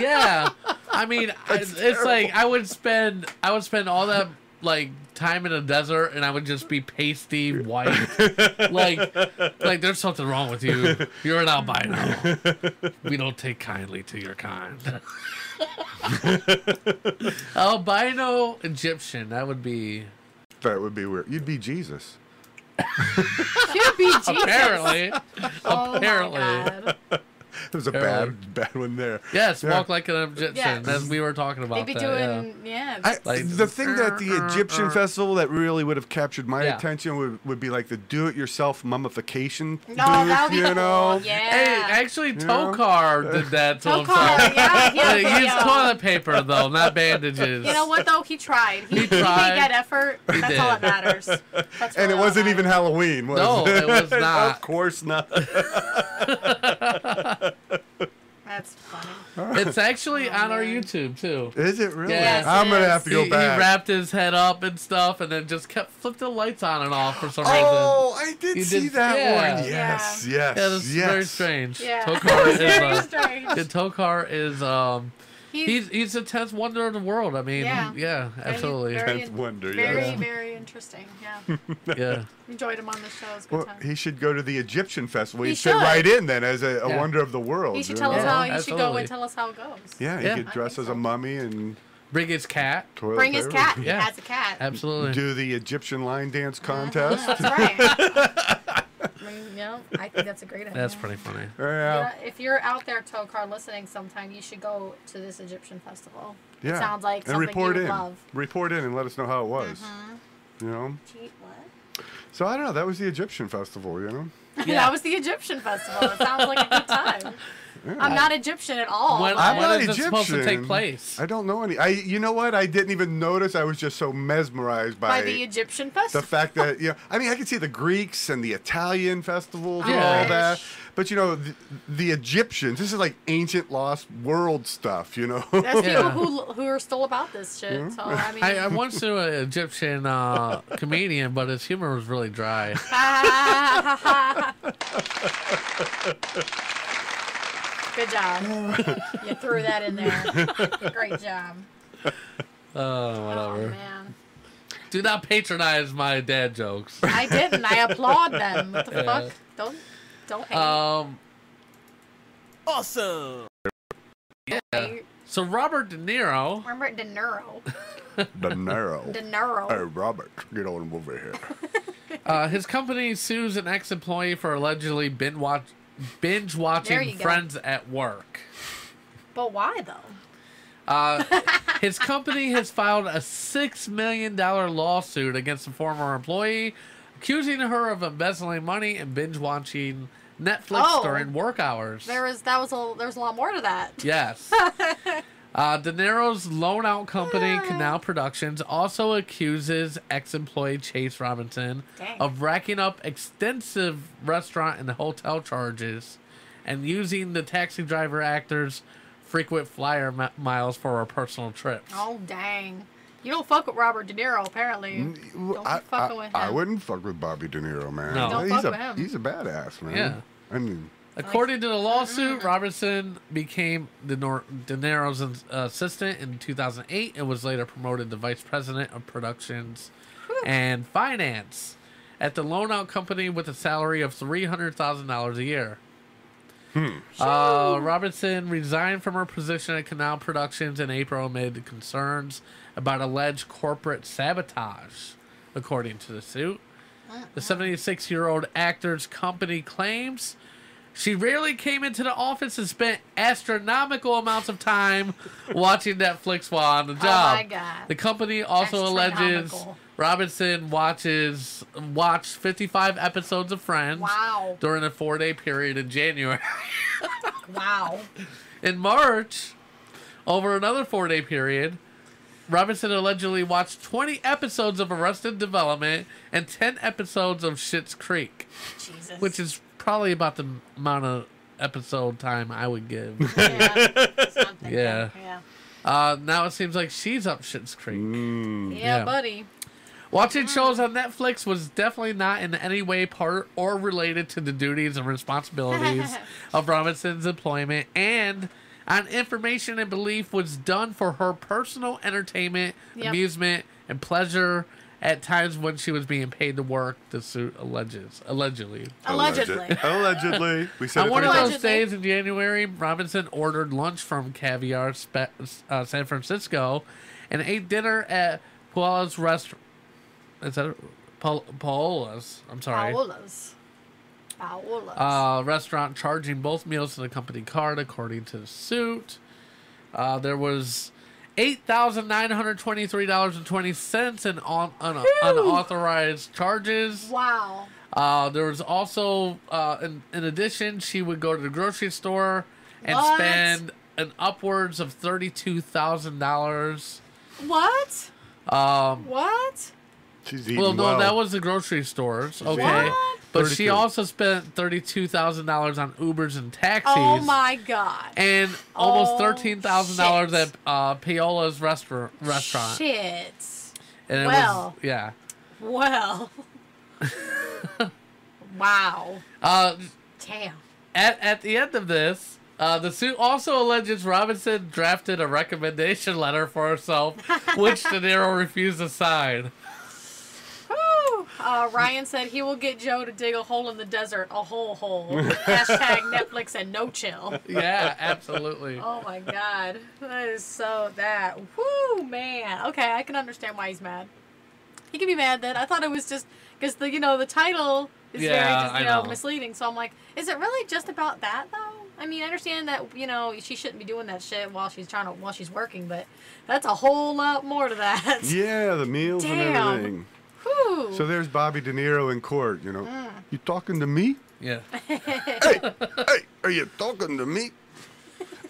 Speaker 1: yeah. I mean, I- it's like I would spend I would spend all that like time in a desert, and I would just be pasty white. like, like there's something wrong with you. You're an albino. We don't take kindly to your kind. albino Egyptian. That would be
Speaker 5: that would be weird. You'd be Jesus.
Speaker 4: Should be Jesus.
Speaker 1: apparently.
Speaker 4: Oh my
Speaker 1: apparently.
Speaker 4: God.
Speaker 5: It was a
Speaker 1: Apparently.
Speaker 5: bad, bad one there.
Speaker 1: Yes,
Speaker 5: Yeah.
Speaker 1: walk like an Egyptian.
Speaker 4: Yes.
Speaker 1: As we were talking about.
Speaker 4: They'd be
Speaker 1: that,
Speaker 4: doing yeah.
Speaker 5: I,
Speaker 1: Like-
Speaker 5: the thing that the Egyptian festival that really would have captured my
Speaker 1: Yeah.
Speaker 5: attention would, would be like the do-it-yourself mummification.
Speaker 4: no, that would be
Speaker 5: you
Speaker 4: cool.
Speaker 5: know?
Speaker 1: yeah.
Speaker 4: Yeah.
Speaker 1: Hey, actually, Tokar did that to
Speaker 4: Don't call.
Speaker 1: himself.
Speaker 4: Yeah, yeah,
Speaker 1: Hey,
Speaker 4: yeah.
Speaker 1: use toilet paper though, not bandages.
Speaker 4: You know what though? He tried. He, he
Speaker 1: tried.
Speaker 4: made that effort. That's all that
Speaker 1: did.
Speaker 4: matters. That's
Speaker 5: And
Speaker 4: really
Speaker 5: it
Speaker 4: all
Speaker 5: wasn't
Speaker 4: that
Speaker 5: even
Speaker 4: matters.
Speaker 5: Halloween, was
Speaker 1: No,
Speaker 5: it?
Speaker 1: it was
Speaker 5: of
Speaker 1: not.
Speaker 5: course not.
Speaker 4: That's funny.
Speaker 1: It's actually
Speaker 4: Oh,
Speaker 1: on our YouTube too.
Speaker 5: Is it really?
Speaker 1: Yes,
Speaker 5: I'm
Speaker 4: it
Speaker 5: gonna
Speaker 4: is.
Speaker 5: have to
Speaker 1: He,
Speaker 5: go
Speaker 1: he
Speaker 5: back.
Speaker 1: wrapped his head up and stuff, and then just kept flipped the lights on and off for some
Speaker 5: Oh, I did
Speaker 1: You
Speaker 5: see
Speaker 1: did-
Speaker 5: that
Speaker 1: yeah.
Speaker 5: one. Yes, yes,
Speaker 1: reason. Yeah, that's
Speaker 5: yes.
Speaker 1: very strange.
Speaker 4: Yeah.
Speaker 1: Tokar is.
Speaker 4: Very
Speaker 1: Uh,
Speaker 4: strange.
Speaker 1: yeah, Tokar is. Um, He's he's the tenth wonder of the world. I mean, yeah,
Speaker 4: Yeah.
Speaker 1: absolutely,
Speaker 4: very-
Speaker 5: Tenth wonder,
Speaker 4: Very,
Speaker 5: yeah.
Speaker 4: very interesting. Yeah.
Speaker 1: yeah.
Speaker 4: Enjoyed him on the show. It was a good
Speaker 5: Well,
Speaker 4: time.
Speaker 5: he should go to the Egyptian festival. He
Speaker 4: He
Speaker 5: would fit
Speaker 4: should.
Speaker 5: right in then as a, a
Speaker 1: Yeah.
Speaker 5: wonder of the world.
Speaker 4: You should
Speaker 5: you
Speaker 4: tell
Speaker 5: know?
Speaker 4: us
Speaker 1: Yeah,
Speaker 4: how you should go
Speaker 1: absolutely.
Speaker 4: and tell us how it goes.
Speaker 5: Yeah, he
Speaker 1: Yeah.
Speaker 5: could dress
Speaker 4: I
Speaker 5: as
Speaker 4: think
Speaker 5: a
Speaker 4: so.
Speaker 5: mummy and
Speaker 1: Bring his cat.
Speaker 5: toilet
Speaker 4: Bring his
Speaker 5: paper.
Speaker 4: cat. Uh-huh.
Speaker 1: Yeah.
Speaker 4: He has a cat.
Speaker 1: Absolutely.
Speaker 5: Do the Egyptian line dance contest.
Speaker 4: That's right. I mean, you know, I think that's a great idea.
Speaker 1: That's pretty funny.
Speaker 5: yeah.
Speaker 4: Yeah, if you're out there, Tokar, listening sometime, you should go to this Egyptian festival. It
Speaker 5: yeah.
Speaker 4: sounds like
Speaker 5: and
Speaker 4: something
Speaker 5: report
Speaker 4: you would
Speaker 5: in.
Speaker 4: love. Uh-huh.
Speaker 5: Report in and let us know how it was. You know.
Speaker 4: Gee, what?
Speaker 5: So I don't know. That was the Egyptian festival. You know.
Speaker 4: that was the Egyptian festival. It sounds like a good time. I'm not Egyptian at all.
Speaker 1: When-
Speaker 4: but-
Speaker 5: I'm
Speaker 1: When
Speaker 5: not
Speaker 1: is it
Speaker 5: Egyptian.
Speaker 1: supposed to take place?
Speaker 5: I don't know any. I. You know what? I didn't even notice. I was just so mesmerized by,
Speaker 4: by the Egyptian
Speaker 5: the
Speaker 4: festival.
Speaker 5: fact that you know, I mean, I could see the Greeks and the Italian festivals and
Speaker 1: Yeah.
Speaker 5: all that, but you know, the, the Egyptians. This is like ancient lost world stuff, you know.
Speaker 4: There's
Speaker 1: Yeah.
Speaker 4: people who, who are still about this shit. So I mean,
Speaker 1: I, I once knew an Egyptian uh, comedian, but his humor was really dry.
Speaker 4: good job. you threw that in there. Great job.
Speaker 1: Oh,
Speaker 4: Oh
Speaker 1: whatever.
Speaker 4: man.
Speaker 1: Do not patronize my dad jokes.
Speaker 4: I didn't. I applaud them. What the fuck? Don't don't hate.
Speaker 1: Um,
Speaker 2: Awesome.
Speaker 1: yeah. So Robert De Niro.
Speaker 4: Remember De Niro.
Speaker 5: De Niro.
Speaker 4: De Niro.
Speaker 5: Hey, Robert, get on over here.
Speaker 1: Uh, his company sues an ex-employee for allegedly bin watch, binge
Speaker 4: There
Speaker 1: watching
Speaker 4: you go.
Speaker 1: Friends at work.
Speaker 4: But why though?
Speaker 1: Uh, his company has filed a six million dollar lawsuit against a former employee, accusing her of embezzling money and binge watching Netflix
Speaker 4: Oh.
Speaker 1: during work hours.
Speaker 4: There was that was a there was a lot more to that.
Speaker 1: Yes. Uh, De Niro's loan out
Speaker 4: Ah.
Speaker 1: company, Canal Productions, also accuses ex employee Chase Robinson
Speaker 4: Dang.
Speaker 1: of racking up extensive restaurant and hotel charges and using the taxi driver actor's frequent flyer mi- miles for her personal trips.
Speaker 4: Oh dang. You don't fuck with Robert De Niro, apparently. Don't be
Speaker 5: Mm, I, I,
Speaker 4: fucking with him.
Speaker 5: I wouldn't fuck with Bobby De Niro, man.
Speaker 1: No. Don't
Speaker 5: he's
Speaker 4: fuck
Speaker 5: a
Speaker 4: with him.
Speaker 5: he's a badass, man.
Speaker 1: Yeah.
Speaker 5: I mean,
Speaker 1: According to the lawsuit,
Speaker 4: Mm-hmm.
Speaker 1: Robinson became De, Nor- De Niro's uh, assistant in 2008 and was later promoted to vice president of productions and finance at the loan out company with a salary of $300,000 a year. Uh, Robinson resigned from her position at Canal Productions in April amid concerns about alleged corporate sabotage, according to the suit.
Speaker 4: Uh-huh.
Speaker 1: The 76 year old actor's company claims she rarely came into the office and spent astronomical amounts of time watching Netflix while on the job.
Speaker 4: Oh my God.
Speaker 1: The company also alleges
Speaker 4: Astronomical.
Speaker 1: Robinson watches watched 55 episodes of Friends
Speaker 4: Wow.
Speaker 1: during a four day period in January.
Speaker 4: Wow.
Speaker 1: In March, over another four day period, Robinson allegedly watched 20 episodes of Arrested Development and 10 episodes of Schitt's Creek,
Speaker 4: Jesus.
Speaker 1: which is probably about the amount of episode time I would give.
Speaker 4: yeah. That's what I'm thinking.
Speaker 1: Yeah.
Speaker 4: Yeah.
Speaker 1: uh, now it seems like she's up Schitt's Creek.
Speaker 4: Yeah, buddy.
Speaker 1: Watching shows on Netflix was definitely not in any way part or related to the duties and responsibilities of Robinson's employment, and on information and belief was done for her personal entertainment,
Speaker 4: Yep.
Speaker 1: amusement, and pleasure at times when she was being paid to work, the suit alleges. Allegedly.
Speaker 5: alleged-
Speaker 4: Allegedly.
Speaker 5: allegedly, we said
Speaker 1: On
Speaker 5: it
Speaker 1: one of
Speaker 5: three
Speaker 1: those
Speaker 4: Allegedly.
Speaker 1: days in January, Robinson ordered lunch from Caviar Spe- uh, San Francisco and ate dinner at Paola's restaurant. Is that pa- Paola's? I'm sorry.
Speaker 4: Paolas. Paolas.
Speaker 1: Uh, restaurant charging both meals to the company card, according to the suit. Uh, there was eight thousand nine hundred twenty-three dollars and twenty cents in on, un- unauthorized charges.
Speaker 4: wow.
Speaker 1: Uh, there was also, uh, in, in addition, she would go to the grocery store and
Speaker 4: What?
Speaker 1: spend an upwards of thirty-two thousand dollars.
Speaker 4: What?
Speaker 1: Um,
Speaker 4: What?
Speaker 5: She's eating
Speaker 1: well,
Speaker 5: well.
Speaker 1: no, that was the grocery stores, okay.
Speaker 5: What?
Speaker 1: But she
Speaker 5: 32.
Speaker 1: also spent thirty-two thousand dollars on Ubers and taxis,
Speaker 4: Oh my god.
Speaker 1: and almost
Speaker 4: Oh,
Speaker 1: thirteen thousand dollars at
Speaker 4: shit.
Speaker 1: uh, Paola's restaurant. Restaurant,
Speaker 4: Shit.
Speaker 1: and it was
Speaker 4: Well.
Speaker 1: yeah.
Speaker 4: Well. wow.
Speaker 1: Uh,
Speaker 4: Damn.
Speaker 1: at at the end of this, Uh, the suit also alleges Robinson drafted a recommendation letter for herself, which De Niro refused to sign.
Speaker 4: Woo! Uh, Ryan said he will get Joe to dig a hole in the desert, a whole hole. Hashtag Netflix and no chill.
Speaker 1: Yeah, absolutely.
Speaker 4: Oh my god, that is so that. Woo, man. Okay, I can understand why he's mad. He can be mad that I thought it was just because the you know the title is very
Speaker 1: Yeah,
Speaker 4: just
Speaker 1: I
Speaker 4: you know,
Speaker 1: know.
Speaker 4: misleading. So I'm like, is it really just about that though? I mean, I understand that you know she shouldn't be doing that shit while she's trying to while she's working, but that's a whole lot more to that.
Speaker 5: Yeah, the meals and
Speaker 4: Damn.
Speaker 5: everything.
Speaker 4: Whew.
Speaker 5: So there's Bobby De Niro in court, you know.
Speaker 4: Mm.
Speaker 5: You talking to me?
Speaker 1: Yeah.
Speaker 5: Hey, are you talking to me?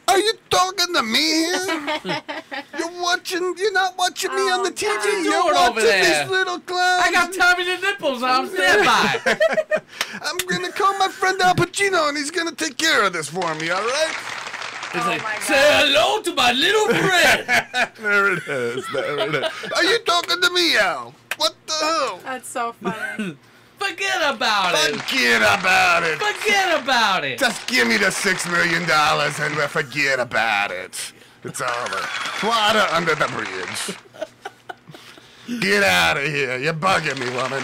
Speaker 5: Are you talking to me here? You're watching, you're not watching me on the TV.
Speaker 1: you
Speaker 5: You're
Speaker 1: doing over
Speaker 5: watching
Speaker 1: there?
Speaker 5: this little clown.
Speaker 1: I got Tommy the nipples on standby.
Speaker 5: I'm going to call my friend Al Pacino and he's going to take care of this for me, all right?
Speaker 1: It's like,
Speaker 4: my
Speaker 1: say hello to my little friend.
Speaker 5: There it is. There it is. Are you talking to me, Al? What the hell?
Speaker 4: That's so funny.
Speaker 1: Forget about it.
Speaker 5: Forget about it.
Speaker 1: Forget about it.
Speaker 5: Just give me the six million dollars and we'll forget about it. It's over. Water under the bridge. Get out of here. You're bugging me, woman.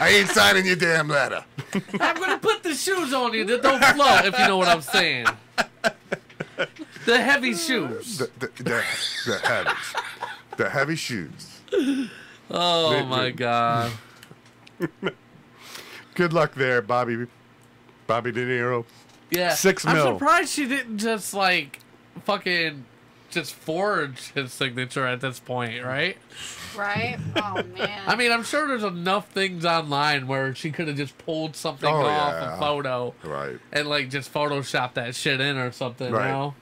Speaker 5: I ain't signing your damn letter.
Speaker 1: I'm gonna put the shoes on you that don't float, if you know what I'm saying. The heavy shoes.
Speaker 5: The, the, the, the heavies. The heavy shoes.
Speaker 1: Oh my god.
Speaker 5: Good luck there, Bobby. Bobby De Niro.
Speaker 1: Yeah.
Speaker 5: Six
Speaker 1: I'm
Speaker 5: mil.
Speaker 1: surprised she didn't just like fucking just forge his signature at this point, right?
Speaker 4: right? Oh man.
Speaker 1: I mean, I'm sure there's enough things online where she could have just pulled something
Speaker 5: Oh,
Speaker 1: off
Speaker 5: yeah.
Speaker 1: a photo
Speaker 5: Right.
Speaker 1: and like just Photoshop that shit in or something,
Speaker 5: Right.
Speaker 1: you know?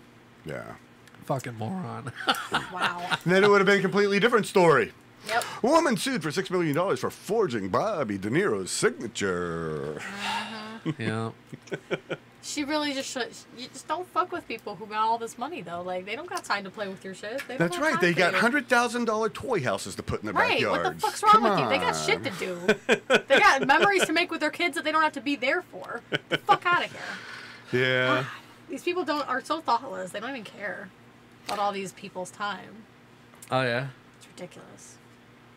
Speaker 5: Yeah.
Speaker 1: Fucking moron.
Speaker 4: wow.
Speaker 5: Then it would have been a completely different story.
Speaker 4: Yep.
Speaker 5: Woman sued for $6 million for forging Bobby De Niro's signature.
Speaker 1: yeah.
Speaker 4: She really just should. You just don't fuck with people who got all this money though. Like they don't got time to play with your shit. They don't
Speaker 5: That's
Speaker 4: got
Speaker 5: right.
Speaker 4: time
Speaker 5: They
Speaker 4: for
Speaker 5: got
Speaker 4: you.
Speaker 5: hundred thousand dollar toy houses to put in their
Speaker 4: Right.
Speaker 5: backyards.
Speaker 4: What the fuck's wrong
Speaker 5: Come
Speaker 4: with you? They got shit to do. they got memories to make with their kids that they don't have to be there for. Get the fuck out of here.
Speaker 5: on. Yeah.
Speaker 4: These people don't are so thoughtless. They don't even care about all these people's time.
Speaker 1: Oh yeah.
Speaker 4: It's ridiculous.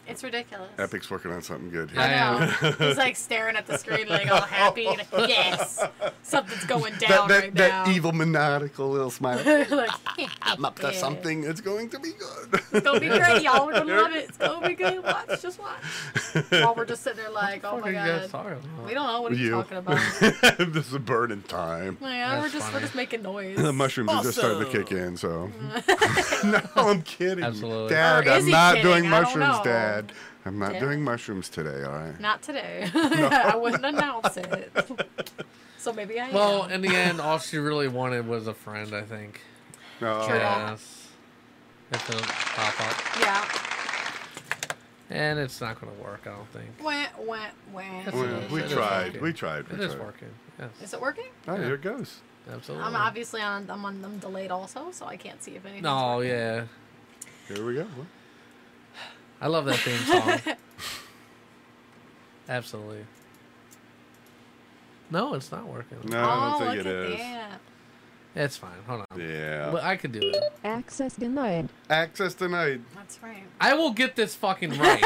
Speaker 4: It's ridiculous.
Speaker 5: Epic's working on something good here.
Speaker 1: I am.
Speaker 4: I know. He's like staring at the screen, like all happy. Like, yes, something's going
Speaker 5: That,
Speaker 4: down
Speaker 5: that,
Speaker 4: right
Speaker 5: that
Speaker 4: now.
Speaker 5: evil maniacal little smile.
Speaker 4: like,
Speaker 5: I'm up to
Speaker 4: Yeah.
Speaker 5: something. It's going to be good.
Speaker 4: It's gonna be great, y'all. We're gonna love it. It's gonna be good. Watch, just watch. While we're just sitting there like, oh
Speaker 1: What
Speaker 4: my
Speaker 1: are you guys
Speaker 4: god,
Speaker 1: talking about?
Speaker 4: we don't know what he's
Speaker 5: You.
Speaker 4: talking about.
Speaker 5: this is burning time.
Speaker 4: Yeah, we're
Speaker 1: That's
Speaker 4: just we're
Speaker 1: funny.
Speaker 4: just making noise.
Speaker 5: The mushrooms are just starting to kick in. So no, I'm kidding,
Speaker 1: Absolutely.
Speaker 5: Dad.
Speaker 4: Or is
Speaker 5: I'm
Speaker 4: he
Speaker 5: not
Speaker 4: kidding?
Speaker 5: doing
Speaker 4: I don't
Speaker 5: mushrooms,
Speaker 4: know.
Speaker 5: Dad. I'm not
Speaker 4: Dad.
Speaker 5: doing mushrooms today. All right.
Speaker 4: Not today. I wouldn't announce it. So maybe I.
Speaker 1: Well,
Speaker 4: am.
Speaker 1: in the end, all she really wanted was a friend, I think.
Speaker 5: No.
Speaker 4: Sure. Yeah.
Speaker 1: Yes. If it'll pop up.
Speaker 4: yeah.
Speaker 1: And it's not going to work, I don't think.
Speaker 4: Went went went.
Speaker 1: Well,
Speaker 5: We, we
Speaker 1: It is
Speaker 5: tried.
Speaker 1: working.
Speaker 5: We tried.
Speaker 1: It
Speaker 5: We
Speaker 1: is
Speaker 5: tried.
Speaker 1: working. Yes.
Speaker 4: Is it working?
Speaker 5: Oh, here it goes.
Speaker 1: Absolutely.
Speaker 4: I'm obviously on. I'm on. I'm delayed also, so I can't see if anything.
Speaker 1: No, yeah.
Speaker 5: Here we go.
Speaker 1: I love that theme song. Absolutely. No, it's not working.
Speaker 5: No,
Speaker 4: Oh,
Speaker 5: I don't think
Speaker 4: look
Speaker 5: it
Speaker 4: at
Speaker 5: is.
Speaker 4: that.
Speaker 1: It's fine. Hold on.
Speaker 5: Yeah.
Speaker 1: But I could do it.
Speaker 6: Access denied.
Speaker 5: Access denied.
Speaker 4: That's right.
Speaker 1: I will get this fucking right.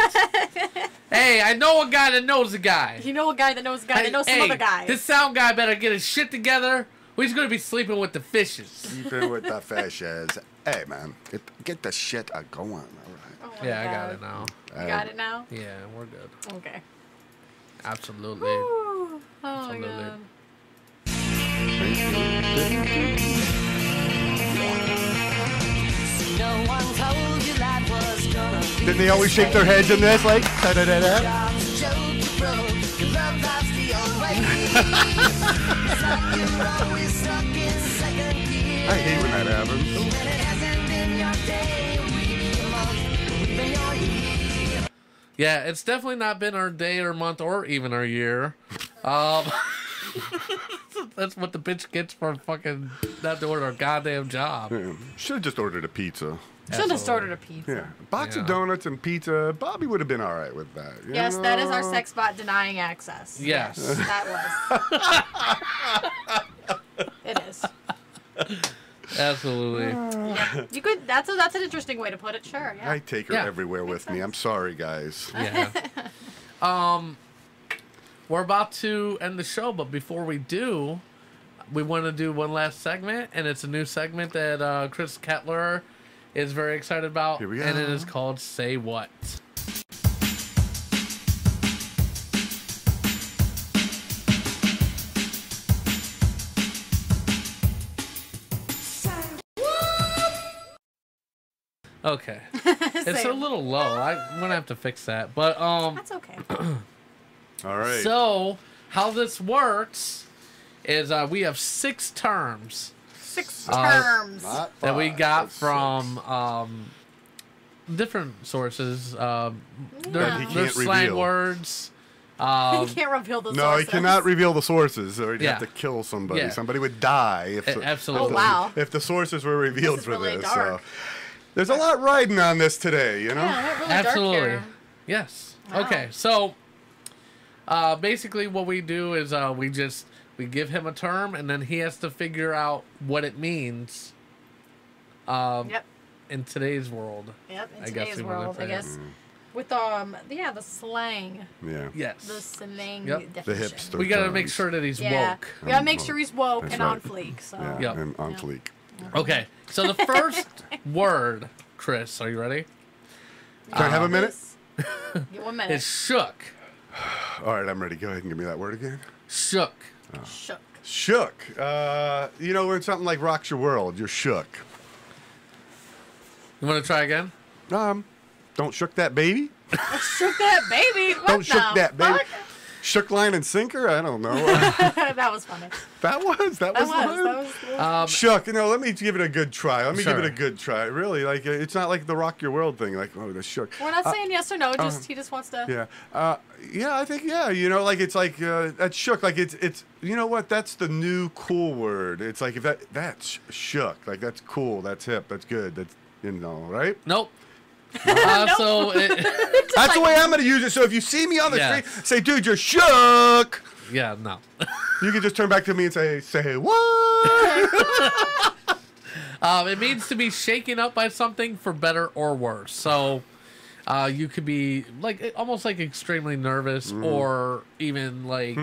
Speaker 1: hey, I know a guy that knows a guy.
Speaker 4: You know a guy that knows a guy that knows some
Speaker 1: Hey,
Speaker 4: other guy.
Speaker 1: This sound guy better get his shit together. or He's gonna be sleeping with the fishes.
Speaker 5: Keeping with the fishes. Hey, man, get, get the shit a going. All
Speaker 4: Oh
Speaker 5: right.
Speaker 4: my
Speaker 1: Yeah, I got
Speaker 4: God.
Speaker 1: it now.
Speaker 4: You got it now.
Speaker 1: Yeah, we're good.
Speaker 4: Okay.
Speaker 1: Absolutely.
Speaker 4: Ooh, oh my
Speaker 1: Absolutely.
Speaker 4: god.
Speaker 5: Didn't they always shake their heads in this? Like, da da da da. I hate when that happens.
Speaker 1: Yeah, it's definitely not been our day or month or even our year. Um, that's what the bitch gets for fucking not doing our goddamn job.
Speaker 5: Should have just ordered a pizza.
Speaker 4: Should have started a pizza.
Speaker 5: Yeah. Box of
Speaker 1: Yeah.
Speaker 5: donuts and pizza. Bobby would have been all right with that. you
Speaker 4: Yes, that is our
Speaker 5: know?
Speaker 4: sex bot denying access.
Speaker 1: Yes.
Speaker 4: That was. it is.
Speaker 1: Absolutely.
Speaker 6: You could. That's a, that's an interesting way to put it. Sure. Yeah.
Speaker 5: I take her
Speaker 1: Yeah.
Speaker 5: everywhere with me. I'm sorry, guys.
Speaker 1: Yeah. um, we're about to end the show, but before we do, we want to do one last segment, and it's a new segment that uh, Chris Kettler is very excited about,
Speaker 5: Here we
Speaker 1: and it
Speaker 5: go.
Speaker 1: is called "Say What." Okay. It's a
Speaker 6: Same.
Speaker 1: little low. I'm gonna have to fix that. But um,
Speaker 6: That's okay.
Speaker 5: Uh, All right.
Speaker 1: so how this works is uh, we have six terms
Speaker 6: Six
Speaker 1: Uh,
Speaker 6: terms.
Speaker 5: Not
Speaker 1: that we
Speaker 5: five,
Speaker 1: got
Speaker 5: that's
Speaker 1: from
Speaker 5: six.
Speaker 1: um, different sources. Um, they're,
Speaker 5: That he
Speaker 1: they're
Speaker 5: can't
Speaker 1: slang
Speaker 5: reveal.
Speaker 1: words.
Speaker 6: you can't reveal those.
Speaker 5: um, No, he
Speaker 6: sources.
Speaker 5: cannot reveal the sources, or he'd have
Speaker 1: Yeah.
Speaker 5: to kill somebody.
Speaker 1: Yeah.
Speaker 5: Somebody would die if
Speaker 1: A-
Speaker 5: the,
Speaker 1: absolutely.
Speaker 5: If the,
Speaker 6: Oh, wow.
Speaker 5: if the sources were revealed
Speaker 6: is
Speaker 5: for
Speaker 6: really
Speaker 5: this. So.
Speaker 6: dark.
Speaker 5: There's a lot riding on this today, you know.
Speaker 6: Yeah, we're really
Speaker 1: Absolutely.
Speaker 6: Oh, dark here.
Speaker 1: Yes.
Speaker 6: Wow.
Speaker 1: Okay. So uh, basically, what we do is uh, we just we give him a term, and then he has to figure out what it means. Um,
Speaker 6: Yep.
Speaker 1: In today's world.
Speaker 6: Yep. In
Speaker 1: I guess
Speaker 6: today's
Speaker 1: we wanna
Speaker 6: world, I
Speaker 1: play that.
Speaker 6: guess. With um, yeah, the slang,
Speaker 5: Yeah.
Speaker 1: Yes.
Speaker 6: the slang
Speaker 1: Yep. The
Speaker 5: The
Speaker 6: definition.
Speaker 5: hipster.
Speaker 1: we got to
Speaker 5: terms.
Speaker 1: make sure that he's
Speaker 6: Yeah.
Speaker 1: woke.
Speaker 6: We gotta make
Speaker 5: woke.
Speaker 6: sure he's woke
Speaker 5: That's
Speaker 6: and
Speaker 5: right.
Speaker 6: on fleek. So.
Speaker 5: Yeah,
Speaker 1: Yeah.
Speaker 5: and on fleek.
Speaker 1: Okay. So the first word, Chris, are you ready?
Speaker 5: Can I have
Speaker 1: Um,
Speaker 5: a minute?
Speaker 6: Get one minute.
Speaker 1: Is shook.
Speaker 5: All right, I'm ready. Go ahead and give me that word again.
Speaker 1: Shook.
Speaker 6: Shook.
Speaker 5: Shook. Uh, you know, when something like rocks your world, you're shook.
Speaker 1: You want to try again?
Speaker 5: Um, don't shook that baby.
Speaker 6: Shook that baby. What
Speaker 5: Don't shook
Speaker 6: the
Speaker 5: that baby.
Speaker 6: fuck?
Speaker 5: Shook line and sinker. I don't know.
Speaker 6: that was funny.
Speaker 5: that was that
Speaker 6: That
Speaker 5: was,
Speaker 6: was.
Speaker 5: the word.
Speaker 6: That was.
Speaker 1: Um,
Speaker 5: Shook. No, let me give it a good try. Let me give
Speaker 1: Sure.
Speaker 5: it a good try. Really, like uh, it's not like the rock your world thing. Like oh, the shook.
Speaker 6: We're not saying yes or no. Just he just wants to.
Speaker 5: Yeah, uh, yeah. I think yeah. You know, like it's like uh, that shook. Like it's it's. You know what? That's the new cool word. It's like if that that's shook. Like that's cool. That's hip. That's good. That's you know right.
Speaker 1: nope. Uh, so it,
Speaker 5: That's the way I'm gonna use it. So if you see me on the
Speaker 1: Yeah.
Speaker 5: street, say, "Dude, you're shook."
Speaker 1: yeah, no.
Speaker 5: You can just turn back to me and say, "Say what?"
Speaker 1: Um, it means to be shaken up by something for better or worse. So uh, you could be like eh, almost like extremely nervous or even like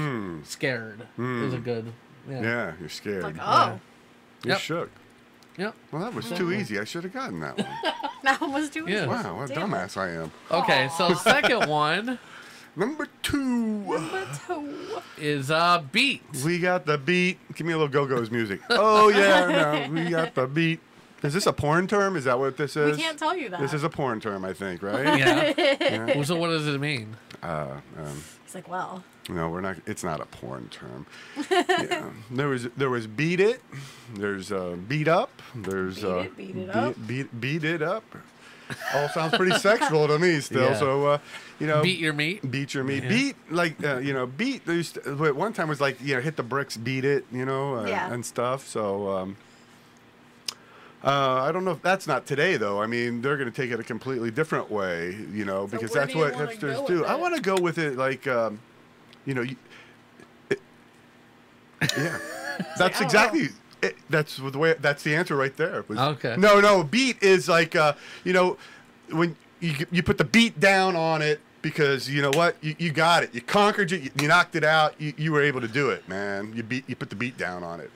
Speaker 1: scared. Is a good. Yeah.
Speaker 5: yeah, you're scared.
Speaker 6: Like, oh,
Speaker 5: You're
Speaker 1: Yep. Mm-hmm.
Speaker 5: shook.
Speaker 1: Yep.
Speaker 5: Well, that was too easy. I should have gotten that one.
Speaker 6: that one was doing.
Speaker 1: Yeah.
Speaker 5: Wow, what a
Speaker 6: Damn it.
Speaker 5: dumbass I am.
Speaker 1: Okay. So second one
Speaker 5: Number two,
Speaker 6: Toe.
Speaker 1: is uh beat.
Speaker 5: we got the beat. Give me a little Go Go's music. Oh yeah, no, we got the beat. Is this a porn term? Is that what this
Speaker 6: We
Speaker 5: is?
Speaker 6: can't tell you that.
Speaker 5: This is a porn term, I think, right?
Speaker 1: Yeah. So what does it mean?
Speaker 6: He's like, well,
Speaker 5: No, we're not. It's not a porn term. yeah. There was there was beat it. There's uh, beat up. There's
Speaker 6: Beat
Speaker 5: uh,
Speaker 6: it, beat it
Speaker 5: beat,
Speaker 6: up.
Speaker 5: Beat, beat it up. All sounds pretty sexual to me still.
Speaker 1: Yeah.
Speaker 5: So uh, you know,
Speaker 1: Beat your meat.
Speaker 5: beat your meat.
Speaker 1: Yeah.
Speaker 5: Beat like uh, you know, beat. There used to, at one time was like you know, hit the bricks, beat it, you know, uh,
Speaker 6: Yeah.
Speaker 5: and stuff. So. Um, uh, I don't know if that's not today though. I mean, they're going to take it a completely different way, you know, because
Speaker 6: where
Speaker 5: that's
Speaker 6: do you
Speaker 5: what
Speaker 6: wanna go
Speaker 5: hipsters
Speaker 6: with
Speaker 5: do. I
Speaker 6: it?
Speaker 5: want to go with it like, um, you know, you, yeah, that's
Speaker 6: don't
Speaker 5: exactly. It, that's the way. That's the answer right there. was-
Speaker 1: Okay.
Speaker 5: No, no. Beat is like uh, you know when you you put the beat down on it because you know what you, you got it. You conquered it. You, you knocked it out. You, you were able to do it, man. You beat. You put the beat down on it.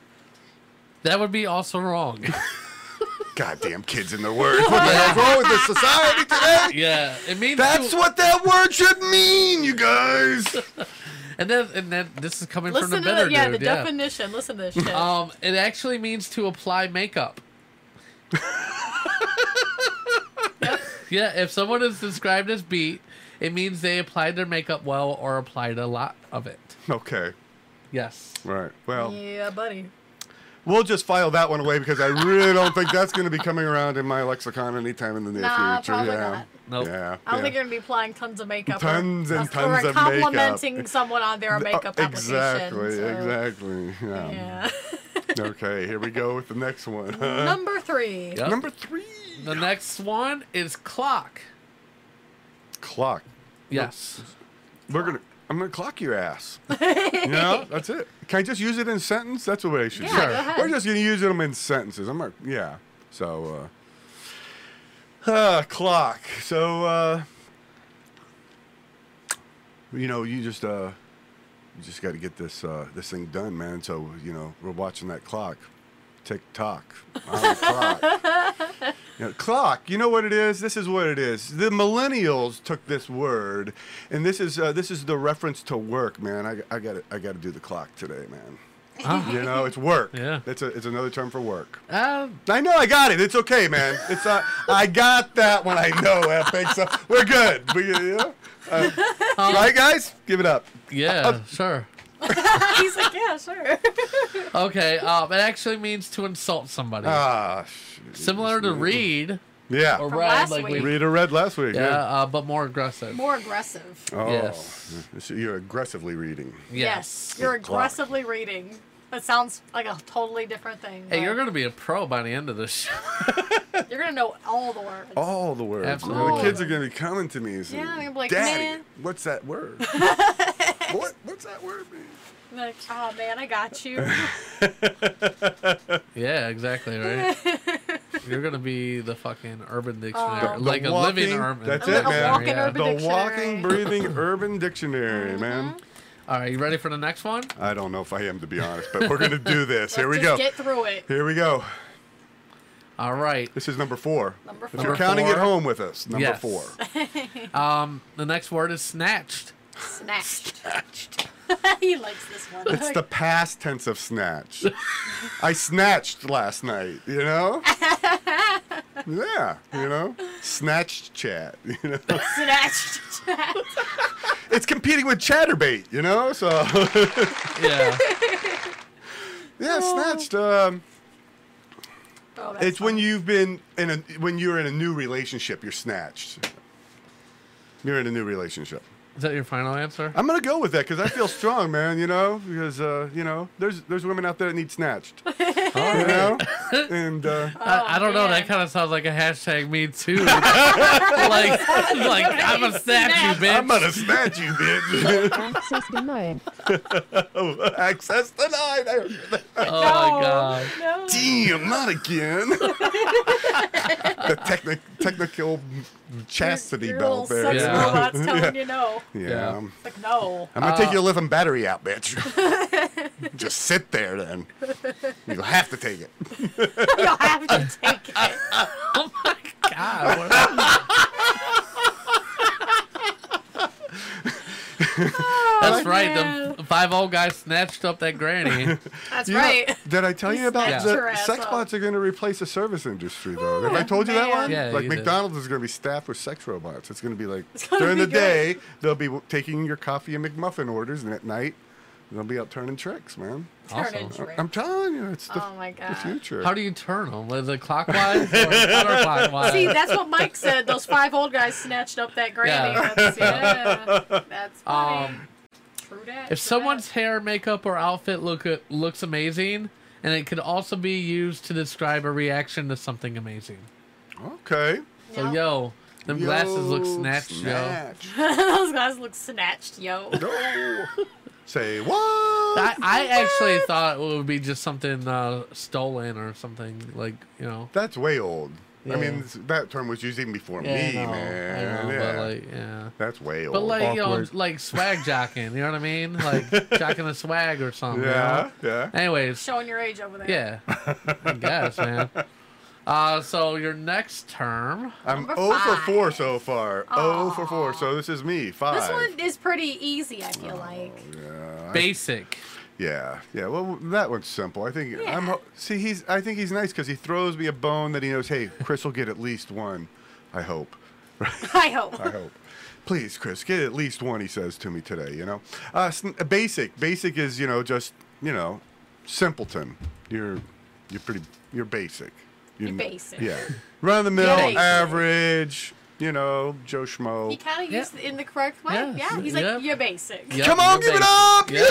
Speaker 1: That would be also wrong.
Speaker 5: Goddamn kids in their words. What the hell's wrong with this society today?
Speaker 1: yeah. It means
Speaker 5: That's
Speaker 1: to-
Speaker 5: what that word should mean, you guys.
Speaker 1: and then and then this is coming
Speaker 6: listen
Speaker 1: from
Speaker 6: to
Speaker 1: the better
Speaker 6: the, yeah,
Speaker 1: dude.
Speaker 6: the definition. Listen to this shit.
Speaker 1: Um, it actually means to apply makeup. yeah, if someone is described as beat, it means they applied their makeup well or applied a lot of it.
Speaker 5: Okay.
Speaker 1: Yes.
Speaker 5: Right. Well,
Speaker 6: yeah, buddy.
Speaker 5: we'll just file that one away because I really don't think that's going to be coming around in my lexicon anytime in the near
Speaker 6: Nah,
Speaker 5: future.
Speaker 6: probably
Speaker 5: yeah.
Speaker 6: not.
Speaker 1: Nope.
Speaker 5: Yeah.
Speaker 6: I don't
Speaker 5: yeah.
Speaker 6: think you're gonna be applying tons of makeup. or-
Speaker 5: Tons and
Speaker 6: or,
Speaker 5: tons of
Speaker 6: complimenting
Speaker 5: makeup.
Speaker 6: someone on their
Speaker 5: Uh,
Speaker 6: makeup application.
Speaker 5: Exactly.
Speaker 6: so,
Speaker 5: Exactly. Yeah.
Speaker 6: Yeah.
Speaker 5: Okay. Here we go with the next one. Uh,
Speaker 6: Number three.
Speaker 1: Yep.
Speaker 5: Number three.
Speaker 1: The next one is clock.
Speaker 5: Clock.
Speaker 1: Yes.
Speaker 5: We're gonna. I'm gonna clock your ass. you know, that's it. Can I just use it in sentence? That's what I should
Speaker 6: Yeah,
Speaker 5: say.
Speaker 6: go ahead.
Speaker 5: We're just gonna use them in sentences. I'm not. Yeah. So, uh, uh clock. So, uh, you know, you just uh, you just got to get this uh, this thing done, man. So, you know, we're watching that clock. Tick tock. On the clock. You know, clock. You know what it is. This is what it is. The millennials took this word, and this is uh, this is the reference to work, man. I, I got to I got to do the clock today, man. You know, it's work.
Speaker 1: Yeah.
Speaker 5: it's a, it's another term for work.
Speaker 1: Uh,
Speaker 5: I know I got it. It's okay, man. It's not, I got that one. I know epic. So we're good. We, you know, uh, right, guys? Give it up.
Speaker 1: yeah, sure.
Speaker 4: Um, He's like, yeah, sure.
Speaker 1: Okay, um, it actually means to insult somebody.
Speaker 5: Ah, shoot.
Speaker 1: Similar to read
Speaker 5: yeah.
Speaker 1: or
Speaker 4: From
Speaker 1: read,
Speaker 4: last
Speaker 1: like we,
Speaker 4: week.
Speaker 5: Read or read last week.
Speaker 1: yeah, uh, but more aggressive.
Speaker 4: More aggressive.
Speaker 5: Oh,
Speaker 1: Yes.
Speaker 5: So you're aggressively reading.
Speaker 1: yes.
Speaker 4: Yes. You're
Speaker 5: Good clock.
Speaker 4: aggressively reading. That sounds like a totally different thing.
Speaker 1: Hey,
Speaker 4: but
Speaker 1: you're gonna be a pro by the end of this show.
Speaker 4: you're gonna know all the words.
Speaker 5: All the words.
Speaker 1: Absolutely.
Speaker 5: You know, the kids are going to be coming to me. and saying,
Speaker 4: Yeah, they're gonna be like,
Speaker 5: Daddy,
Speaker 4: "Man."
Speaker 5: what's that word? what? What's that word mean?
Speaker 4: Like, oh man, I got you.
Speaker 1: yeah, exactly right. you're gonna be the fucking urban dictionary,
Speaker 5: The
Speaker 1: like a living urban.
Speaker 5: That's
Speaker 4: Oh. Like
Speaker 5: it,
Speaker 4: a walking
Speaker 5: man.
Speaker 1: Yeah.
Speaker 4: urban-
Speaker 5: the
Speaker 4: dictionary. Mm-hmm.
Speaker 5: walking, breathing urban dictionary, man.
Speaker 1: All right, you ready for the next one?
Speaker 5: I don't know if I am to be honest, but we're gonna do this. Here we
Speaker 4: Just
Speaker 5: go.
Speaker 4: Get through it.
Speaker 5: Here we go.
Speaker 1: All right.
Speaker 5: This is number four.
Speaker 4: Number
Speaker 5: If you're
Speaker 1: four.
Speaker 5: counting at home with us, number
Speaker 1: Yes.
Speaker 5: four.
Speaker 1: Um, the next word is snatched.
Speaker 4: Snatched. he likes this one.
Speaker 5: It's the past tense of snatch. I snatched last night, you know? Yeah, you know? Snatched chat, you know?
Speaker 4: Snatched.
Speaker 5: It's competing with chatterbait, you know? So,
Speaker 1: Yeah.
Speaker 5: yeah, snatched. Um,
Speaker 4: Oh, that's
Speaker 5: it's when you've been in a, when you're in a new relationship, you're snatched. You're in a new relationship.
Speaker 1: is that your final answer?
Speaker 5: I'm gonna go with that because I feel strong, man. You know, because uh, you know, there's there's women out there that need snatched. you know, and uh,
Speaker 1: I, I don't know. That
Speaker 4: Oh, man.
Speaker 1: kind of sounds like a hashtag me too. like, like I'm gonna snatch you, bitch.
Speaker 5: I'm gonna snatch you, bitch.
Speaker 7: Access denied.
Speaker 5: Access denied.
Speaker 1: oh my god.
Speaker 5: Damn, not again. the technic technical chastity
Speaker 4: your little
Speaker 5: belt there.
Speaker 4: sex
Speaker 1: Yeah.
Speaker 4: robot's telling you no.
Speaker 5: Yeah. Uh,
Speaker 1: Yeah.
Speaker 5: I'm
Speaker 4: It's like no.
Speaker 5: gonna take your living battery out, bitch. Just sit there, then. You'll have to take it.
Speaker 4: You'll have to take it.
Speaker 1: God. what- That's
Speaker 4: Oh,
Speaker 1: right. The five old guys snatched up that granny.
Speaker 4: That's
Speaker 5: You know,
Speaker 4: right.
Speaker 5: did I tell you about
Speaker 1: snatched
Speaker 5: the
Speaker 4: her ass
Speaker 5: sex
Speaker 4: up.
Speaker 5: bots are going to replace the service industry though? Have I told you that
Speaker 4: man.
Speaker 5: one?
Speaker 1: Yeah,
Speaker 5: like
Speaker 1: you did.
Speaker 5: McDonald's is going to be staffed with sex robots. It's going to be like
Speaker 4: gonna
Speaker 5: during
Speaker 4: be
Speaker 5: the
Speaker 4: good.
Speaker 5: day they'll be w- taking your coffee and McMuffin orders, and at night they'll be out turning tricks, man.
Speaker 1: Awesome.
Speaker 4: Turn it
Speaker 5: I'm telling you, it's the,
Speaker 4: Oh my
Speaker 5: the
Speaker 4: god.
Speaker 5: future.
Speaker 1: How do you turn them? Is it clockwise or counterclockwise?
Speaker 4: See, that's what Mike said. Those five old guys snatched up that granny.
Speaker 1: Yeah.
Speaker 4: That's, yeah. That's funny.
Speaker 1: Um,
Speaker 4: true that. true
Speaker 1: if someone's hair, makeup, or outfit look looks amazing, and it could also be used to describe a reaction to something amazing.
Speaker 5: okay.
Speaker 4: that.
Speaker 1: So
Speaker 4: Yep.
Speaker 1: yo, them glasses look snatched, yo.
Speaker 5: snatched.
Speaker 4: Those guys look snatched, yo.
Speaker 5: No. Say what?
Speaker 1: I, I actually thought it would be just something uh, stolen or something like you know.
Speaker 5: That's way old.
Speaker 1: Yeah.
Speaker 5: I mean, s- that term was used even before me,
Speaker 1: I know,
Speaker 5: man.
Speaker 1: I know,
Speaker 5: yeah.
Speaker 1: but like yeah.
Speaker 5: That's way old.
Speaker 1: But like
Speaker 5: Awkward.
Speaker 1: you know, like swag jocking. You know what I mean? Like jocking the swag or something. you
Speaker 5: yeah,
Speaker 1: know?
Speaker 5: yeah.
Speaker 1: Anyways,
Speaker 4: Showing your age over there.
Speaker 1: yeah. I guess, man. Uh, so your next term.
Speaker 5: I'm
Speaker 4: Number
Speaker 5: 0 for
Speaker 4: five.
Speaker 5: 4 so far. 0 for 4. So this is me. 5.
Speaker 4: This one is pretty easy, I
Speaker 1: Oh,
Speaker 4: feel like.
Speaker 1: Basic.
Speaker 5: Yeah. Yeah. Well, that one's simple. I think I'm ho- See, he's I think he's nice cuz he throws me a bone that he knows, "Hey, Chris will get at least one." I hope.
Speaker 4: I hope.
Speaker 5: I hope. Please, Chris, get at least one, he says to me today, you know. Uh, sn- basic. Basic is, you know, just, you know, simpleton. You're you're pretty you're basic. You're, n-
Speaker 4: basic.
Speaker 5: Yeah. Run of the mill,
Speaker 4: Basic.
Speaker 5: average, you know, Joe Schmo.
Speaker 4: He kind of
Speaker 1: Yeah.
Speaker 4: used it in the correct way.
Speaker 1: Yeah.
Speaker 4: Yeah. He's like,
Speaker 1: Yeah.
Speaker 4: you're basic.
Speaker 1: Yep,
Speaker 5: Come on,
Speaker 1: you're
Speaker 5: give it
Speaker 1: basic.
Speaker 5: up!
Speaker 1: Yeah.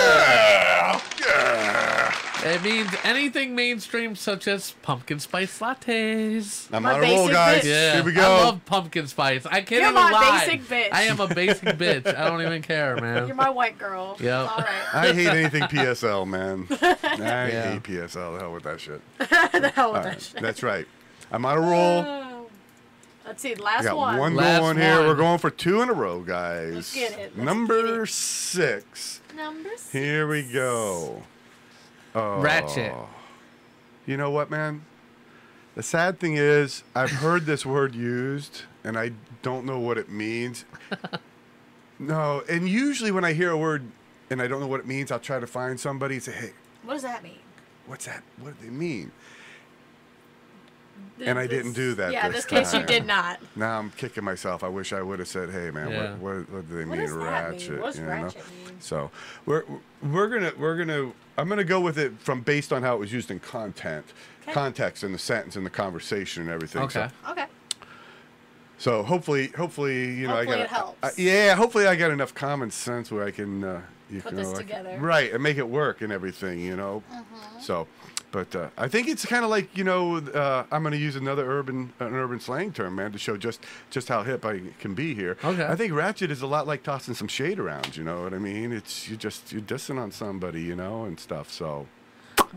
Speaker 5: Yeah! Yeah!
Speaker 1: It means anything mainstream, such as pumpkin spice lattes.
Speaker 5: I'm
Speaker 4: My
Speaker 5: on a roll,
Speaker 4: basic
Speaker 5: guys.
Speaker 4: bitch.
Speaker 1: Yeah,
Speaker 5: Here we
Speaker 1: I
Speaker 5: go.
Speaker 1: love pumpkin spice. I can't
Speaker 4: You're
Speaker 1: even
Speaker 4: my
Speaker 1: lie.
Speaker 4: basic bitch.
Speaker 1: I am a basic bitch. I don't even care, man.
Speaker 4: You're my white girl.
Speaker 1: Yeah.
Speaker 4: All right.
Speaker 5: I hate anything PSL, man. I
Speaker 1: Yeah.
Speaker 5: hate PSL. The hell with that shit.
Speaker 4: the hell with
Speaker 5: All
Speaker 4: that
Speaker 5: right.
Speaker 4: shit.
Speaker 5: That's right. I'm on a roll.
Speaker 4: Oh. Let's see.
Speaker 5: I
Speaker 4: Last
Speaker 5: got
Speaker 4: one.
Speaker 5: one
Speaker 1: Last
Speaker 5: going here. We're
Speaker 1: one.
Speaker 5: going for two in a row, guys.
Speaker 4: Let's get it. Let's
Speaker 5: Number six.
Speaker 4: Number six.
Speaker 5: Here we go. Oh,
Speaker 1: Ratchet.
Speaker 5: You know what, man? The sad thing is, I've heard this word used, and I don't know what it means. no, and usually when I hear a word and I don't know what it means, I'll try to find somebody and say, "Hey,
Speaker 4: What does that mean?
Speaker 5: what's that? What do they mean?" And I didn't do that
Speaker 4: Yeah, this
Speaker 5: this
Speaker 4: case you
Speaker 5: time.
Speaker 4: did not.
Speaker 5: Now I'm kicking myself. I wish I would have said, "Hey, man,
Speaker 1: Yeah.
Speaker 5: what, what, what do they
Speaker 4: What
Speaker 5: mean,
Speaker 4: does that mean?
Speaker 5: ratchet?"
Speaker 4: What does
Speaker 5: you know?
Speaker 4: ratchet mean?
Speaker 5: So we're we're gonna we're gonna I'm gonna go with it from based on how it was used in content,
Speaker 4: Okay.
Speaker 5: context, and the sentence, and the conversation, and everything.
Speaker 1: Okay.
Speaker 5: So,
Speaker 4: Okay.
Speaker 5: so hopefully, hopefully, you know,
Speaker 4: Hopefully
Speaker 5: I got
Speaker 4: it helps.
Speaker 5: I- yeah, hopefully, I got enough common sense where I can uh, you
Speaker 4: Put
Speaker 5: can
Speaker 4: this
Speaker 5: like-
Speaker 4: together. Mm-hmm.
Speaker 5: right and make it work and everything, you know. So. But uh, I think it's kind of like you know uh, I'm going to use another urban an urban slang term, man, to show just just how hip I can be here.
Speaker 1: Okay.
Speaker 5: I think ratchet is a lot like tossing some shade around. You know what I mean? It's you just you're dissing on somebody, you know, and stuff. So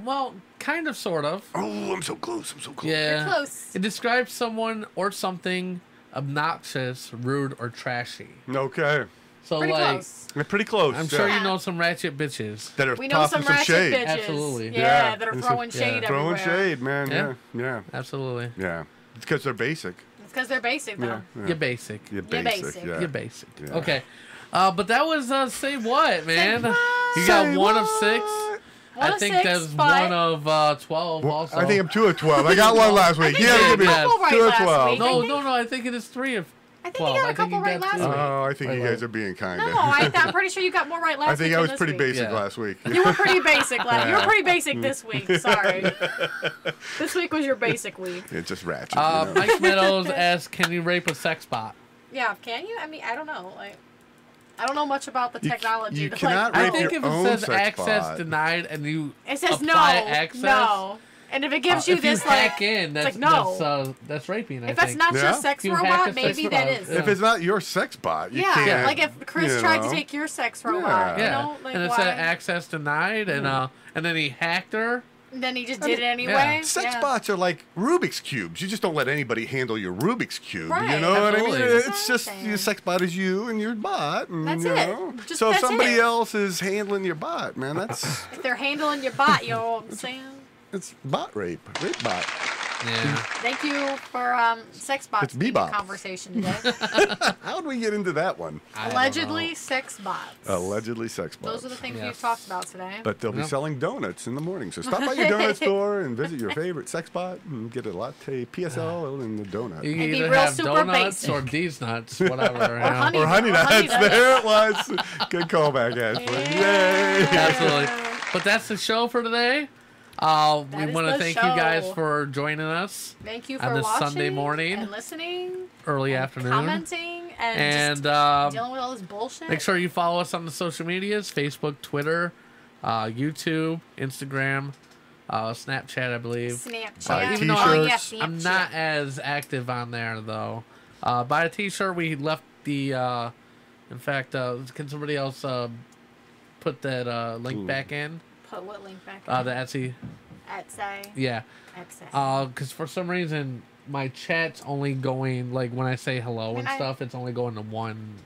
Speaker 1: Well, kind of, sort of.
Speaker 5: oh, I'm so close. I'm so close.
Speaker 1: Yeah.
Speaker 4: You're close.
Speaker 1: It describes someone or something obnoxious, rude, or trashy.
Speaker 5: Okay.
Speaker 1: So
Speaker 4: Pretty
Speaker 1: like,
Speaker 4: close.
Speaker 5: We're pretty close.
Speaker 1: I'm
Speaker 5: yeah.
Speaker 1: sure you know some ratchet bitches.
Speaker 5: that are
Speaker 4: We know
Speaker 5: tossing
Speaker 4: some
Speaker 5: some,
Speaker 4: ratchet
Speaker 5: shade,
Speaker 4: bitches.
Speaker 1: Absolutely.
Speaker 4: Yeah,
Speaker 5: Yeah.
Speaker 4: that are
Speaker 5: It's a-
Speaker 4: throwing
Speaker 1: yeah.
Speaker 4: shade
Speaker 5: throwing
Speaker 4: everywhere.
Speaker 5: shade, man.
Speaker 1: Yeah.
Speaker 5: Yeah, yeah,
Speaker 1: Absolutely.
Speaker 5: yeah. It's because they're basic.
Speaker 4: It's because they're basic, though.
Speaker 5: Yeah, yeah.
Speaker 1: You're basic.
Speaker 5: You're
Speaker 4: You're
Speaker 5: basic.
Speaker 4: basic.
Speaker 5: Yeah.
Speaker 1: You're basic.
Speaker 5: Yeah.
Speaker 1: Okay. Uh, but that was uh, say what, man. You got
Speaker 5: Say
Speaker 1: one of six.
Speaker 4: One
Speaker 1: I
Speaker 4: of
Speaker 1: think
Speaker 4: six,
Speaker 1: that's
Speaker 4: but-
Speaker 1: one of uh, twelve.
Speaker 5: Well,
Speaker 1: also,
Speaker 5: I think I'm two of twelve. I got one last week.
Speaker 4: think
Speaker 5: Yeah,
Speaker 4: you
Speaker 5: give me
Speaker 1: got a
Speaker 5: two
Speaker 1: couple
Speaker 4: right
Speaker 5: of
Speaker 4: last
Speaker 5: twelve.
Speaker 4: week.
Speaker 1: no, no, no. I think it is three of.
Speaker 4: I think you
Speaker 1: 12.
Speaker 4: got a couple right last
Speaker 1: two.
Speaker 4: week.
Speaker 5: Oh, I think you guys are being kind.
Speaker 4: No, I, I'm pretty sure you got more right last
Speaker 5: I think
Speaker 4: week.
Speaker 5: I
Speaker 4: than
Speaker 5: was
Speaker 4: this
Speaker 5: pretty
Speaker 4: week.
Speaker 5: basic
Speaker 1: Yeah.
Speaker 5: last week.
Speaker 4: You were pretty basic last. You were pretty basic this week. Sorry. this week was your basic week.
Speaker 5: It's just ratchet.
Speaker 1: Uh,
Speaker 5: you know?
Speaker 1: Mike Meadows asked, "Can you rape a sex bot?"
Speaker 4: Yeah, can you? I mean, I don't know. Like, I don't know much about the
Speaker 5: You c-
Speaker 4: technology.
Speaker 5: you
Speaker 4: to, like,
Speaker 5: cannot
Speaker 1: I
Speaker 5: Rape
Speaker 1: think
Speaker 5: your
Speaker 1: if it
Speaker 5: own
Speaker 1: says
Speaker 5: sex
Speaker 1: access
Speaker 5: bot.
Speaker 1: denied and you
Speaker 4: It says no,
Speaker 1: apply access,
Speaker 4: no. And if it
Speaker 1: uh,
Speaker 4: gives
Speaker 1: if
Speaker 4: you
Speaker 1: you
Speaker 4: this,
Speaker 1: hack
Speaker 4: like,
Speaker 1: in, that's
Speaker 4: it's like no.
Speaker 1: that's, uh, that's raping. I
Speaker 4: if that's
Speaker 1: think.
Speaker 4: not
Speaker 5: Yeah?
Speaker 4: your sex
Speaker 1: You hack
Speaker 4: robot,
Speaker 1: a sex
Speaker 4: maybe
Speaker 1: robot.
Speaker 4: that is.
Speaker 1: Yeah.
Speaker 5: if it's not your sex bot, you
Speaker 4: yeah,
Speaker 5: can't.
Speaker 4: like if Chris
Speaker 5: you
Speaker 4: tried to
Speaker 5: know.
Speaker 4: take your sex
Speaker 5: Yeah.
Speaker 4: robot,
Speaker 1: yeah,
Speaker 4: you know, like
Speaker 1: and it
Speaker 4: why?
Speaker 1: said access denied, and uh, and then he hacked her.
Speaker 4: and then he just did it anyway.
Speaker 1: yeah.
Speaker 5: Sex
Speaker 4: Yeah.
Speaker 5: bots are like Rubik's cubes. You just don't let anybody handle your Rubik's cube. You
Speaker 4: Right,
Speaker 5: know what I
Speaker 1: absolutely.
Speaker 5: mean? It's just
Speaker 4: Exactly.
Speaker 5: your sex bot is you and your bot. And,
Speaker 4: That's
Speaker 5: you
Speaker 4: it.
Speaker 5: know.
Speaker 4: Just
Speaker 5: so if
Speaker 4: that's
Speaker 5: somebody
Speaker 4: it.
Speaker 5: else is handling your bot, man, that's
Speaker 4: If they're handling your bot, you know what I'm saying?
Speaker 5: it's bot rape, rape bot.
Speaker 1: Yeah.
Speaker 4: Thank you for um, sex bots
Speaker 5: It's
Speaker 4: being a
Speaker 5: bebop.
Speaker 4: conversation today.
Speaker 5: How did we get into that one?
Speaker 1: I don't
Speaker 4: Allegedly,
Speaker 1: know.
Speaker 4: sex bots.
Speaker 5: Allegedly sex bots.
Speaker 4: Those are the things
Speaker 1: Yes.
Speaker 4: we've talked about today.
Speaker 5: But they'll be
Speaker 1: Yep.
Speaker 5: selling donuts in the morning. So stop by your donut store and visit your favorite sex spot and get a latte, PSL, and a donut.
Speaker 1: Uh, You can
Speaker 4: It'd be
Speaker 1: either
Speaker 4: real
Speaker 1: have
Speaker 4: super
Speaker 1: donuts
Speaker 4: basic.
Speaker 1: or these nuts, whatever. you know.
Speaker 4: honey
Speaker 5: or honey
Speaker 4: Or
Speaker 5: nuts.
Speaker 4: Honey Nuts.
Speaker 5: There it was. Good callback, Ashley. Yay.
Speaker 1: Absolutely. But that's the show for today. Uh, we
Speaker 4: That is
Speaker 1: want to
Speaker 4: the
Speaker 1: thank you guys
Speaker 4: show.
Speaker 1: for joining us
Speaker 4: Thank you for
Speaker 1: on this
Speaker 4: watching
Speaker 1: Sunday morning.
Speaker 4: and listening,
Speaker 1: early afternoon.
Speaker 4: commenting, and,
Speaker 1: and
Speaker 4: just
Speaker 1: um,
Speaker 4: dealing with all this bullshit.
Speaker 1: make sure you follow us on the social medias Facebook, Twitter, uh, YouTube, Instagram, uh, Snapchat, I believe.
Speaker 4: Snapchat.
Speaker 5: Buy
Speaker 1: even
Speaker 4: Oh,
Speaker 1: though
Speaker 4: yeah,
Speaker 5: t-shirts.
Speaker 4: Snapchat.
Speaker 1: I'm not as active on there, though. Uh, buy a t shirt. We left the. Uh, in fact, uh, can somebody else uh, put that uh, link
Speaker 5: Ooh.
Speaker 1: back in?
Speaker 4: Put what link back?
Speaker 1: Uh, the Etsy.
Speaker 4: at say.
Speaker 1: Yeah. Oh,
Speaker 4: At say.
Speaker 1: because for some reason my chat's only going like when I say hello and
Speaker 4: I-
Speaker 1: stuff, it's only going to one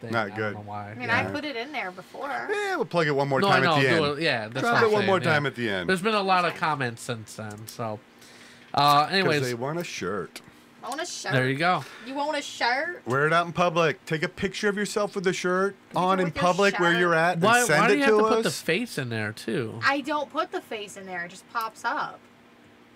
Speaker 1: thing.
Speaker 5: Not
Speaker 1: I
Speaker 5: good.
Speaker 1: Don't know why.
Speaker 4: I mean,
Speaker 1: yeah.
Speaker 4: I put it in there before.
Speaker 5: Yeah, Eh, we'll plug it one more
Speaker 1: no, I
Speaker 5: time
Speaker 1: know.
Speaker 5: at the
Speaker 1: do
Speaker 5: end.
Speaker 1: it- yeah, that's
Speaker 5: Try
Speaker 1: what
Speaker 5: it
Speaker 1: I'm
Speaker 5: one
Speaker 1: saying,
Speaker 5: more
Speaker 1: yeah.
Speaker 5: time at the end.
Speaker 1: There's been a lot of comments since then, so. Uh,
Speaker 5: 'Cause
Speaker 1: anyways,
Speaker 5: they want a shirt.
Speaker 4: I want a shirt.
Speaker 1: there you go.
Speaker 4: You want a shirt?
Speaker 5: Wear it out in public. Take a picture of yourself with the shirt on
Speaker 4: do
Speaker 5: in
Speaker 4: with your
Speaker 5: public where
Speaker 4: shirt.
Speaker 5: you're at and
Speaker 1: Why,
Speaker 5: send
Speaker 1: why
Speaker 5: it
Speaker 1: do you have
Speaker 5: to
Speaker 1: to
Speaker 5: us.
Speaker 1: put the face in there too?
Speaker 4: I don't put the face in there. It just pops up.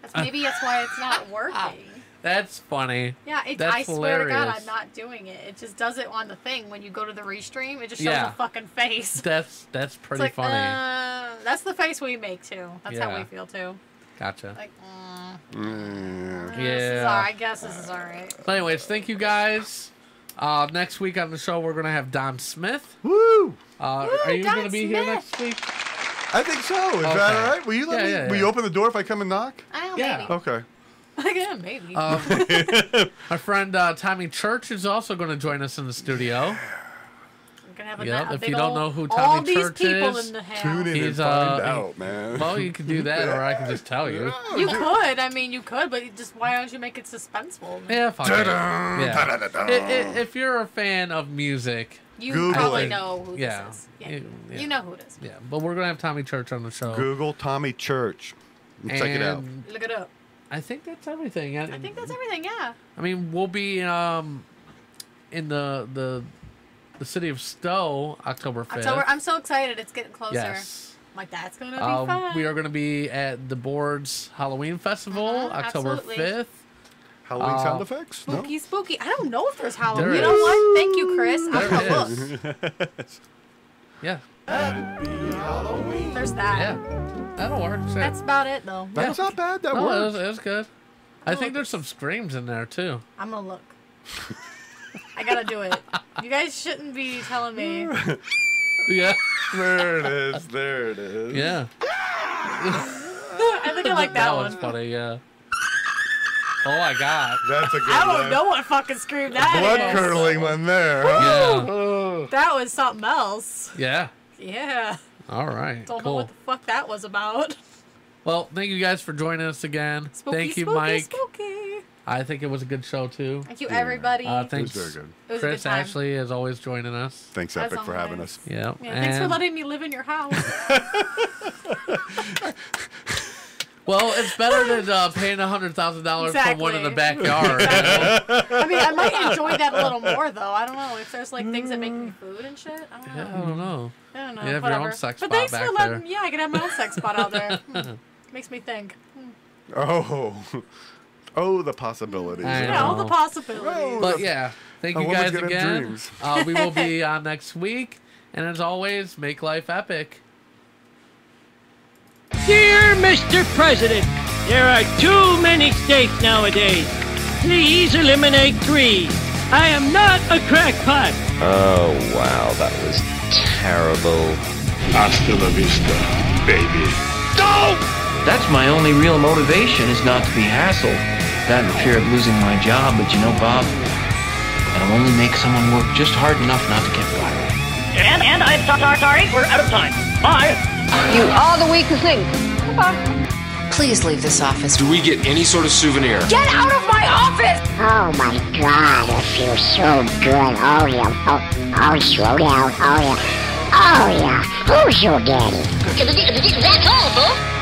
Speaker 4: That's
Speaker 1: Uh.
Speaker 4: maybe that's why it's not working.
Speaker 1: That's funny.
Speaker 4: Yeah, it,
Speaker 1: That's
Speaker 4: I swear to God,
Speaker 1: hilarious.
Speaker 4: I'm not doing it. It just does it on the thing when you go to the restream. It just shows
Speaker 1: Yeah.
Speaker 4: a fucking face.
Speaker 1: That's that's
Speaker 4: It's
Speaker 1: pretty
Speaker 4: like,
Speaker 1: funny.
Speaker 4: Uh, that's the face we make too. That's how
Speaker 1: Yeah.
Speaker 4: we feel too.
Speaker 1: gotcha.
Speaker 4: Like, mm,
Speaker 5: Mm,
Speaker 4: This is
Speaker 1: Yeah.
Speaker 4: all, I guess this is all right.
Speaker 1: But anyways, thank you guys. Uh, next week on the show, we're gonna have Don Smith.
Speaker 5: Woo!
Speaker 1: Uh, are you
Speaker 4: Don
Speaker 1: going to be here
Speaker 4: Smith.
Speaker 1: next week?
Speaker 5: I think so. Is that
Speaker 1: Okay.
Speaker 5: all right? Will you let
Speaker 1: Yeah,
Speaker 5: me?
Speaker 1: yeah,
Speaker 5: Will
Speaker 1: yeah.
Speaker 5: you open the door if I come and knock?
Speaker 4: I don't
Speaker 1: Yeah. Uh,
Speaker 4: maybe.
Speaker 5: Okay.
Speaker 4: Yeah, maybe.
Speaker 1: Our friend uh, Tommy Church is also going to join us in the studio.
Speaker 4: I'm gonna have a,
Speaker 1: yeah,
Speaker 4: a
Speaker 1: if
Speaker 4: big
Speaker 1: you don't
Speaker 4: old-
Speaker 1: know who
Speaker 4: all
Speaker 1: Tommy
Speaker 4: these
Speaker 1: Church
Speaker 4: people
Speaker 1: is,
Speaker 4: in the house.
Speaker 5: Tune in
Speaker 1: He's,
Speaker 5: and find
Speaker 1: uh,
Speaker 5: out, man.
Speaker 1: Well, you can do that, or I can just tell you.
Speaker 4: You could, I mean, you could, but you just why don't you make it suspenseful?
Speaker 1: Yeah, fuck it.
Speaker 5: Ta-da,
Speaker 1: Yeah.
Speaker 5: ta-da-da-da.
Speaker 1: I- i- if you're a fan of music,
Speaker 4: You
Speaker 5: Google
Speaker 4: probably
Speaker 5: it.
Speaker 4: know who
Speaker 1: Yeah.
Speaker 4: this is.
Speaker 1: You- yeah.
Speaker 4: You know who it is.
Speaker 1: yeah, but we're gonna have Tommy Church on the show.
Speaker 5: Google Tommy Church. and Check it out.
Speaker 1: And
Speaker 4: Look it up.
Speaker 1: I think that's everything.
Speaker 4: I think
Speaker 1: Mm-hmm.
Speaker 4: that's everything. Yeah.
Speaker 1: I mean, we'll be um in the the the city of Stowe October fifth.
Speaker 4: October. I'm so excited. It's getting closer.
Speaker 1: yes.
Speaker 4: I'm like that's gonna be
Speaker 1: Um,
Speaker 4: fun.
Speaker 1: we are going to be at the board's Halloween festival
Speaker 4: Mhm,
Speaker 1: October
Speaker 4: absolutely.
Speaker 1: fifth.
Speaker 5: Halloween
Speaker 1: Uh,
Speaker 5: sound effects? No.
Speaker 4: spooky, spooky. I don't know if there's Halloween.
Speaker 1: There
Speaker 4: you know
Speaker 1: is.
Speaker 4: what? Thank you, Chris.
Speaker 1: There
Speaker 4: I'm gonna
Speaker 1: is.
Speaker 4: look.
Speaker 1: Yeah,
Speaker 4: There's that.
Speaker 1: yeah, that'll work. Sure.
Speaker 4: That's about it though.
Speaker 5: That's not bad. That
Speaker 1: no, it was,
Speaker 5: works.
Speaker 1: it was good. I think there's some screams in there too.
Speaker 4: I'm gonna look. I gotta do it. You guys shouldn't be telling me.
Speaker 1: Yeah,
Speaker 5: There it is. There it is.
Speaker 1: yeah.
Speaker 4: I think I like that,
Speaker 1: That
Speaker 4: one.
Speaker 1: was funny. Yeah. Oh my god.
Speaker 5: That's a good
Speaker 4: I
Speaker 5: one.
Speaker 4: don't know what fucking scream that is.
Speaker 5: Blood curdling one there.
Speaker 1: Yeah.
Speaker 5: Oh.
Speaker 4: That was something else.
Speaker 1: Yeah.
Speaker 4: Yeah.
Speaker 1: All right.
Speaker 4: Don't know
Speaker 1: cool.
Speaker 4: what the fuck that was about.
Speaker 1: Well, thank you guys for joining us again.
Speaker 4: Spooky,
Speaker 1: thank you,
Speaker 4: spooky,
Speaker 1: Mike.
Speaker 4: spooky.
Speaker 1: I think it was a good show too.
Speaker 4: Thank you, everybody.
Speaker 1: Uh,
Speaker 5: It was
Speaker 1: thanks,
Speaker 5: very good.
Speaker 4: it was a good
Speaker 1: Chris
Speaker 4: time.
Speaker 1: Ashley, is always joining us.
Speaker 5: Thanks,
Speaker 4: As
Speaker 5: Epic, for having
Speaker 4: always.
Speaker 5: us.
Speaker 1: Yeah.
Speaker 4: Yeah, thanks for
Speaker 1: and-
Speaker 4: letting me live in your house.
Speaker 1: Well, it's better than uh, paying hundred thousand dollars for one in the
Speaker 4: Exactly.
Speaker 1: backyard.
Speaker 4: I mean, I might enjoy that a little more though. I don't know if there's like things that make me food and shit. I don't know.
Speaker 1: you know? I don't know.
Speaker 4: I don't know.
Speaker 1: You have your
Speaker 4: whatever.
Speaker 1: own sex
Speaker 4: but
Speaker 1: spot
Speaker 4: thanks
Speaker 1: back
Speaker 4: for letting.
Speaker 1: there.
Speaker 4: Yeah, I can have my own sex spot out there. Hmm. Makes me think.
Speaker 5: Oh. Oh, the possibilities.
Speaker 1: I
Speaker 4: Yeah, all
Speaker 1: know.
Speaker 4: the possibilities.
Speaker 5: Oh,
Speaker 1: But yeah, thank
Speaker 5: A
Speaker 1: you
Speaker 5: woman's
Speaker 1: guys
Speaker 5: gonna have
Speaker 1: again.
Speaker 5: dreams.
Speaker 1: Uh, we will be on next week, and as always, make life epic.
Speaker 7: Dear Mr. President, there are too many states nowadays. Please eliminate three. I am not a crackpot.
Speaker 12: Oh, wow, that was terrible.
Speaker 13: Hasta la vista, baby.
Speaker 12: That's my only real motivation is not to be hassled. That and fear of losing my job, but you know, Bob, that'll only make someone work just hard enough not to get fired.
Speaker 7: And, and I'm so- so- sorry, we're out of time. Bye.
Speaker 6: You are the weakest link. Goodbye. Please leave this office.
Speaker 3: Do we get any sort of souvenir?
Speaker 6: Get out of my office! Oh my god, I feel so good. Oh yeah. Oh, oh slow down. Oh yeah. Oh yeah. Who's your daddy? That's all, bro.